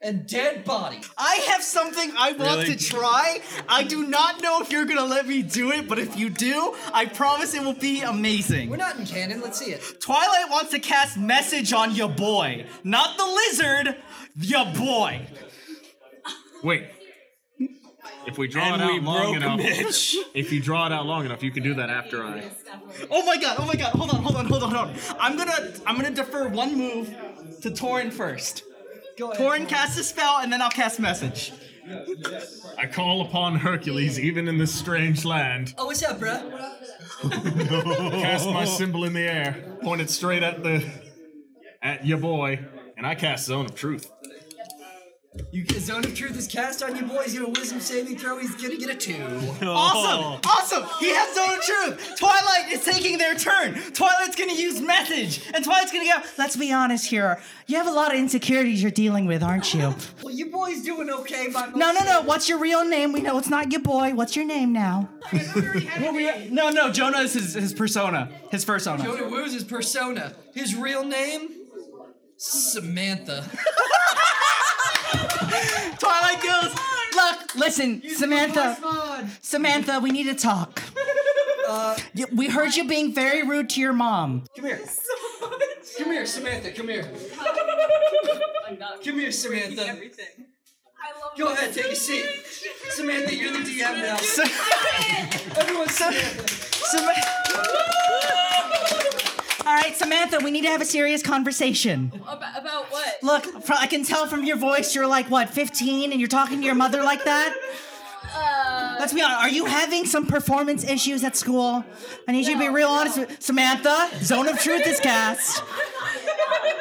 Speaker 2: and dead body.
Speaker 3: I have something I want
Speaker 5: Really?
Speaker 3: to try. I do not know if you're gonna let me do it, but if you do, I promise it will be amazing.
Speaker 2: We're not in canon. Let's see it.
Speaker 3: Twilight wants to cast message on your boy, not the lizard, your boy.
Speaker 4: Wait. If we draw
Speaker 5: And
Speaker 4: it out
Speaker 5: we
Speaker 4: long
Speaker 5: broke
Speaker 4: enough,
Speaker 5: Mitch.
Speaker 4: if you draw it out long enough, you can do that after I.
Speaker 3: Oh my god! Oh my god! Hold on! Hold on! Hold on! Hold on! I'm gonna I'm gonna defer one move to Torin first.
Speaker 2: Go ahead.
Speaker 3: Torin casts a spell, and then I'll cast message.
Speaker 4: I call upon Hercules, even in this strange land.
Speaker 2: Oh, what's up, bruh?
Speaker 4: Cast my symbol in the air, point it straight at the at your boy, and I cast Zone of Truth.
Speaker 2: You get zone of truth is cast on you, boy. He's gonna wisdom saving throw. He's gonna get a two.
Speaker 4: Oh.
Speaker 3: Awesome! Awesome! He has zone of truth! Twilight is taking their turn! Twilight's gonna use message! And Twilight's gonna go,
Speaker 7: Let's be honest here. You have a lot of insecurities you're dealing with, aren't you?
Speaker 2: Well, your boy's doing okay by
Speaker 7: No, no, no. What's your real name? We know it's not your boy. What's your name now?
Speaker 3: No, no, Jonah is his, his persona. His persona.
Speaker 2: Jonah Woo's his persona. His real name? Samantha.
Speaker 7: Twilight goes. Look, listen, Samantha. Samantha, we need to talk. Y- we heard you being very rude to your mom.
Speaker 2: Come here. Come here, Samantha. Come here. Come here, Samantha.
Speaker 9: Everything. I love
Speaker 2: Go ahead, take a seat. Samantha, you're the DM now. Everyone, Samantha.
Speaker 7: Sam- All right, Samantha, we need to have a serious conversation.
Speaker 9: About, about what?
Speaker 7: Look, fr- I can tell from your voice you're like, what, 15 and you're talking to your mother like that?
Speaker 9: Uh,
Speaker 7: Let's be honest. Are you having some performance issues at school? I need you to be real honest with Samantha. Zone of Truth is cast.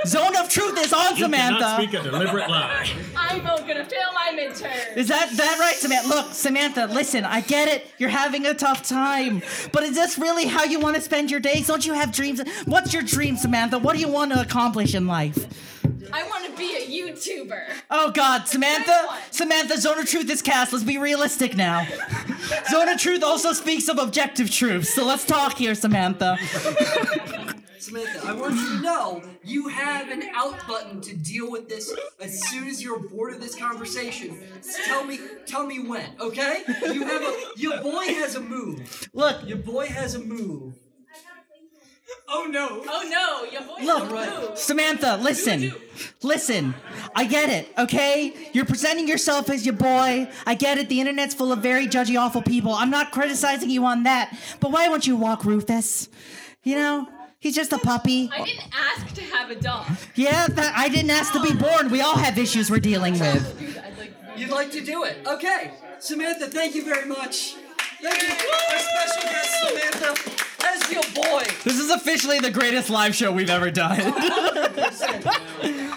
Speaker 7: Zone of Truth is on
Speaker 4: You cannot
Speaker 7: Samantha.
Speaker 4: Oh. speak a deliberate lie.
Speaker 9: I'm gonna fail my midterm.
Speaker 7: Is that that right, Samantha? Look, Samantha, listen, I get it. You're having a tough time. But is this really how you want to spend your days? Don't you have dreams? What's your dream, Samantha? What do you want to accomplish in life?
Speaker 9: I want to be a YouTuber.
Speaker 7: Oh God, Samantha! Samantha, Zone of Truth is cast. Let's be realistic now. Zone of Truth also speaks of objective truth, so let's talk here, Samantha.
Speaker 2: Samantha, I want you to know you have an out button to deal with this as soon as you're bored of this conversation. Tell me, tell me when, okay? You have a your boy has a move.
Speaker 7: Look,
Speaker 2: Your boy has a move. Oh no.
Speaker 9: Oh no, your voice
Speaker 7: Look, Samantha, listen. Listen, I get it, okay? You're presenting yourself as your boy. I get it. The internet's full of very judgy, awful people. I'm not criticizing you on that. But why won't you walk Rufus? You know, he's just a puppy.
Speaker 9: I didn't ask to have a dog.
Speaker 7: Yeah, that, I didn't ask to be born. We all have issues we're dealing with.
Speaker 9: Dude, I'd like.
Speaker 2: You'd like to do it. Okay. Samantha, thank you very much. Thank you. Our special guest, Samantha, as your boy.
Speaker 3: This is officially the greatest live show we've ever done.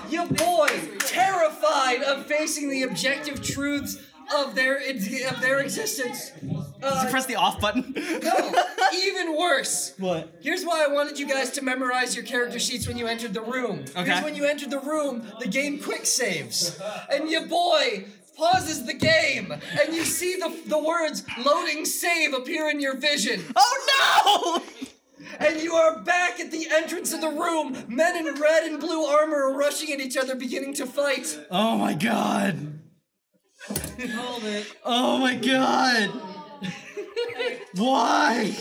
Speaker 2: Your boy, terrified of facing the objective truths of their of their existence. Uh,
Speaker 3: Press the off button.
Speaker 2: No, even worse.
Speaker 3: What?
Speaker 2: Here's why I wanted you guys to memorize your character sheets when you entered the room.
Speaker 3: Okay.
Speaker 2: Because when you entered the room, the game quick saves. And your boy pauses the game, and you see the, the words loading save appear in your vision.
Speaker 3: Oh no!
Speaker 2: And you are back at the entrance of the room. Men in red and blue armor are rushing at each other, beginning to fight.
Speaker 3: Oh my god. Oh my god. Why?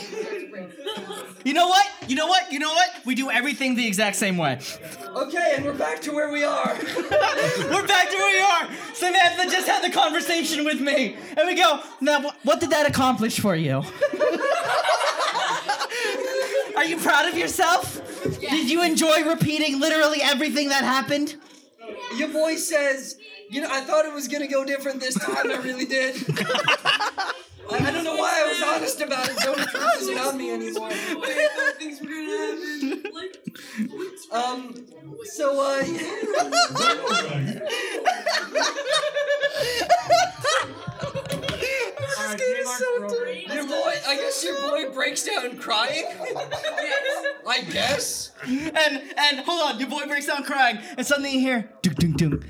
Speaker 3: You know what? You know what? You know what? We do everything the exact same way.
Speaker 2: Okay, and we're back to where we are.
Speaker 3: We're back to where we are. Samantha just had the conversation with me, and we go. Now, wh- what did that accomplish for you? Are you proud of yourself? Did you enjoy repeating literally everything that happened?
Speaker 2: Your boy says, you know, I thought it was gonna go different this time. I really did. I I don't know why I was honest about it. Zone of Truth isn't on me anymore.
Speaker 6: Things were gonna happen. Like,
Speaker 2: Um, so uh, your boy, I guess your boy breaks down crying. I guess.
Speaker 3: And and hold on, your boy breaks down crying, and suddenly you hear "Dunk, dunk, dunk."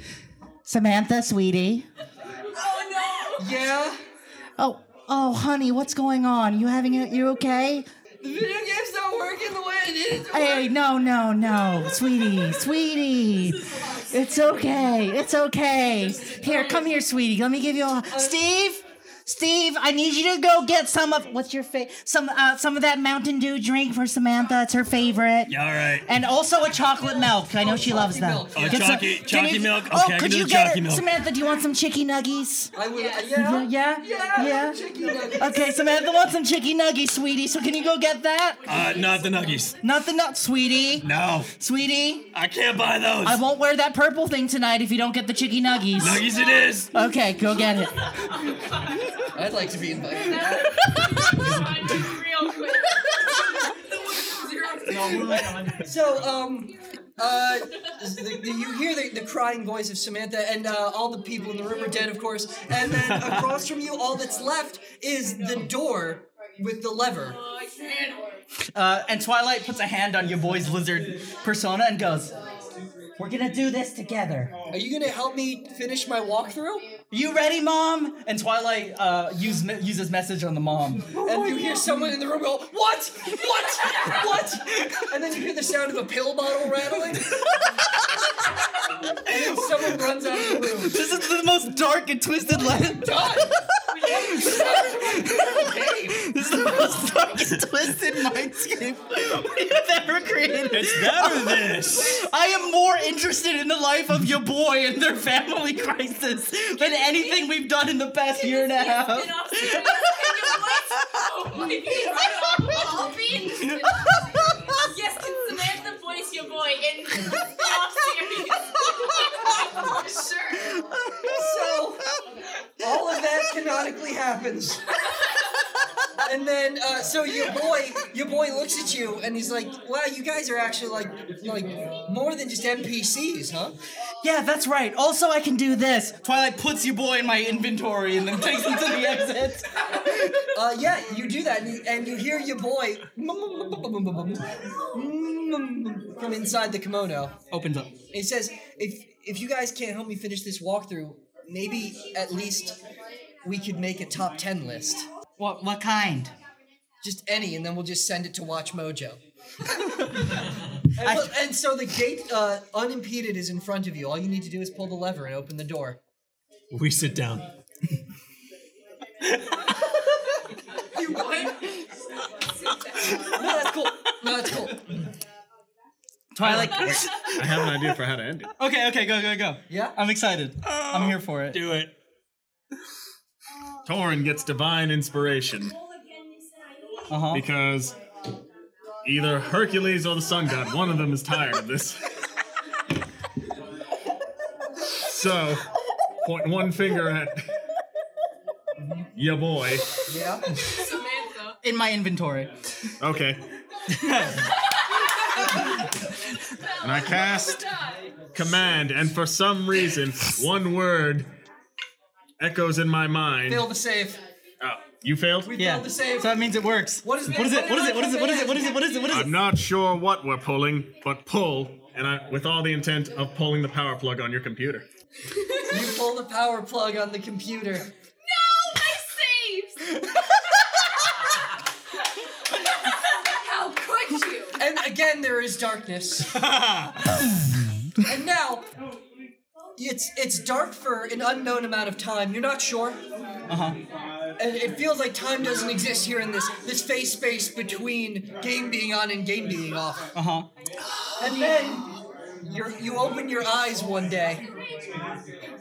Speaker 7: Samantha, sweetie.
Speaker 2: Yeah.
Speaker 7: Oh, oh, honey, what's going on? You having a, you okay?
Speaker 2: The video game's not working the way it needed to
Speaker 7: Hey, no, no, no, sweetie, sweetie. It's okay. It's okay. Here, come here, sweetie. Let me give you a Steve. Steve, I need you to go get some of what's your favorite some uh, some of that Mountain Dew drink for Samantha. It's her favorite.
Speaker 5: Yeah, all right.
Speaker 7: And also a chocolate milk. I know she loves that.
Speaker 2: milk,
Speaker 5: Oh,
Speaker 7: Get some-
Speaker 5: chalky,
Speaker 7: do you
Speaker 5: chalky
Speaker 7: need-
Speaker 5: milk. Okay,
Speaker 7: Oh,
Speaker 5: I can
Speaker 7: could
Speaker 5: do
Speaker 7: you
Speaker 5: the
Speaker 7: get
Speaker 5: chalky
Speaker 7: her,
Speaker 5: milk.
Speaker 7: Samantha? Do you want some chicky nuggies?
Speaker 2: I would.
Speaker 7: Yeah,
Speaker 2: Yeah.
Speaker 7: yeah, yeah.
Speaker 2: Chicken nuggets.
Speaker 7: Okay, Samantha wants some chicky nuggies, sweetie. So can you go get that?
Speaker 5: Uh, not the nuggies.
Speaker 7: Not the nut, sweetie.
Speaker 5: No,
Speaker 7: Sweetie,
Speaker 5: I can't buy those.
Speaker 7: I won't wear that purple thing tonight if you don't get the chicky nuggies.
Speaker 5: nuggies it is.
Speaker 7: Okay, go get it.
Speaker 2: I'd like to be invited.
Speaker 9: real quick.
Speaker 2: So, um, uh, the, the, you hear the, the crying voice of Samantha, and uh, all the people in the room are dead, of course. And then across from you, all that's left is the door with the lever.
Speaker 3: Uh, and Twilight puts a hand on your boy's lizard persona and goes,
Speaker 7: We're gonna do this together.
Speaker 2: Are you gonna help me finish my walkthrough?
Speaker 3: "You ready, mom?" And Twilight uh, use, uses message on the mom.
Speaker 7: Oh
Speaker 2: And you hear someone in the room go, What? What? What? And then you hear the sound of a pill bottle rattling. and then someone runs out of the room.
Speaker 3: This is the most dark and twisted land.
Speaker 2: God!
Speaker 3: This is the most dark and twisted mindscape we have ever created.
Speaker 5: It's better than this.
Speaker 3: I am more interested in the life of your boy and their family crisis than anything we've done in the past year and a half.
Speaker 9: Oh I'll be interested. Yes, can Samantha voice your boy in the series? sure.
Speaker 2: So, all of that canonically happens. And then, uh, so your boy, your boy looks at you and he's like, "Wow, you guys are actually like, like more than just NPCs, huh?"
Speaker 3: Yeah, that's right. Also, I can do this. Twilight puts your boy in my inventory and then takes him to the exit.
Speaker 2: Uh, yeah, you do that, and you, and you hear your boy from inside the kimono.
Speaker 3: Opens up.
Speaker 2: He says, "If if you guys can't help me finish this walkthrough, maybe at least we could make a top ten list,
Speaker 7: What what kind?
Speaker 2: just any, and then we'll just send it to Watch Mojo." and, well- and so the gate, uh, unimpeded, is in front of you. All you need to do is pull the lever and open the door.
Speaker 5: We sit down.
Speaker 2: No, that's cool. No, that's cool.
Speaker 3: Twilight.
Speaker 4: I have an idea for how to end it.
Speaker 3: Okay, okay, go, go, go.
Speaker 2: Yeah.
Speaker 3: I'm excited. I'm here for it.
Speaker 5: Do it.
Speaker 4: Torin gets divine inspiration
Speaker 3: Uh-huh.
Speaker 4: because either Hercules or the sun god, one of them is tired of this. so, point one finger at ya boy.
Speaker 2: Yeah.
Speaker 9: Samantha.
Speaker 3: In my inventory.
Speaker 4: Okay. and I cast command, and for some reason, one word echoes in my mind.
Speaker 2: Fail the save.
Speaker 4: Oh, you failed?
Speaker 3: Yeah.
Speaker 2: Failed the save.
Speaker 3: So that means it works.
Speaker 2: What is it?
Speaker 3: What is it? What is it? What is it? What is it? What is it? What is it? What is it?
Speaker 4: I'm not sure what we're pulling, but pull, and I, with all the intent of pulling the power plug on your computer.
Speaker 2: You pull the power plug on the computer.
Speaker 9: No, my saves! How could you?
Speaker 2: And again, there is darkness. and now, it's it's dark for an unknown amount of time. You're not sure. Uh huh. and it feels like time doesn't exist here in this this face space between game being on and game being off.
Speaker 3: Uh huh.
Speaker 2: And then you you open your eyes one day,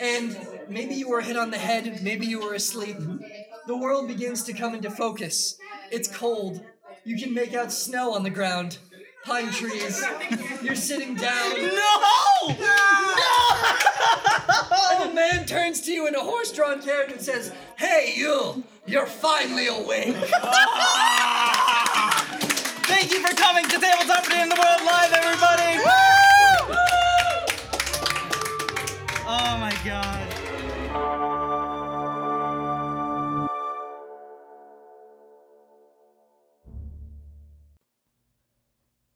Speaker 2: and maybe you were hit on the head, maybe you were asleep. The world begins to come into focus. It's cold. You can make out snow on the ground, pine trees. You're sitting down.
Speaker 7: No!
Speaker 2: And the man turns to you in a horse-drawn carriage and says, "Hey, you! You're finally awake."
Speaker 3: Thank you for coming to Tabletop Today in the World Live, everybody! Oh my god.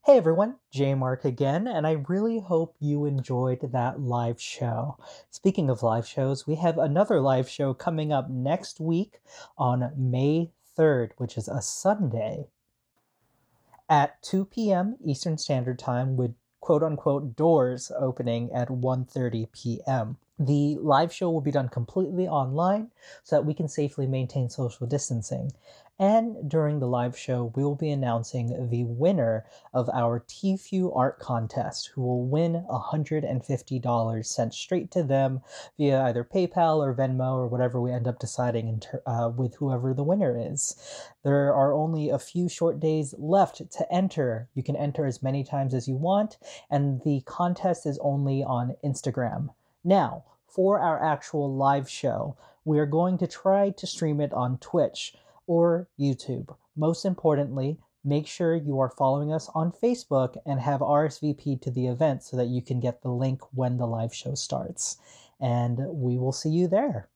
Speaker 1: Hey everyone, J Mark again, and I really hope you enjoyed that live show. Speaking of live shows, we have another live show coming up next week on May 3rd, which is a Sunday at 2 p.m. Eastern Standard Time with quote unquote doors opening at 1:30 p.m. The live show will be done completely online so that we can safely maintain social distancing. And during the live show, we will be announcing the winner of our TFU art contest, who will win $150 sent straight to them via either PayPal or Venmo or whatever we end up deciding in ter- uh, with whoever the winner is. There are only a few short days left to enter. You can enter as many times as you want, and the contest is only on Instagram. Now, for our actual live show, we are going to try to stream it on Twitch or YouTube. Most importantly, make sure you are following us on Facebook and have RSVP to the event so that you can get the link when the live show starts. And we will see you there.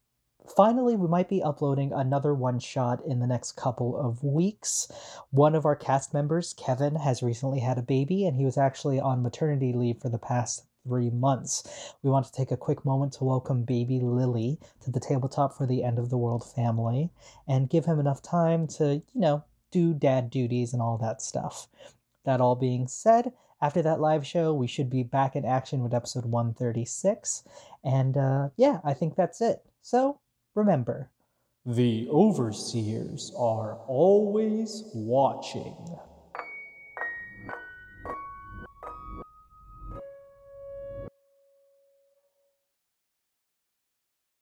Speaker 1: Finally, we might be uploading another one shot in the next couple of weeks. One of our cast members, Kevin, has recently had a baby and he was actually on maternity leave for the past three months. We want to take a quick moment to welcome baby Lily to the tabletop for the end of the world family and give him enough time to, you know, do dad duties and all that stuff. That all being said, after that live show, we should be back in action with episode 136. And uh, yeah, I think that's it. So remember the overseers are always watching.